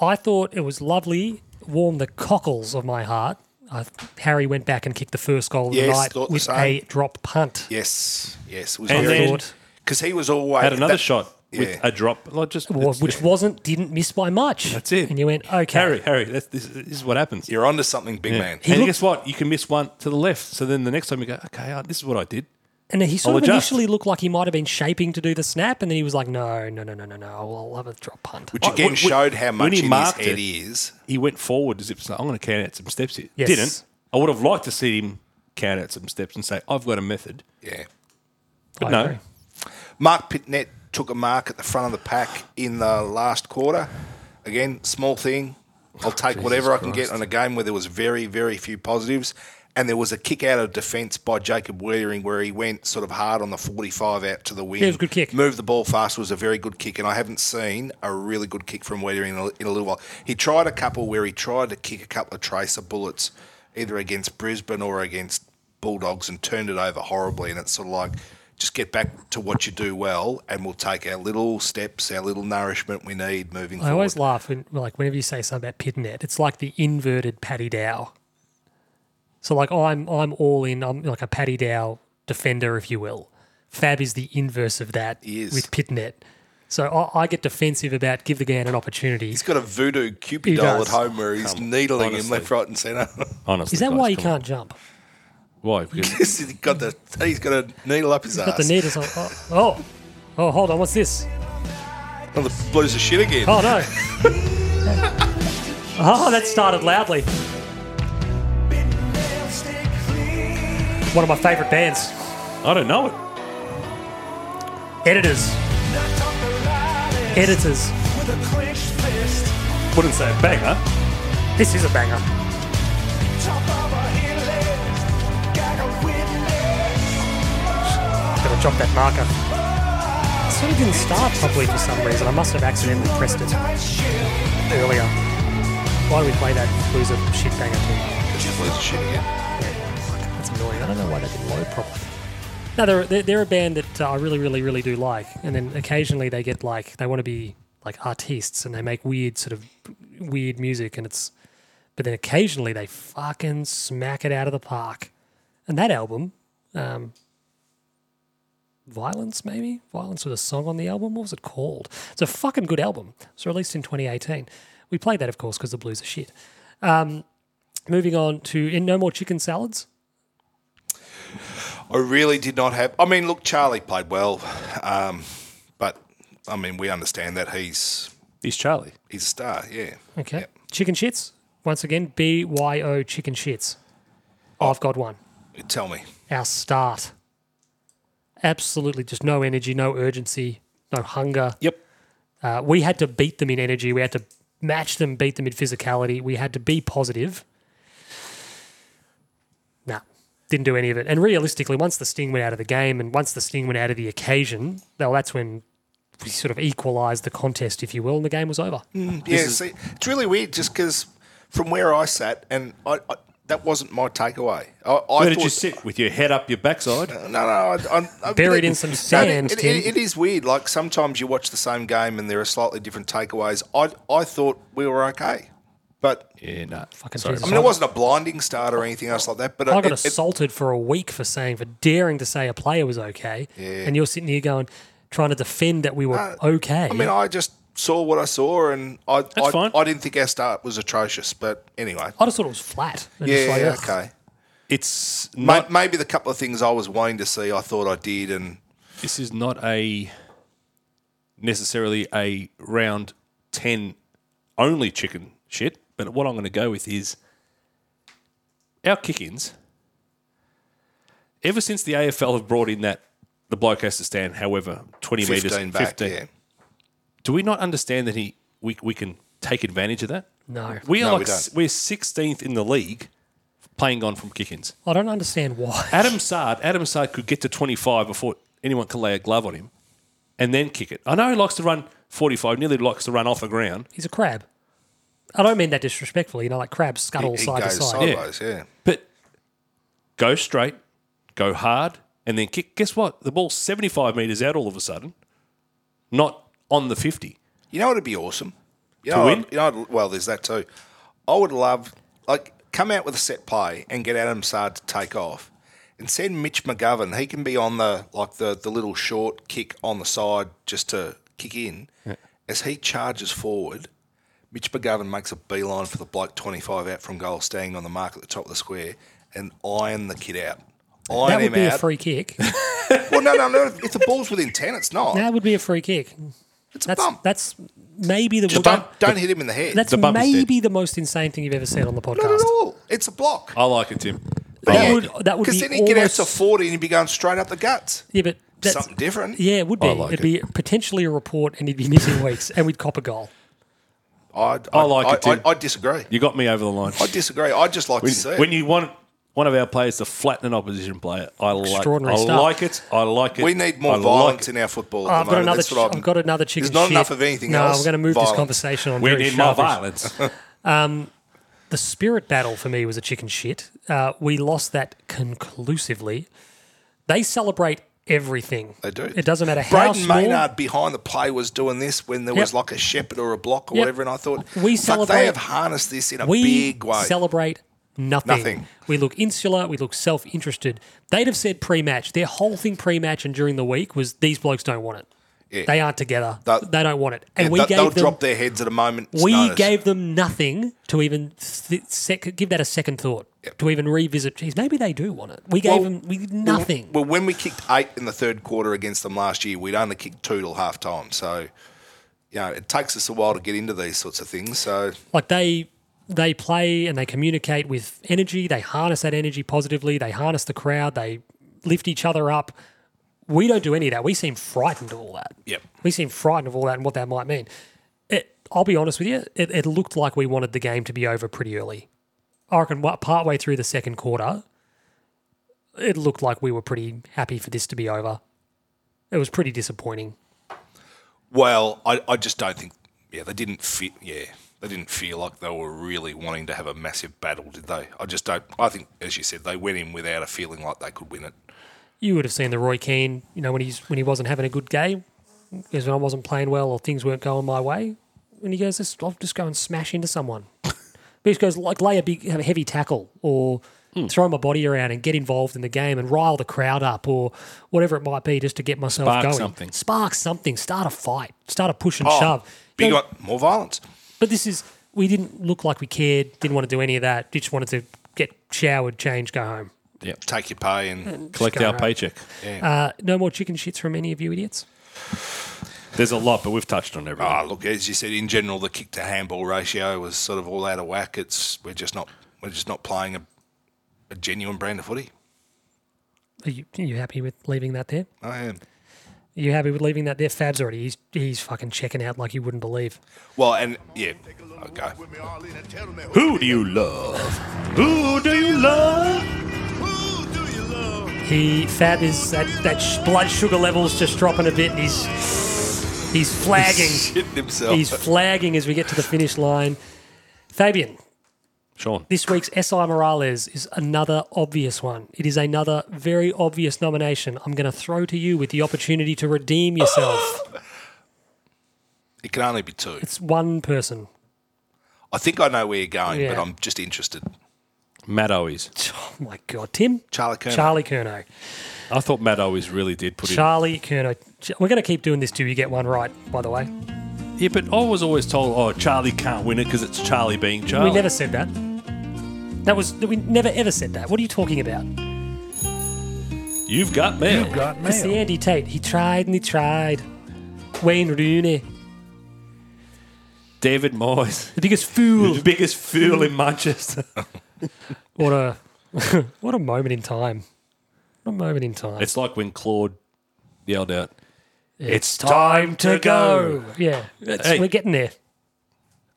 A: I thought it was lovely, warmed the cockles of my heart. I, Harry went back and kicked the first goal of the
B: Yes,
A: night
B: thought the
A: with a
B: same.
A: drop punt.
B: Yes, yes, it was
C: And then-
B: very
A: Thought,
B: because he was always
C: Had another
B: Oh, that-
C: shot with
B: yeah.
C: a drop. Like just
A: wa-
C: it's-
A: which wasn't, didn't miss by much.
C: That's it.
A: And you went, okay.
C: Harry, Harry, that's, this, this is what happens.
B: You're onto something, big man.
C: and
A: looked-
C: guess what? You can miss one to the left. So then the next time you go, okay, uh, this is what I did.
A: And he sort
C: I'll
A: of
C: adjust.
A: initially looked like he might have been shaping to do the snap, and then he was like, no, no, no, no, no, no, I'll I'll have a drop punt.
B: Which again
C: when-
B: showed how
C: when
B: much
C: he
B: in his
C: marked
B: head
C: it-
B: he is.
C: He went forward as if so I'm going to count out some steps here.
A: Yes.
C: Didn't. I would have liked to see him count out some steps and say, I've got a method.
B: Yeah.
A: I
C: But no,
A: agree.
B: Mark Pitnett took a mark at the front of the pack in the last quarter. Again, small thing.
A: Oh,
B: I'll take whatever I can get on a game where there was very, very few positives. And there was a kick out of defence by Jacob Wearing where he went sort of hard on the 45 out to the wing.
A: Yeah, it was a good kick.
B: Moved the ball fast. It was a very good kick. And I haven't seen a really good kick from Wearing in a, in a little while. He tried a couple where he tried to kick a couple of tracer bullets either against Brisbane or against Bulldogs and turned it over horribly. And it's sort of like, just get back to what you do well, and we'll take our little steps, our little nourishment we need moving
A: I
B: forward.
A: always laugh when, like, whenever you say something about Pidnet, it's like the inverted Paddy Dow. So, like, I'm I'm all in. I'm like a Paddy Dow defender, if you will. Fab is the inverse of that
B: He is.
A: with Pidnet. So I, I get defensive about give the man an opportunity.
B: He's got a voodoo cupid
A: He
B: doll
A: does.
B: at home where he's needling him
C: honestly.
B: left, right, and centre.
C: Honestly,
A: Is that
C: guys,
A: why he
C: come on.
A: can't jump?
C: Why? Because
B: he's got the he's got a needle up his
A: Got
B: ass.
A: the needles on. Oh, oh, oh, hold on. What's this?
B: Oh, the blues are shit again.
A: Oh no. oh, that started loudly. One of my favourite bands,
C: I don't know it.
A: Editors. Editors.
C: Wouldn't say a banger.
A: This is a banger. Gotta drop that marker. It sort of didn't start properly for some reason. I must have accidentally pressed it earlier. Why do we play that loser shit banger too?
B: The blues are shit again.
A: That's annoying. I don't know why that didn't load properly. No, they're, they're, they're a band that uh, I really, really, really do like. And then occasionally they get like, they want to be like artists and they make weird, sort of weird music. And it's, but then occasionally they fucking smack it out of the park. And that album, um, Violence, maybe? Violence with a song on the album? What was it called? It's a fucking good album. It was released in 2018. We played that, of course, because the blues are shit. Um, moving on to In No More Chicken Salads.
B: I really did not have. I mean, look, Charlie played well, um, but I mean, we understand that he's
C: He's Charlie.
B: he's a star. Yeah.
A: Okay.
B: Yep.
A: Chicken shits. Once again, B Y O chicken shits. I've got one.
B: Tell me,
A: Our start. Absolutely just no energy, no urgency, no hunger.
C: Yep.
A: Uh, we had to beat them in energy. We had to match them, beat them in physicality. We had to be positive. Nah, didn't do any of it. And realistically, once the Sting went out of the game and once the Sting went out of the occasion, well, that's when we sort of equalised the contest, if you will, and the game was over.
B: yeah, see, it's really weird just because from where I sat, and I, I that wasn't my takeaway. I, I
C: Where
B: thought,
C: did you sit? With your head up your backside?
B: No, no, I, I'm, I'm
A: Buried in some sand,
B: It, it,
A: Tim.
B: it is weird. Like sometimes you watch the same game and there are slightly different takeaways. I, I thought we were okay, but
C: Yeah, no.
A: Fucking
C: Sorry.
A: Jesus.
B: I mean, it wasn't a blinding start or anything else like that. But
A: I got
B: it, it-
A: assaulted for a week for saying for daring to say a player was okay, and you're sitting here going trying to defend that we were okay.
B: Uh, I mean, I just saw what I saw, and I I,
C: fine.
B: I didn't think our start was atrocious. But anyway,
A: I just thought it was flat. And
B: yeah,
A: just like,
B: yeah,
A: ugh.
B: okay.
C: It's
B: Ma-
C: not.
B: maybe the couple of things I was wanting to see, I thought I did, and
C: This is not a necessarily a round ten only chicken shit. But what I'm going to go with is our kick-ins. Ever since the AFL have brought in that the bloke has to stand, however, 20
B: fifteen
C: meters,
B: back.
C: 15.
B: Yeah.
C: Do we not understand that he we, we can take advantage of that?
A: No,
C: We
B: No, we
C: are like
B: don't.
C: s- we're 16th in the league, playing on from kick-ins.
A: I don't understand why.
C: Adam Sard, Adam Sard could get to 25 before anyone could lay a glove on him and then kick it. I know he likes to run 45, nearly likes to run off the ground,
A: He's a crab. I don't mean that disrespectfully. You know, like crabs scuttle
B: He
A: side to
B: goes
A: side.
B: sideways. Yeah.
C: but go straight, go hard, and then kick. Guess what? The ball's 75 metres out all of a sudden, not on the 50.
B: You know, it'd be awesome. You know,
C: win?
B: I'd- you know, I'd- well, there's that too. I would love like come out with a set play and get Adam Sard to take off, and send Mitch McGovern. He can be on the like the the little short kick on the side just to kick in. As he charges forward, Mitch McGovern makes a beeline for the bloke 25 out from goal, staying on the mark at the top of the square, and iron the kid out. Iron
A: That
B: him
A: would be
B: out.
A: a free kick.
B: Well, no, no, no. If the ball's within 10, it's not.
A: that would be a free kick.
B: it's a
A: That's
B: bump.
A: that's maybe the
B: Just don't, don't hit him in the head.
A: that's
C: The bump is dead.
A: maybe the most insane thing you've ever said on the
B: not
A: podcast.
B: at all. It's a block.
C: I like it, Tim.
A: That would that would be
B: Because then he'd get out
A: almost
B: to 40 and he'd be going straight up the guts.
A: yeah, but that's,
B: Something different.
A: Yeah, it would be.
C: like
A: It'd be potentially a report, and he'd be missing weeks, and we'd cop a goal.
B: I,
C: I like it,
B: I,
C: Tim.
B: I, I disagree.
C: You got me over the line.
B: I disagree. I just like
C: When,
B: to see it.
C: when you want one of our players to flatten an opposition player, I like,
A: Extraordinary
C: I
A: stuff.
C: like it. I like it.
B: we need more
C: I like
B: violence
C: it.
B: in our football. At
A: I've
B: the
A: got
B: moment.
A: another.
B: That's
A: Ch-
B: what I'm-
A: I've got another chicken.
B: There's not
A: shit.
B: enough of anything
A: No,
B: else.
A: we're going to move this
B: Violence.
A: conversation on.
C: We
A: very
C: need more
A: sharpish.
C: violence.
A: the spirit battle for me was a chicken shit. Uh, we lost that conclusively. They celebrate everything.
B: They do.
A: It doesn't matter how
B: Braden
A: small.
B: Maynard behind the play was doing this when there was
A: Yep.
B: like a shepherd or a block or
A: Yep.
B: whatever, and I thought,
A: We
B: "Fuck,
A: celebrate-
B: they have harnessed this in a
A: we
B: big way.
A: celebrate nothing.
B: Nothing.
A: We look insular. We look self-interested. They'd have said pre-match. Their whole thing pre-match and during the week was these blokes don't want it.
B: Yeah.
A: They aren't together.
B: That-
A: they don't want it.
B: Yeah,
A: And we
B: they-
A: gave
B: they'll
A: them
B: drop their heads at a moment.
A: we gave them nothing to even th- sec- give that a second thought to even revisit. Geez, maybe they do want it. We gave
B: Well,
A: them we nothing.
B: Well, when we kicked eight in the third quarter against them last year, we'd only kicked two till half time. So, you know, it takes us a while to get into these sorts of things. So,
A: like they they play and they communicate with energy. They harness that energy positively. They harness the crowd. They lift each other up. We don't do any of that. We seem frightened of all that.
B: Yep.
A: We seem frightened of all that and what that might mean. It, I'll be honest with you. It, it looked like we wanted the game to be over pretty early. I reckon wa- partway through the second quarter, it looked like we were pretty happy for this to be over. It was pretty disappointing.
B: well, I, I just don't think, yeah, they didn't fit. Yeah, they didn't feel like they were really wanting to have a massive battle, did they? I just don't. I think, as you said, they went in without a feeling like they could win it.
A: you would have seen the Roy Keane, you know, when he's when he wasn't having a good game, because when I wasn't playing well or things weren't going my way, when he goes, "Just- I'll just go and smash into someone. but he just goes like lay a big have a heavy tackle or
B: Hmm.
A: throw my body around and get involved in the game and rile the crowd up or whatever it might be just to get myself
C: Spark
A: going.
C: something.
A: Spark something. Start a fight. Start a push and
B: Oh,
A: shove.
B: Big
A: You know,
B: one, more violence.
A: but this is we didn't look like we cared. Didn't want to do any of that. Just wanted to get showered, change, go home.
B: Take your pay and
C: Collect
A: go
C: our
A: right.
C: paycheck.
A: Uh, no more chicken shits from any of you idiots.
C: There's a lot, but we've touched on everything.
B: Ah, look, as you said, in general, the kick to handball ratio was sort of all out of whack. It's we're just not we're just not playing a, a genuine brand of footy.
A: Are you, are you happy with leaving that there?
B: I am.
A: Are you happy with leaving that there? Fab's already he's he's fucking checking out like you wouldn't believe.
B: Well, and yeah, okay.
C: Who do you love? Who do you love?
A: He Fab is that that sh- blood sugar levels just dropping a bit, and he's he's flagging.
B: Shitting himself.
A: he's flagging as we get to the finish line. Fabian,
C: Sean.
A: this week's SI Morales is another obvious one. It is another very obvious nomination. I'm going to throw to you with the opportunity to redeem yourself.
B: it can only be two.
A: it's one person.
B: I think I know where you're going, but
A: Yeah.
B: I'm just interested.
C: Matt Owies.
A: Oh my god, Tim.
B: Charlie Kerner.
A: Charlie Kerno.
C: I thought Matt Owies really did put in.
A: Charlie Kerno. Ch- We're going to keep doing this till you get one right, by the way.
C: Yeah, but I was always told, oh, Charlie can't win it because it's Charlie being Charlie.
A: We never said that. That was we never ever said that. What are you talking about?
C: You've got mail.
A: It's the Andy Tate. He tried and he tried. Wayne Rooney,
C: David Moyes.
A: the biggest fool.
C: The biggest fool in Manchester.
A: what a what a moment in time. What a moment in time.
C: It's like when Claude yelled out,
A: It's time to go. Yeah, that's-
C: Hey.
A: we're getting there.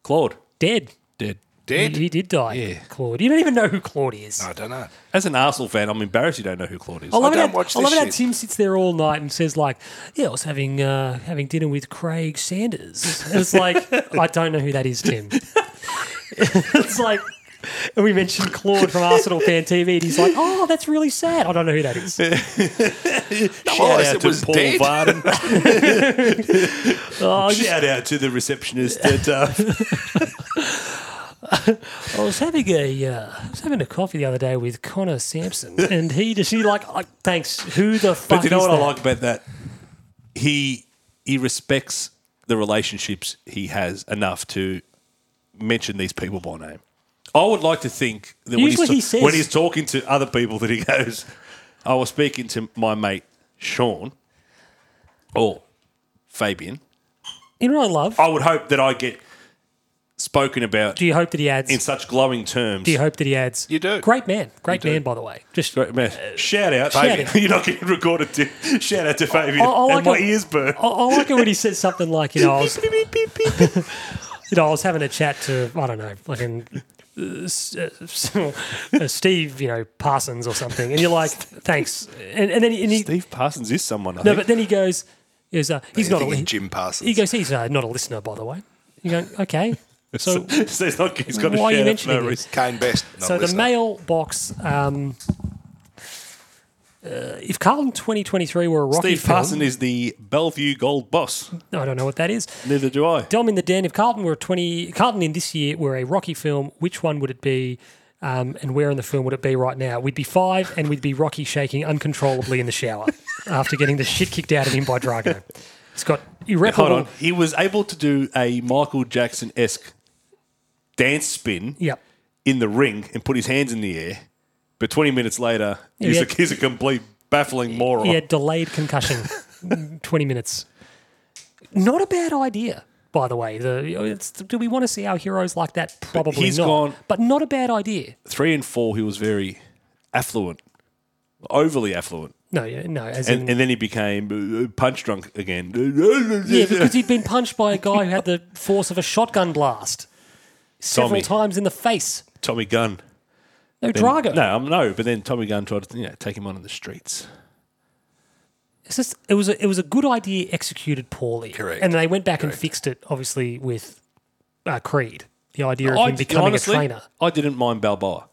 C: Claude,
A: Dead.
C: dead.
A: He,
B: Dead?
A: he did die. Claude. You don't even know who Claude is.
B: I don't know.
C: As an Arsenal fan, I'm embarrassed you don't know who Claude is.
A: I love, it
B: don't
A: how,
B: watch
A: I love
B: this
A: it how
B: shit.
A: Tim sits there all night and says like, "Yeah, I was having uh, having dinner with Craig Sanders." And it's like I don't know who that is, Tim. it's like, and we mentioned Claude from Arsenal Fan TV, and he's like, "Oh, that's really sad. I don't know who that is."
B: Shout
C: out
B: out
C: to Paul Varden.
A: Oh, I, just-
C: Shout out to the receptionist at uh,
A: I was having a uh, I was having a coffee the other day with Connor Sampson, and he just he like, like "Thanks, who the fuck?"
C: But you know
A: is
C: what
A: that?
C: I like about that? He he respects the relationships he has enough to mention these people by name. I would like to think that when he's,
A: Usually he
C: ta-
A: says-
C: when he's talking to other people that he goes, I was speaking to my mate Sean or Fabian.
A: You know what I love?
C: I would hope that I get spoken about
A: Do you hope that he adds?
C: in such glowing terms.
A: do you hope that he adds?
B: You do.
A: Great man, great man, by the way. Just
C: Great man. Shout out,
A: Shout
C: Fabian.
A: out.
C: You're not getting recorded. To, shout out to Fabian.
A: I like
C: and my
A: it-
C: ears burn.
A: I, I like it when he says something like, you know, I was, you know, I was having a chat to, I don't know, fucking uh, S- uh, S- uh, Steve, you know, Parsons or something, and you're like, thanks, and, and then he, and he
C: Steve Parsons is someone.
A: no,
C: I think.
A: but then he goes, he goes, uh, he's
B: You're
A: not a
B: thinking
A: li-
B: Jim Parsons.
A: he goes, he's uh, not a listener, by the way. You go, okay, So,
C: so he's not. He's got a
A: Why are you
C: shout out for
A: mentioning
C: no
A: this?
C: reason.
B: Kane Best. Not
A: so the
B: listening.
A: mailbox. Um, uh, if Carlton 2023 were a Rocky
C: Steve
A: film,
C: Parson is the Bellevue Gold boss.
A: I don't know what that is.
C: Neither do I.
A: Dom in the Den. If Carlton were a 20, Carlton in this year were a Rocky film, which one would it be? Um, and where in the film would it be right now? We'd be five, and we'd be Rocky shaking uncontrollably in the shower after getting the shit kicked out of him by Drago. It's got
C: Hold
A: irreparable.
C: on. He was able to do a Michael Jackson esque dance spin
A: Yep.
C: in the ring and put his hands in the air, but 20 minutes later, he's,
A: Yeah.
C: a, he's a complete baffling moron.
A: He had delayed concussion, Mm, twenty minutes. Not a bad idea, by the way. The, it's, do we want to see our heroes like that? Probably
C: he's
A: not.
C: gone-
A: But not a bad idea.
C: Three and four, he was very affluent, overly affluent.
A: No, yeah, no. As in,
C: And, and then he became uh, punch drunk again.
A: yeah, because he'd been punched by a guy who had the force of a shotgun blast several
C: Tommy.
A: times in the face.
C: Tommy Gunn.
A: No,
C: Then-
A: Drago.
C: No, um, no, but then Tommy Gunn tried to you know, take him on in the streets.
A: It's just it was a, it was a good idea executed poorly.
B: Correct.
A: And they went back and fixed it, obviously with uh, Creed. The idea of him becoming
C: honestly,
A: a trainer.
C: I didn't mind Balboa.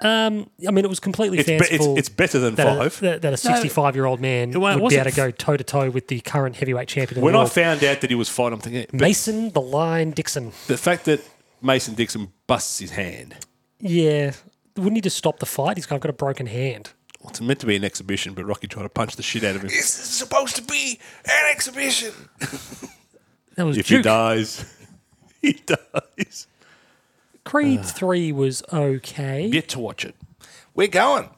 A: I mean, it was completely
C: It's, be- it's,
A: fanciful.
C: it's better than
A: that
C: five.
A: A, that, that a 65 year old man
C: wa-
A: would be
C: wasn't
A: able to
C: f-
A: go toe to toe with the current heavyweight champion. of
C: when
A: the
C: I
A: world,
C: found out that he was fighting, I'm thinking but
A: Mason the Lion Dixon.
C: the fact that Mason Dixon busts his hand.
A: Yeah, wouldn't he just stop the fight? He's kind of got a broken hand.
C: Well, it's meant to be an exhibition, but Rocky tried to punch the shit out of him.
B: It's supposed to be an exhibition.
A: That was
C: If he
A: Duke.
C: dies, he dies. Uh.
A: Creed three was okay.
C: Yet to watch it.
B: We're going.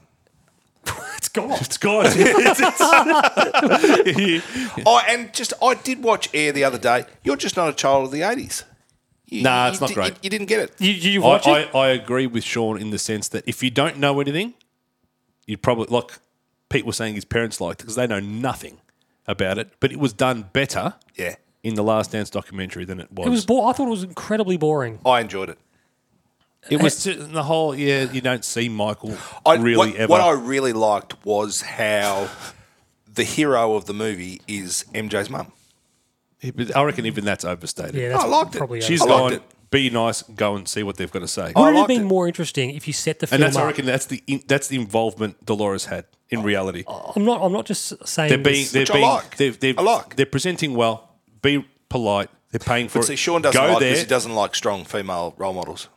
A: It's gone.
C: It's gone. It's- it's-
B: Oh, and just I did watch Air the other day. You're just not a child of the '80s. You,
C: Nah,
B: you
C: it's not
B: di-
C: great.
B: You, you didn't get it.
A: You, you
C: I,
A: watch
C: I,
A: it?
C: I agree with Sean in the sense that if you don't know anything, you'd probably, like Pete was saying, his parents liked it because they know nothing about it, but it was done better
B: Yeah,
C: in the Last Dance documentary than it was.
A: It was. Bo- I thought it was incredibly boring.
B: I enjoyed it.
C: It was ju- the whole yeah. You don't see Michael
B: I,
C: really
B: what,
C: ever.
B: what I really liked was how the hero of the movie is MJ's mum.
C: But I reckon even that's overstated.
A: Yeah, that's
B: I liked it.
A: probably
B: She's
C: She's
B: I
A: over.
B: liked
C: gone. Be nice. Go and see what they've got to
B: I
C: say.
A: Would it have
B: liked
A: been
B: it.
A: more interesting if you set the film
C: and that's I
A: up?
C: reckon that's the in, that's the involvement Dolores had in reality.
A: I'm not. I'm not just saying.
C: they're being
A: this.
C: they're
B: Which I
C: being
B: like.
C: they're, they're,
B: I like.
C: they're presenting well. Be polite. They're paying for
B: But
C: it.
B: see, Sean doesn't
C: go
B: like
C: there.
B: because he doesn't like strong female role models.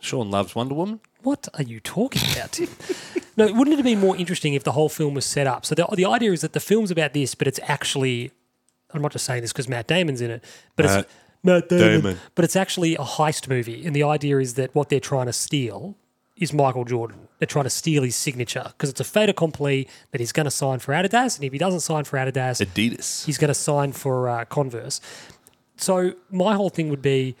C: Sean loves Wonder Woman.
A: What are you talking about, Tim? no, wouldn't it have been more interesting if the whole film was set up? So the, the idea is that the film's about this, but it's actually, I'm not just saying this because Matt Damon's in it, but
C: Matt
A: it's Matt Damon,
C: Damon.
A: But it's actually a heist movie. And the idea is that what they're trying to steal is Michael Jordan. They're trying to steal his signature because it's a fait accompli that he's going to sign for Adidas. And if he doesn't sign for Adidas,
C: Adidas.
A: he's going to sign for uh, Converse. So my whole thing would be,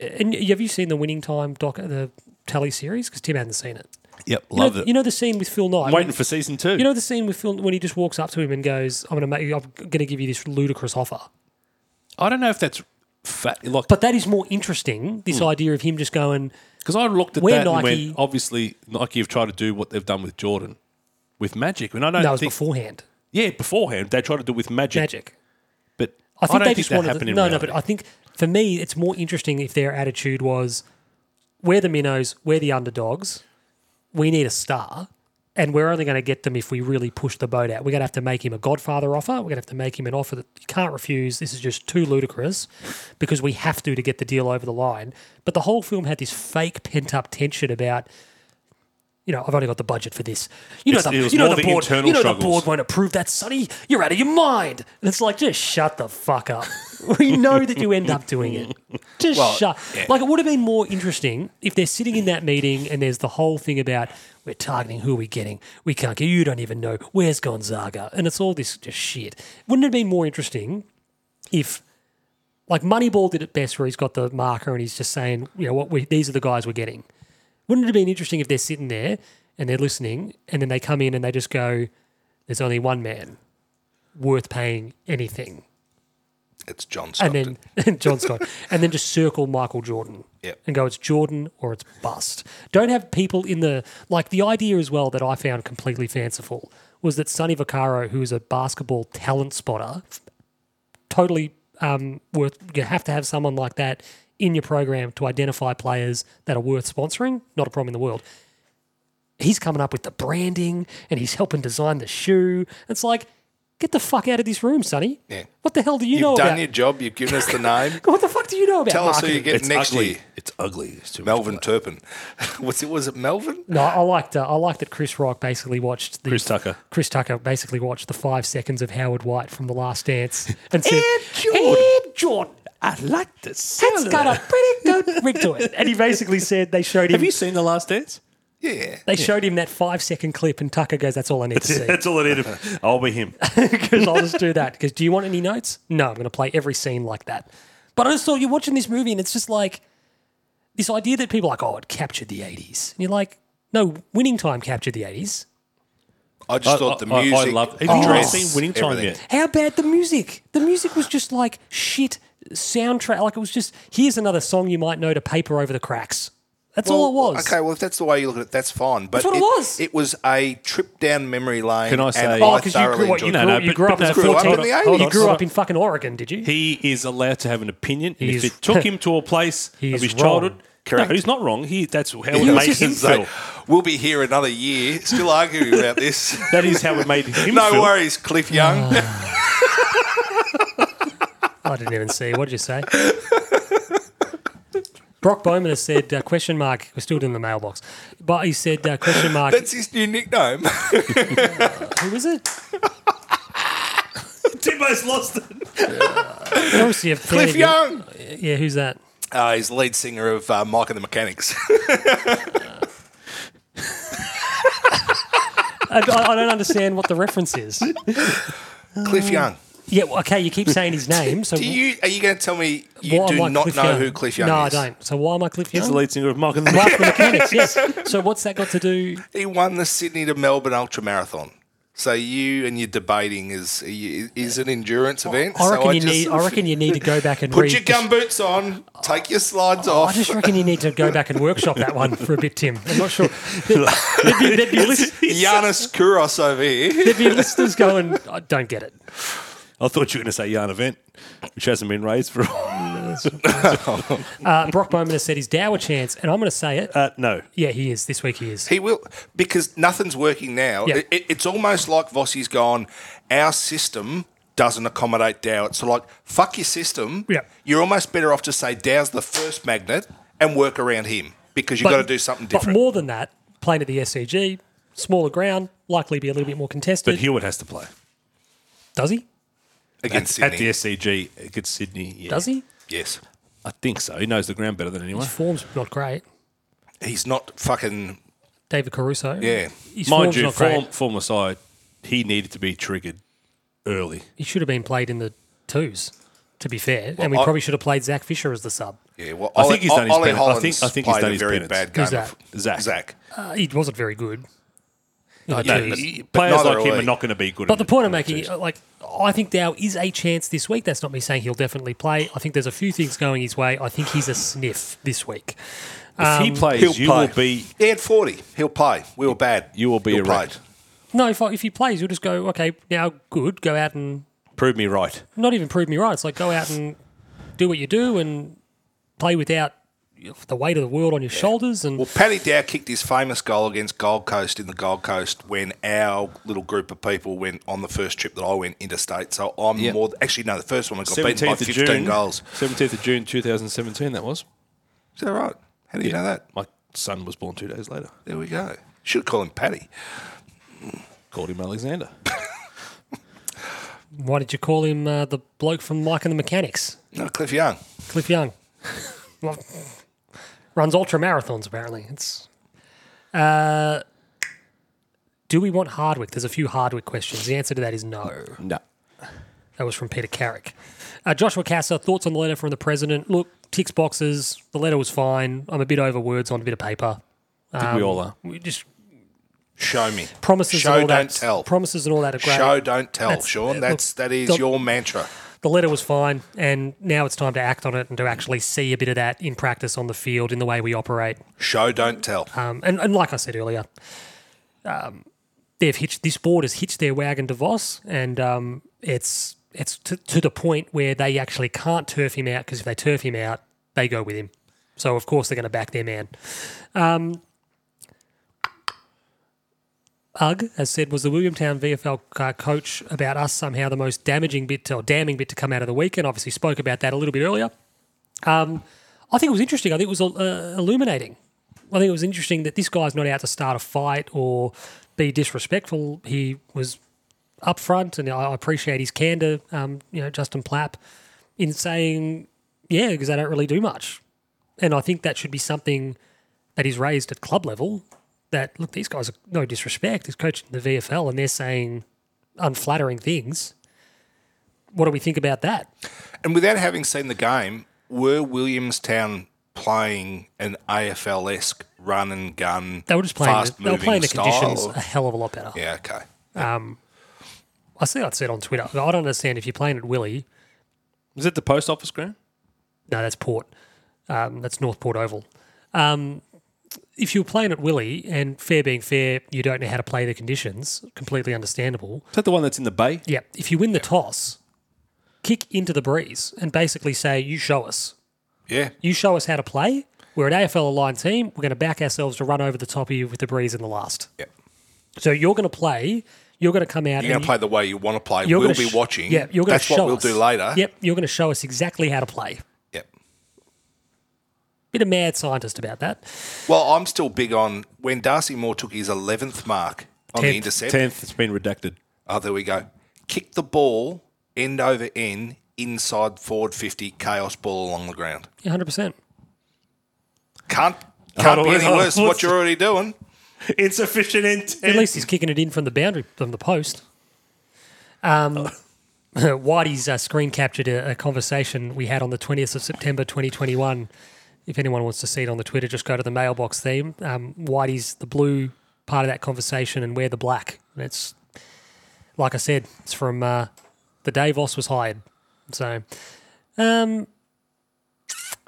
A: and have you seen the Winning Time doc, uh, the telly series? Because Tim hadn't seen it.
C: Yep,
A: You know-
C: love
A: you know,
C: it.
A: the scene with Phil Knight.
C: I'm waiting for season two.
A: you know the scene with Phil when he just walks up to him and goes, "I'm going to make, you- I'm going to give you this ludicrous offer."
C: I don't know if that's fat. Like,
A: But that is more interesting. This
C: Hmm.
A: idea of him just going,
C: Because I looked at
A: We're
C: that and
A: Nike-
C: went, obviously Nike have tried to do what they've done with Jordan, with Magic, and I don't
A: "That was
C: think
A: beforehand,
C: yeah beforehand they tried to do it with Magic,
A: magic."
C: but
A: I think
C: don't
A: they
C: think
A: just
C: that
A: wanted
C: happened
A: to,
C: in
A: no,
C: reality.
A: no. But I think for me, it's more interesting if their attitude was, "We're the minnows, we're the underdogs, we need a star, and we're only going to get them if we really push the boat out. We're going to have to make him a Godfather offer. We're going to have to make him an offer that you can't refuse. This is just too ludicrous, because we have to to get the deal over the line." But the whole film had this fake pent up tension about. You know, I've only got the budget for this. You know,
C: It's-
A: the,
C: it was
A: you know
C: more
A: the
C: the
A: board.
C: internal
A: You know the
C: struggles.
A: board won't approve that, Sonny. You're out of your mind. And it's like, just shut the fuck up. we know that you end up doing it. Just shut. Like, it would have been more interesting if they're sitting in that meeting and there's the whole thing about we're targeting who we're getting. We can't get. You don't even know where's Gonzaga, and it's all this just shit. Wouldn't it have been more interesting if? Like Moneyball did it best, where he's got the marker and he's just saying, you know, what we, these are the guys we're getting. Wouldn't it have been interesting if they're sitting there and they're listening and then they come in and they just go, there's only one man worth paying anything.
B: It's John
A: And
B: Stockton.
A: then John Scott. And then just circle Michael Jordan.
B: Yep.
A: And go, it's Jordan or it's bust. Don't have people in the like the idea as well that I found completely fanciful was that Sonny Vaccaro, who is a basketball talent spotter, totally um, worth you have to have someone like that in your program to identify players that are worth sponsoring, not a problem in the world. He's coming up with the branding and he's helping design the shoe. It's like, get the fuck out of this room, Sonny.
B: Yeah.
A: What the hell do you
B: You've
A: know
B: done
A: about?
B: your job. You've given us the name.
A: what the fuck do you know about
B: Tell us who
A: marketing?
B: you get
C: It's
B: next
C: ugly.
B: year.
C: It's ugly. It's too
B: Melvin
C: much
B: Turpin. was it? Was it Melvin?
A: No, I liked. Uh, I liked that Chris Rock basically watched the
C: Chris Tucker.
A: Chris Tucker basically watched the five seconds of Howard White from The Last Dance and said,
C: Ed Jordan.
A: "Ed Jordan,
C: I like this.
A: that's got a pretty good rig to it." And he basically said they showed him.
C: Have you seen The Last Dance?
B: Yeah.
A: they showed him that five second clip, and Tucker goes, "That's all I need to see."
C: all I need. to- I'll be him.
A: because I'll just do that. Because do you want any notes? No, I'm going to play every scene like that. But I just thought you're watching this movie and it's just like this idea that people are like, oh, it captured the 80s. And you're like, no, Winning Time captured the 80s.
B: I just thought the
C: I- I- I
B: music.
C: love- Have you
B: dress,
C: seen Winning Time
B: everything.
C: yet?
A: How bad the music? The music was just like shit soundtrack. Like it was just, here's another song you might know to paper over the cracks. That's all it was.
B: Okay, well, if that's the way you look at it, that's fine. But
A: That's what it was.
B: It was a trip down memory lane.
C: Can I
B: and
C: say-
A: Oh,
C: I
A: because you grew, what, you, grew,
B: enjoyed it.
C: No, no,
A: you
C: but-
A: grew up
C: but
A: in
C: no,
B: grew up
A: 14.
B: in the 80s.
A: You grew
C: Hold
A: up in fucking Oregon, did you?
C: He is allowed to have an opinion. and
A: He
C: if
A: is-
C: it took him to a place of
A: He is
C: his
A: wrong.
C: childhood, correct. No, he's not wrong. He that's how it
B: It was
C: makes him
B: just like,
C: feel.
B: We'll be here another year, still arguing about this.
C: That is how it made him
B: no
C: feel.
B: worries, Cliff Young.
A: Ah. I didn't even see. What did you say? Brock Bowman has said uh, question mark. We're still doing the mailbox, but he said uh, question mark.
B: that's his new nickname.
A: who is it?
C: Timbo's lost it.
A: Obviously, a fairly
B: Cliff
A: good-
B: Young.
A: Yeah, who's that?
B: Uh, he's lead singer of uh, Mike and the Mechanics.
A: I, I- I don't understand what the reference is. Ah.
B: Cliff Young.
A: Yeah, well, okay. You keep saying his name, so
B: Do you are you going to tell me you
A: why
B: do
A: am I
B: not
A: Cliff
B: know
A: Young?
B: who Cliff Young
A: no,
B: is?
A: I don't. So why am I Cliff
C: He's the
A: Young?
C: lead singer of Mark and the
A: Mark the mechanics. Yes. So what's that got to do?
B: He won the Sydney to Melbourne Ultra Marathon. So you and your debating is is an endurance event.
A: I reckon
B: so
A: you
B: just-
A: need. I reckon you need to go back and
B: Put
A: read
B: your
A: the-
B: gumboots on. Take your slides
A: I
B: off.
A: just reckon you need to go back and workshop that one for a bit, Tim. I'm not sure. There'd, there'd be, there'd be list-
B: Giannis Kouros over here.
A: there'd be listeners going, I don't get it.
C: I thought you were going to say yarn event, which hasn't been raised for.
A: Uh, Brock Bowman has said he's dower chance, and I'm going to say it.
C: uh, no,
A: yeah, he is. This week he is.
B: He will because nothing's working now.
A: Yeah.
B: It, it- it's almost like Vossi's gone. Our system doesn't accommodate Dow. It's like fuck your system.
A: Yeah.
B: You're almost better off to say Dow's the first magnet and work around him because you've got to do something
A: But
B: different.
A: more than that, playing at the SCG, smaller ground, likely be a little bit more contested.
C: but Hewitt has to play
A: Does he?
B: against
C: at the
B: Sydney.
C: SCG against Sydney. Yeah.
A: Does he?
B: yes,
C: I think so. He knows the ground better than anyone.
A: His form's not great.
B: he's not fucking
A: David Caruso.
B: yeah.
A: His
C: Mind
A: form's
C: you,
A: not
C: form,
A: great.
C: form aside, he needed to be triggered early.
A: He should have been played in the twos, to be fair. and we
B: I-
A: probably should have played Zach Fisher as the sub.
B: Yeah, well,
C: I
B: Ollie-
C: think he's done his
B: Ollie
C: penance. I
B: Hollins
C: think- I think he's
B: played
C: done
B: a
C: his
B: very
C: penance.
B: bad game.
A: Who's
B: of-
C: Zach?
B: Zach.
A: Uh, he wasn't very good. in the
C: No,
A: twos.
C: he-
B: but
C: players
B: neither
C: like him
B: are
C: are
B: we.
C: not going to be good.
A: But
C: in
A: the point I'm
C: in the
A: making,
C: twos.
A: uh, like, I think Dow is a chance this week. That's not me saying he'll definitely play. I think there's a few things going his way. I think he's a sniff this week.
C: if
A: um,
C: he plays, you will be
B: He had 40. He'll play. We were bad.
C: You will be
B: He'll
C: a
B: play.
C: wreck.
A: No, if, I- if he plays, you'll just go, okay, now good, go out and
C: prove me right.
A: not even prove me right. It's like go out and do what you do and play without the weight of the world on your shoulders. And
B: Well, Paddy Dow kicked his famous goal against Gold Coast in the Gold Coast when our little group of people went on the first trip that I went interstate. So I'm more actually no, the first one I got beaten by
C: Seventeenth of
B: 15
C: June,
B: goals.
C: seventeenth of June, two thousand seventeen. That was.
B: Is that right? How do you know that?
C: My son was born two days later.
B: There we go. Should call him Paddy.
C: Called him Alexander.
A: why did you call him uh, the bloke from Mike and the Mechanics,
B: No, Cliff Young.
A: Cliff Young? Well, runs ultra marathons apparently. It's. Uh, do we want Hardwick? There's a few Hardwick questions. The answer to that is no.
C: no.
A: That was from Peter Carrick. Uh, Joshua Casser, thoughts on the letter from the president? Look, ticks boxes. The letter was fine. I'm a bit over words on a bit of paper.
C: I think we all are.
A: We just
B: Show me.
A: promises
B: Show
A: and all
B: don't
A: that.
B: tell.
A: Promises and all that are great.
B: Show don't tell,
A: That's-
B: Sean.
A: look,
B: That's that is
A: don't-
B: your mantra.
A: The letter was fine, and now it's time to act on it and to actually see a bit of that in practice on the field in the way we operate.
B: Show don't tell.
A: Um, and, and like I said earlier, um, they've hitched this board has hitched their wagon to Voss, and um, it's it's to, to the point where they actually can't turf him out because if they turf him out, they go with him. So of course they're going to back their man. Um, Ugg has said was the Williamtown VFL uh, coach about us somehow the most damaging bit to, or damning bit to come out of the weekend. Obviously spoke about that a little bit earlier. Um, I think it was interesting. I think it was uh, illuminating. I think it was interesting that this guy's not out to start a fight or be disrespectful. He was upfront, and I I appreciate his candor. Um, you know, Justin Plapp in saying, "Yeah, because they don't really do much," and I think that should be something that is raised at club level. That look, these guys are no disrespect. He's coaching the VFL, and they're saying unflattering things. What do we think about that?
B: And without having seen the game, were Williamstown playing an AFL esque run and gun?
A: They were just playing. The, they were
B: fast-moving
A: playing the conditions
B: style?
A: a hell of a lot better.
B: Yeah, okay.
A: I see. I said on Twitter. I don't understand if you're playing at Willie.
C: Is it the post office ground?
A: No, that's Port. Um, that's Northport Oval. Um, if you're playing at Willie and fair being fair, you don't know how to play the conditions. Completely understandable.
C: Is that the one that's in the bay?
A: Yeah. If you win the toss, kick into the breeze and basically say, "You show us.
B: Yeah.
A: You show us how to play. We're an AFL aligned team. We're going to back ourselves to run over the top of you with the breeze in the last."
B: Yep.
A: So you're going to play. You're going to come out.
B: You're going
A: and
B: to play the way you want to play.
A: you're
B: we'll
A: gonna
B: be
A: sh-
B: watching.
A: Yeah, you're going to
B: That's
A: show
B: what we'll
A: us.
B: do later.
A: Yep, you're going to show us exactly how to play.
B: Yep.
A: Bit of mad scientist about that.
B: Well, I'm still big on when Darcy Moore took his 11th mark on the
A: Tenth.
B: intercept.
C: 10th, it's been redacted.
B: Oh, there we go. Kick the ball end over end inside forward 50, chaos ball along the ground.
A: Yeah, 100%.
B: Can't,
C: Hold
B: can't
C: on,
B: be any
C: hold on.
B: worse than what you're already doing.
C: Insufficient intent.
A: At least he's kicking it in from the boundary, from the post. Um, Whitey's uh, screen captured a, a conversation we had on the 20th of September 2021. If anyone wants to see it on the Twitter, just go to the mailbox theme. Um, Whitey's the blue part of that conversation, and we're the black. And it's, like I said, it's from uh, the day Voss was hired. So, um,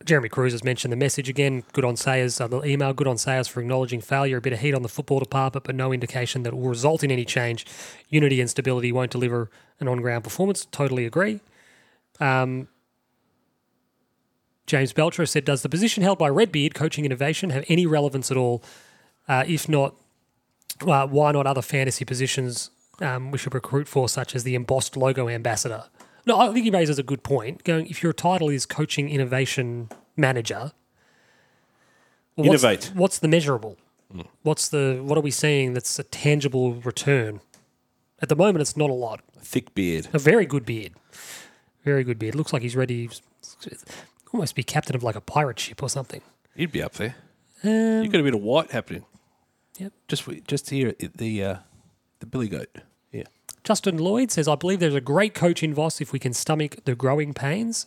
A: Jeremy Cruz has mentioned the message again. Good on Sayers, uh, the email, good on Sayers for acknowledging failure. A bit of heat on the football department, but no indication that it will result in any change. Unity and stability won't deliver an on ground performance. Totally agree. Um, James Belcher said, Does the position held by Redbeard, coaching innovation, have any relevance at all? Uh, if not, uh, why not other fantasy positions um, we should recruit for, such as the embossed logo ambassador? No, I think he raises a good point. Going, if your title is coaching innovation manager, well, what's-
C: Innovate.
A: What's, the measurable? What's the what are we seeing that's a tangible return? At the moment, it's not a lot.
C: Thick beard.
A: A very good beard, very good beard. Looks like he's ready. Almost be captain of like a pirate ship or something.
C: You'd be up there. You've got a bit of white happening.
A: Um, Yep.
C: Just just here at the uh, the billy goat. Yeah.
A: Justin Lloyd says, I believe there's a great coach in Voss if we can stomach the growing pains.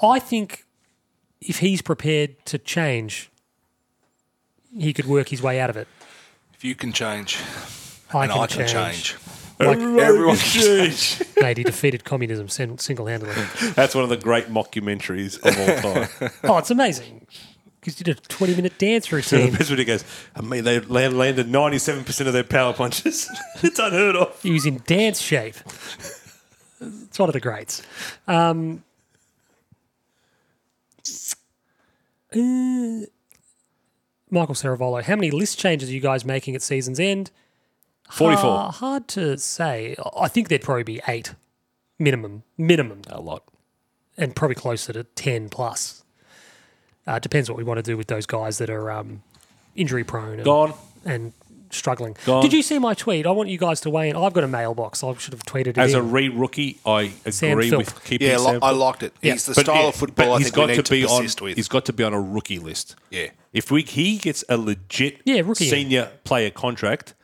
A: I think if he's prepared to change, he could work his way out of it.
B: If you can change,
A: I
B: and
A: can,
B: I can
A: change.
B: change. Everyone can
C: change.
A: Mate, he defeated communism sin- single handedly.
C: That's one of the great mockumentaries of all time.
A: oh, it's amazing. Because you did a 20 minute dance
C: the
A: routine.
C: best when he goes, I mean, they land- landed 97% of their power punches. it's unheard of.
A: He was in dance shape. It's one of the greats. Um, uh, Michael Saravolo, how many list changes are you guys making at season's end?
C: 44.
A: Uh, hard to say. I- I think there'd probably be eight minimum, minimum,
C: a lot.
A: and probably closer to 10 plus. Uh, depends what we want to do with those guys that are um, injury prone. and-
C: Gone.
A: and struggling.
C: Go on.
A: Did you see my tweet? I want you guys to weigh in. I've got a mailbox. I should have tweeted it.
C: As a
A: in.
C: re rookie, I
A: Sam
C: agree
A: Philp.
C: with keeping
B: Yeah, li-
C: Sam
B: I
C: Philp.
B: liked it.
A: Yeah.
B: He's the
C: But
B: style
C: yeah,
B: of football
C: but
B: I
C: he's
B: think we
C: got
B: need
C: to
B: to,
C: be on.
B: persist with.
C: He's got to be on a rookie list.
B: Yeah.
C: If we he gets a legit
A: Yeah, rookie.
C: senior player contract,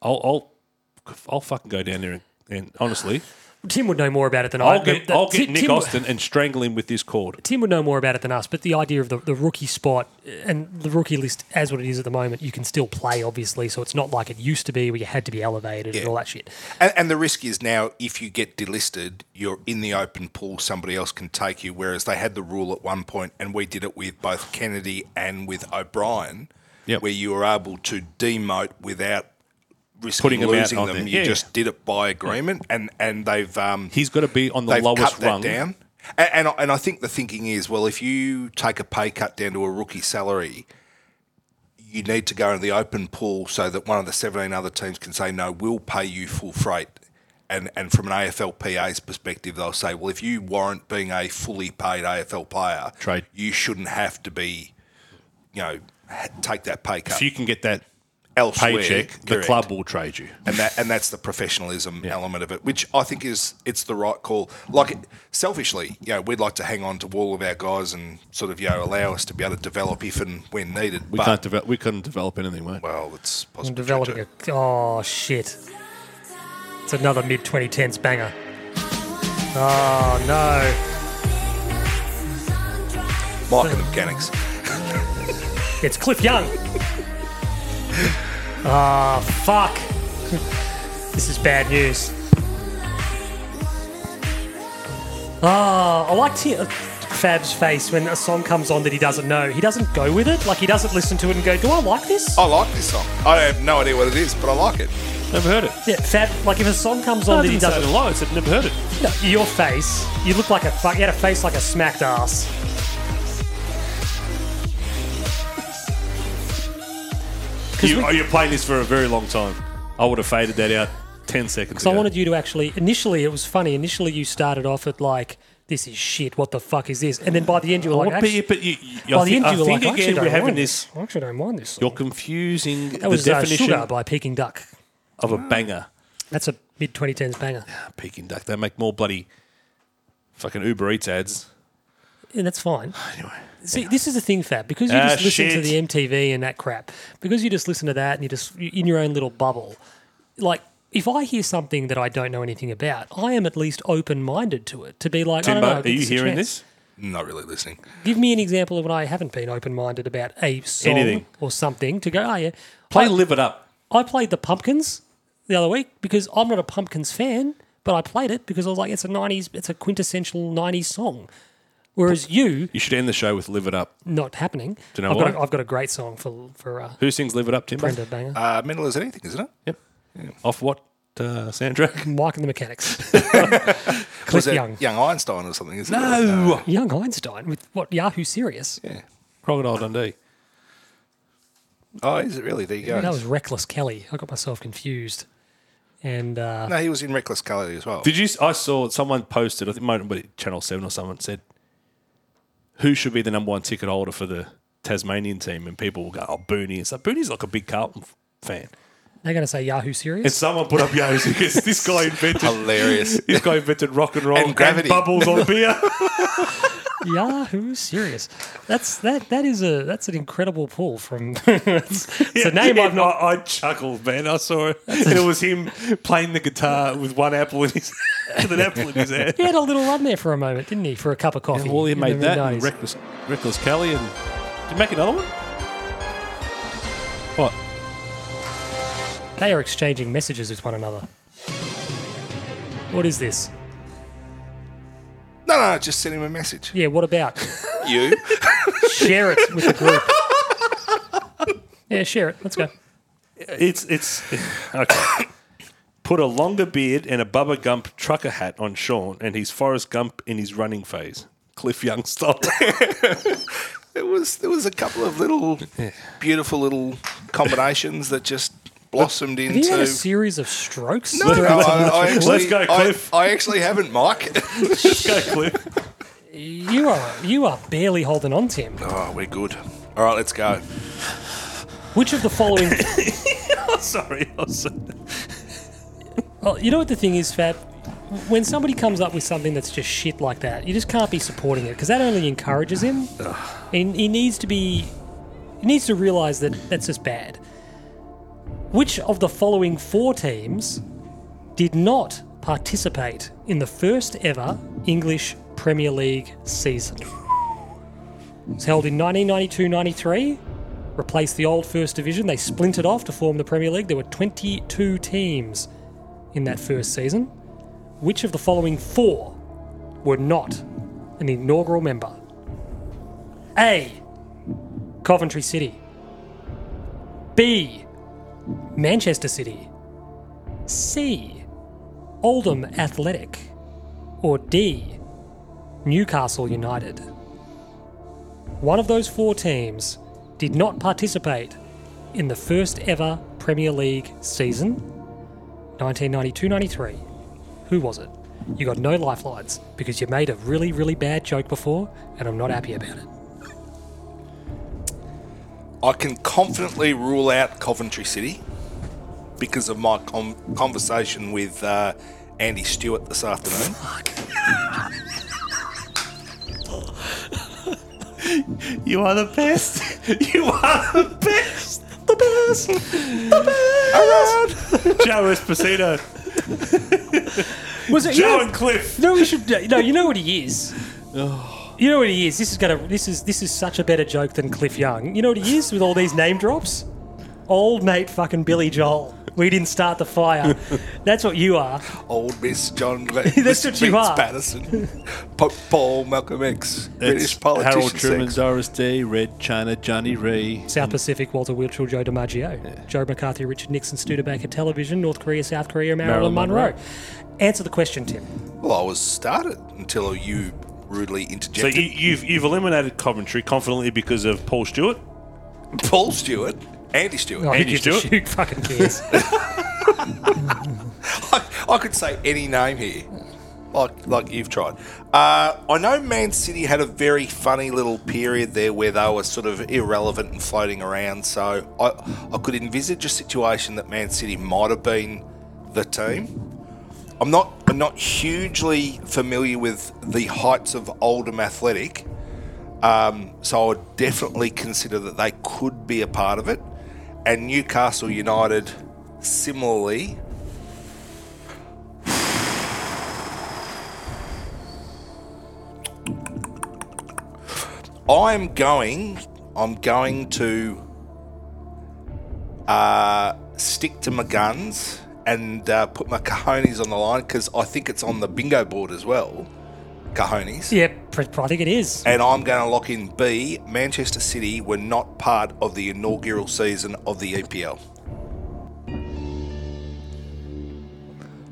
C: I'll I'll I'll fucking go down there and, and honestly,
A: Tim would know more about it than I.
C: I'll
A: but
C: get
A: the-
C: I'll get
A: Ti-
C: Nick
A: Tim,
C: Austin and strangle him with this cord.
A: Tim would know more about it than us. But the idea of the, the rookie spot and the rookie list as what it is at the moment, you can still play, obviously. So it's not like it used to be where you had to be elevated and all that shit.
B: And, and the risk is now, if you get delisted, you're in the open pool. Somebody else can take you. Whereas they had the rule at one point, and we did it with both Kennedy and with O'Brien,
C: Yep.
B: where you were able to demote without risking
C: Putting them out
B: losing
C: on
B: them.
C: there.
B: You
C: Yeah,
B: just did it by agreement, and and they've um,
C: He's got to be on the
B: they've
C: lowest
B: cut that
C: rung.
B: down. And, and I- and I think the thinking is, well, if you take a pay cut down to a rookie salary, you need to go into the open pool so that one of the 17 other teams can say, no, we'll pay you full freight. And, and from an AFLPA's perspective, they'll say, well, if you warrant being a fully paid AFL player,
C: Trade.
B: you shouldn't have to be, you know, ha- take that pay cut
C: If you can get that
B: elsewhere.
C: paycheck, the
B: Correct.
C: club will trade you.
B: and that and that's the professionalism element of it, which I think is it's the right call. Like selfishly, you know, we'd like to hang on to all of our guys and sort of you know allow us to be able to develop if and when needed.
C: We
B: but
C: can't develop. We couldn't develop anything, mate.
B: well, it's
A: I'm
B: possible.
A: developing a. Oh, shit. It's another mid 2010s banger. Oh, no.
B: Mike and the mechanics.
A: It's Cliff Young. Ah, fuck. This is bad news. Ah, I liked he- Fab's face when a song comes on that he doesn't know. He doesn't go with it. Like, he doesn't listen to it and go, Do I like this?
B: I like this song. I have no idea what it is, but I like it.
C: Never heard it.
A: Yeah, Fab, like, if a song comes on that he doesn't
C: lie. I said never heard it.
A: No, your face. You look like a fuck. You had a face like a smacked ass.
C: You, oh, you're playing this for a very long time. I would have faded that out ten seconds
A: So
C: ago.
A: I wanted you to actually. Initially, it was funny. Initially, you started off at like, "This is shit. What the fuck is this?" And then by the end, you were like,
C: What- but you-
A: actually,
C: but you- you-
A: by
C: I
A: the
C: think,
A: end,
C: I
A: you were
C: think
A: like, "I actually
C: again,
A: don't
C: we're having
A: mind
C: this.
A: I actually don't mind this.
C: You're confusing
A: that
C: the
A: was uh,
C: definition
A: Sugar by Peking Duck.
C: of a banger.
A: That's a mid 2010s banger,
C: Peking duck. They make more bloody fucking Uber Eats ads.
A: and that's fine.
C: Anyway,
A: See, this is the thing, Fab, because you
C: Ah,
A: just listen to
C: shit.
A: the MTV and that crap, because you just listen to that and you just you're in your own little bubble. Like, if I hear something that I don't know anything about, I am at least open minded to it. To be like, I
C: Timbo,
A: don't know,
C: are you
A: it's a
C: hearing
A: chance.
C: this?
B: Not really listening.
A: Give me an example of when I haven't been open minded about a song
C: Anything.
A: or something. To go, oh yeah,
C: Play
A: I,
C: "Live It Up."
A: I played the Pumpkins the other week because I'm not a Pumpkins fan, but I played it because I was like, it's a '90s, it's a quintessential '90s song. Whereas you,
C: You should end the show with "Live It Up."
A: not happening.
C: Do you know
A: I've,
C: why?
A: Got a, I've got a great song for for uh,
C: Who Ah. sings "Live It Up," Timbo?
A: Brenda Banger.
B: Uh, mental as anything, isn't it?
C: Yep. Off what uh, soundtrack?
A: Mike and the Mechanics.
B: Was
A: Cliff
B: it
A: Young.
B: Young Einstein or something? Isn't it?
C: No,
A: Young Einstein with what Yahoo Serious.
B: Yeah.
C: Crocodile Dundee.
B: Oh, is it really? There you go.
A: That was Reckless Kelly. I got myself confused. And uh,
B: No, he was in Reckless Kelly as well.
C: Did you? I saw someone posted. I think it might have been Channel Seven or someone said, "Who should be the number one ticket holder for the Tasmanian team?" And people will go, "Oh, Booney." It's like Booney's like a big Carlton f- fan.
A: they're going to say Yahoo Serious.
C: And someone put up Yo's because this guy invented
B: Hilarious.
C: this guy invented rock and roll
B: And gravity.
C: bubbles on beer.
A: Yahoo Serious. That's that. That is a that's an incredible pull from. it's, it's a name I've
C: And
A: not.
C: I, I chuckled, man. I saw it. And it was him playing the guitar with one apple in his with an apple in his hand.
A: He had a little run there for a moment, didn't he? For a cup of coffee.
C: Well, he
A: in
C: made
A: the
C: that
A: mid-nineties.
C: and Reckless, Reckless Kelly and did you make another one? What?
A: They are exchanging messages with one another. What is this?
B: No, no, just send him a message.
A: Yeah. What about?
B: You.
A: share it with the group. yeah, share it. Let's go.
C: It's it's okay. Put a longer beard and a Bubba Gump trucker hat on Sean, and he's Forrest Gump in his running phase. Cliff Young style.
B: There was there was a couple of little beautiful little combinations that just blossomed
A: Have you had a
B: into.
A: series of strokes?
B: No, no, I, I actually,
C: Let's go,
B: I-
C: Cliff.
B: I, actually haven't, Mike.
C: Go, Cliff.
A: You are you are barely holding on, Tim.
B: oh, we're good. All right, let's go.
A: Which of the following?
C: Sorry, I was-
A: Oh, you know what the thing is, Fab. When somebody comes up with something that's just shit like that, you just can't be supporting it because that only encourages him. And he needs to be, he needs to realise that that's just bad. Which of the following four teams did not participate in the first ever English Premier League season? It was held in 1992 93, replaced the old First Division. They splintered off to form the Premier League. There were 22 teams in that first season, which of the following four were not an inaugural member? A. Coventry City. B. Manchester City. C. Oldham Athletic. Or D. Newcastle United. One of those four teams did not participate in the first ever Premier League season, 1992 93. Who was it? You got no lifelines because you made a really, really bad joke before, and I'm not happy about it.
B: I can confidently rule out Coventry City because of my com- conversation with uh, Andy Stewart this afternoon.
I: You are the best. You are the best. The best. The best. Joe Esposito.
A: Was it
I: Joe and Cliff.
A: No, we should. No, you know what he is. You know what he is. This is gonna. This is this is such a better joke than Cliff Young. You know what he is with all these name drops. Old mate, fucking Billy Joel. We didn't start the fire. That's what you are.
B: Old Miss John Glenn.
A: That's what you are.
B: Patterson. Pope Paul Malcolm X. British politician.
C: Harold Truman,
B: sex.
C: Doris Day, Red China, Johnny Ray.
A: South Pacific, Walter Wiltshire, Joe DiMaggio, Joe McCarthy, Richard Nixon, Studebaker Television, North Korea, South Korea, Marilyn,
C: Marilyn
A: Monroe.
C: Monroe.
A: Answer the question, Tim.
B: Well, I was started until you rudely
I: So
B: interjected.
I: you, you've you've eliminated Coventry confidently because of Paul Stewart.
B: Paul Stewart. Andy Stewart.
A: Oh, who
I: Andy
A: gives a
I: Stewart?
A: shoot? Fucking cares.
B: I, I could say any name here, like like you've tried. Uh, I know Man City had a very funny little period there where they were sort of irrelevant and floating around. So I I could envisage a situation that Man City might have been the team. I'm not I'm not hugely familiar with the heights of Oldham Athletic, um, so I would definitely consider that they could be a part of it. And Newcastle United, similarly, I'm going. I'm going to uh, stick to my guns and uh, put my cojones on the line because I think it's on the bingo board as well. Cojones.
A: yeah, pr- pr- I think it is.
B: And I'm going to lock in B. Manchester City were not part of the inaugural season of the E EPL.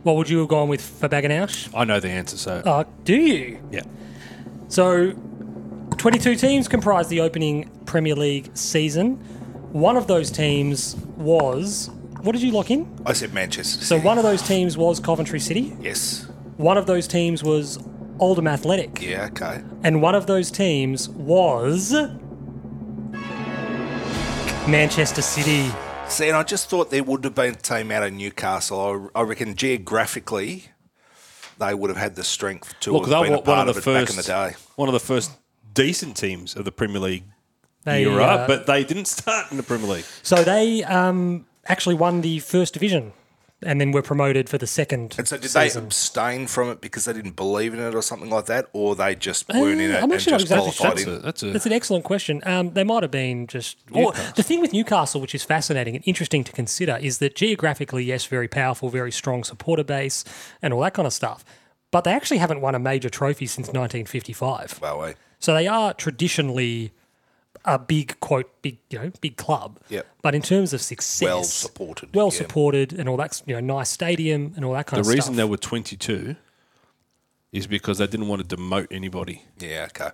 A: What would you have gone with for Baganash?
C: I know the answer,
I: Oh,
C: so
A: Uh, do you?
C: yeah.
A: So, 22 teams comprised the opening Premier League season. One of those teams was. What did you lock in?
B: I said Manchester.
A: So,
B: City.
A: one of those teams was Coventry City.
B: Yes.
A: One of those teams was Oldham Athletic.
B: Yeah. Okay.
A: And one of those teams was. Manchester City.
B: See, and I just thought there would have been a team out of Newcastle. I, I reckon geographically, they would have had the strength to
C: Look,
B: have
C: they
B: been
C: were
B: a
C: one
B: part
C: of the
B: it
C: first
B: back in the day.
C: One of the first decent teams of the Premier League
A: They,
C: era,
A: uh,
C: but they didn't start in the Premier League.
A: so they um, actually won the first division, and then were promoted for the second.
B: And so did they abstain from it because they didn't believe in it or something like that, or they just
A: Uh,
C: Eh,
B: weren't in it
A: I'm
B: and
A: actually not
B: just
A: exactly sure.
B: qualified
C: That's a,
B: in?
C: that's a
A: That's an excellent question. Um, they might have been just. Or, the thing with Newcastle, which is fascinating and interesting to consider, is that geographically, yes, very powerful, very strong supporter base, and all that kind of stuff. But they actually haven't won a major trophy since 1955.
B: Well, eh,
A: So they are traditionally a big quote, big you know, big club.
B: Yep.
A: But in terms of success,
B: Well supported,
A: well
B: yeah.
A: supported, and all that you know, nice stadium and all that kind
C: the
A: of
C: reason
A: stuff.
C: they were 22 is because they didn't want to demote anybody.
B: Yeah, okay.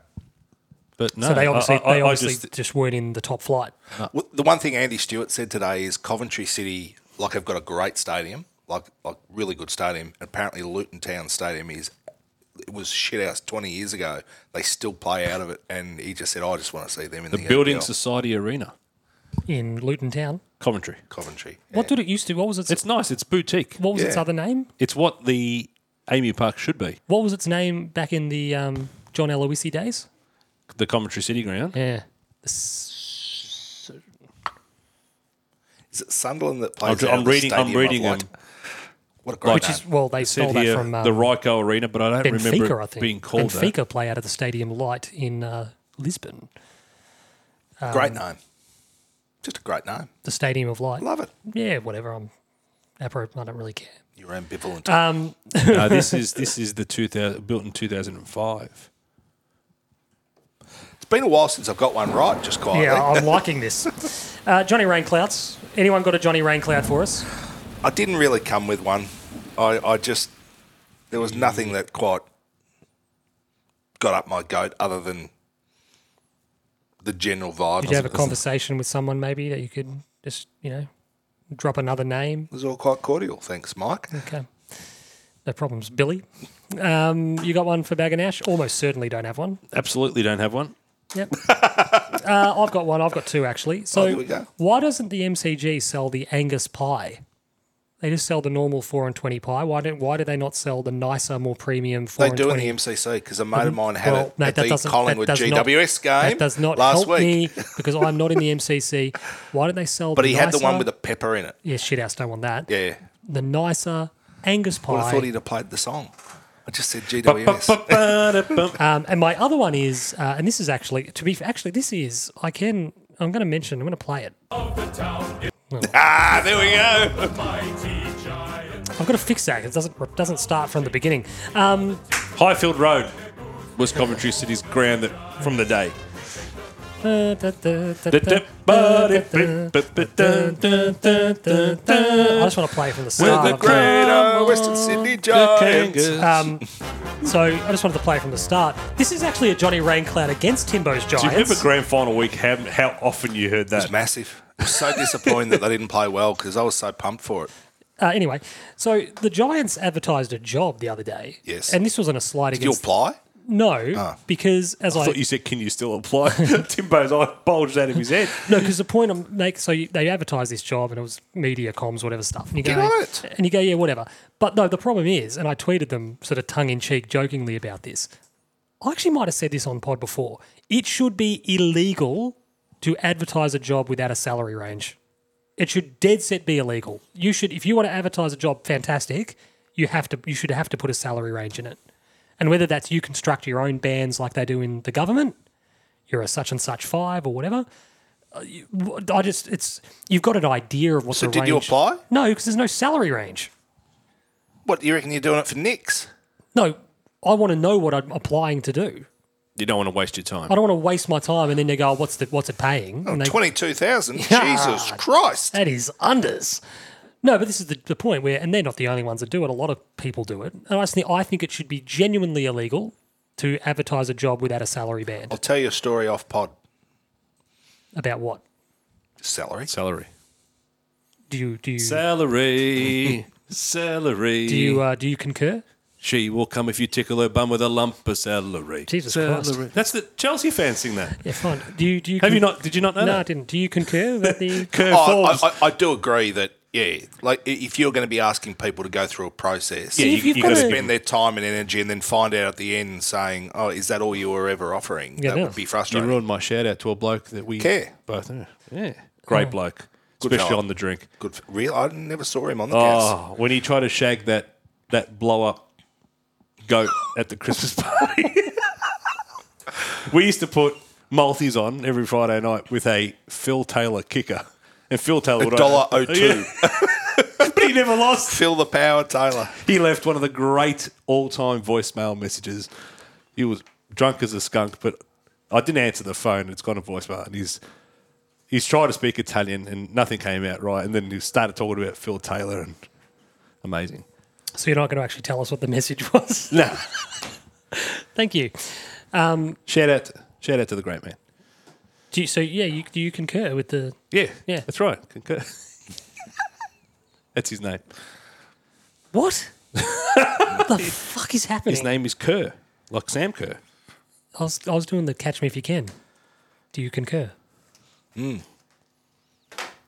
C: But no,
A: so they obviously
C: I, I,
A: they
C: I
A: obviously
C: just,
A: just, weren't in the top flight.
B: Well, the one thing Andy Stewart said today is Coventry City, like, have got a great stadium, like, like really good stadium. Apparently, Luton Town Stadium is it was shit house 20 years ago. They still play out of it, and he just said, "I just want to see them in the,
C: the Building
B: NPL."
C: Society Arena,
A: in Luton Town.
C: Coventry.
B: Coventry."
A: What did it used to? What was its,
C: It's nice. It's boutique.
A: what was its
B: yeah.
A: other name?
C: It's what the Emu Park should be.
A: What was its name back in the um, John Aloisi days?
C: The Coventry City Ground.
A: Yeah.
B: Is it Sunderland that
C: I'm,
B: plays?
C: ju-
B: out of
C: I'm
B: the
C: reading. I'm
B: stadium
C: reading
B: of
C: them.
B: light? What a great
A: Which
B: name.
A: is well, they stole
C: Said
A: that
C: here,
A: from um,
C: the Ryko Arena, but I don't remember
A: Benfica,
C: it
A: I think.
C: being called that.
A: Benfica play out of the Stadium Light in uh, Lisbon,
B: great name. Just a great name.
A: the Stadium of Light.
B: Love it.
A: Yeah, whatever. I'm appro. I don't really care.
B: You're ambivalent.
C: Uh, No, this is this is the 2000 built in 2005.
B: it's been a while since I've got one right, just quietly.
A: Yeah, I'm liking this. Uh, Johnny Rainclouts. Anyone got a Johnny Raincloud for us?
B: I didn't really come with one. I, I just, there was nothing that quite got up my goat other than the general vibe.
A: Did you have a conversation with someone maybe that you could just, you know, drop another name?
B: It was all quite cordial. Thanks, Mike.
A: Okay. No problems, Billy. Um, you got one for Bag and Ash? Almost certainly don't have one.
C: Absolutely don't have one.
A: Yep. uh, I've got one. I've got two actually. So
B: Oh, here we go.
A: why doesn't the MCG sell the Angus pie? They just sell the normal four and twenty pie. Why don't? Why do they not sell the nicer, more premium four
B: They
A: and
B: do in
A: twenty? Mm-hmm.
B: the MCC because a mate of mine had
A: Well,
B: it
A: no,
B: at
A: that
B: the
A: doesn't-
B: Collingwood
A: that does not-
B: GWS game
A: that does not
B: last
A: help
B: week.
A: me because I'm not in the MCC. Why don't they sell?
B: But
A: the
B: he had the
A: nicer-
B: one with the pepper in it.
A: yeah shit house. Don't want that.
B: Yeah.
A: The nicer Angus pie.
B: Well, I thought he'd have played the song. I just said GWS.
C: Ba-ba-ba-da-bum.
A: Um, and my other one is, uh, and this is actually to be actually this is I can I'm going to mention I'm going to play it.
B: ah, there we go.
A: I've got to fix that. It doesn't doesn't start from the beginning. Um,
C: Highfield Road was Coventry City's ground that, from the day.
A: da, da, da, da, da, da, da, da, da, da. I
C: The
A: just want to play it from the
C: With the
A: start.
C: great-
A: I've
B: Great uh, Western Sydney Giants.
C: Kangas.
A: got- Um, so I just wanted to play it from the start. This is actually a Johnny Raincloud against Timbo's
C: Do you remember
A: Giants.
C: grand final week? How, how often you heard
B: It's
C: that?
B: massive. I'm so disappointed that they didn't play well because I was so pumped for it.
A: Uh, anyway, so the Giants advertised a job the other day.
B: Yes.
A: And this was on a slide
B: Did you
A: against.
B: apply?
A: no, because as
C: Ah. I
A: I
C: thought you said, "Can you still apply?" Timbo's eye bulged out of his head.
A: No, because the point I'm make so you, they advertise this job and it was media comms whatever stuff. And you
B: Get
A: go,
B: on it.
A: And you go, yeah, whatever. But no, the problem is, and I tweeted them sort of tongue in cheek, jokingly about this. I actually might have said this on pod before. It should be illegal to advertise a job without a salary range. It should dead set be illegal. You should, if you want to advertise a job, fantastic. You have to, you should have to put a salary range in it. And whether that's you construct your own bands like they do in the government, you're a such and such five or whatever. Uh, you- w- I just, it's you've got an idea of what
B: So
A: the
B: did you
A: range-
B: apply?
A: No, because there's no salary range.
B: What do you reckon you're doing it for Knicks?
A: No, I want to know what I'm applying to do.
C: You don't want to waste your time.
A: I don't want to waste my time and then they go, oh, "What's the what's it paying?" and they,
B: Twenty-two thousand.
A: Yeah.
B: Jesus Christ!
A: that is unders. No, but this is the, the point where, and they're not the only ones that do it. A lot of people do it, and I just think I think it should be genuinely illegal to advertise a job without a salary band.
B: I'll tell you a story off pod.
A: About what
B: Salary.
C: Salary.
A: do you do you
C: Salary. Salary.
A: do you uh, do you concur?
C: She will come if you tickle her bum with a lump of celery.
A: Jesus Christ.
C: That's the Chelsea fan sing that.
A: Yeah, fine. Do you do you
C: Have you
A: con-
C: not? Did you not know
A: No, I
C: that?
A: didn't. Do you concur that the
C: Kerr
B: Oh,
C: Forbes.
B: I, I, I do agree that yeah, like i- if you're going to be asking people to go through a process,
A: See,
C: you-
A: if you've
C: you
A: got
C: gotta
A: a-
B: spend their time and energy, and then find out at the end saying, "Oh, is that all you were ever offering?"
A: Yeah,
B: that
A: no.
B: would be
C: you
B: frustrating.
C: ruined my shout out to a bloke that we
B: Care.
C: both know. Yeah. Great bloke. especially
B: fella.
C: on the drink.
B: Good. For, real. I never saw him on the cast.
C: Oh, when he tried to shag that that blow up goat at the Christmas party. we used to put multis on every Friday night with a Phil Taylor kicker. And Phil Taylor would
B: Dollar oh two.
C: but he never lost.
B: Fill the power, Taylor.
C: He left one of the great all time voicemail messages. He was drunk as a skunk, but I didn't answer the phone. It's gone to voicemail, and he's he's tried to speak Italian, and nothing came out right. And then he started talking about Phil Taylor, and amazing.
A: So you're not going to actually tell us what the message was.
C: No,
A: Thank you.
C: shout out, to, shout out to the great man.
A: Do you, so yeah, you, do you concur with the?
C: Yeah,
A: Yeah.
C: that's right. Concur. that's his name.
A: What? what the fuck is happening?
C: His name is Kerr, like Sam Kerr.
A: I was, I was doing the catch me if you can. Do you concur?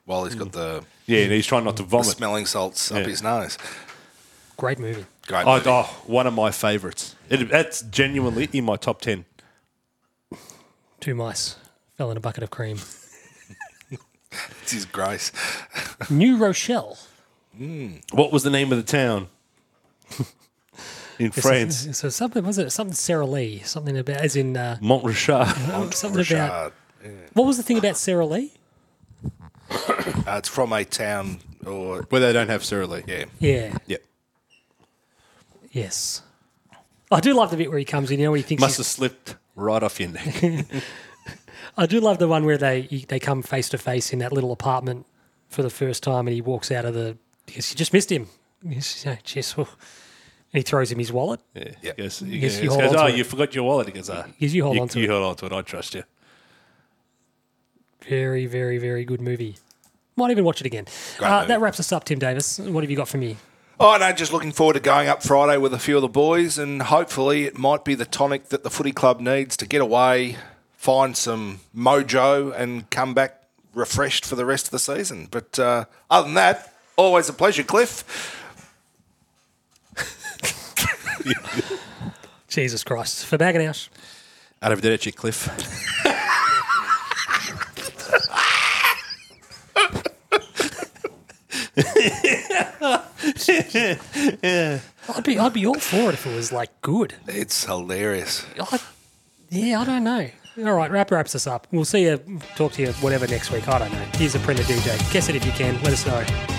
B: While he's got the,
C: Yeah, and he's trying not to
B: the
C: vomit.
B: smelling salts up
C: Yeah.
B: his nose.
A: Great movie.
B: Great.
C: I,
B: movie.
C: oh, one of my favourites. It, that's genuinely in my top ten.
A: Two mice fell in a bucket of cream.
B: It's his grace.
A: New Rochelle.
C: What was the name of the town in France?
A: So something was it something Sarah Lee? Something about as in uh,
C: Montrichard.
A: something about
B: Richard.
A: what was the thing about Sarah Lee?
B: Uh, it's from a town or
C: Where they don't have Surly.
B: yeah.
A: Yeah.
C: Yeah.
A: Yes. I do love the bit where he comes in. You know, where he thinks.
C: Must
A: he's-
C: have slipped right off your neck.
A: I do love the one where they he- they come face to face in that little apartment for the first time, and he walks out of the. Because you just missed him. Yes, you know, Jeez, oh, he throws him his wallet.
B: Yeah.
C: Yes. He
A: Yes,
C: goes,
A: you hold
C: goes,
A: on to
C: oh,
A: it."
C: you forgot your wallet. He goes, ah,
A: Yes, you hold on to
C: you
A: it."
C: hold on to it. I trust you.
A: Very, very, very good movie. Might even watch it again. Uh,
B: movie.
A: that wraps us up, Tim Davis. What have you got for me?
B: Oh no, just looking forward to going up Friday with a few of the boys, and hopefully it might be the tonic that the footy club needs to get away, find some mojo, and come back refreshed for the rest of the season. But uh, other than that, always a pleasure, Cliff.
A: Jesus Christ. For Baganash.
C: Out of dead cliff.
A: I'd be, I'd be all for it if it was like good.
B: It's hilarious.
A: I, yeah, I don't know. All right, wrap wraps us up. We'll see you, talk to you, whatever next week. I don't know. Here's a printer DJ. Guess it if you can. Let us know.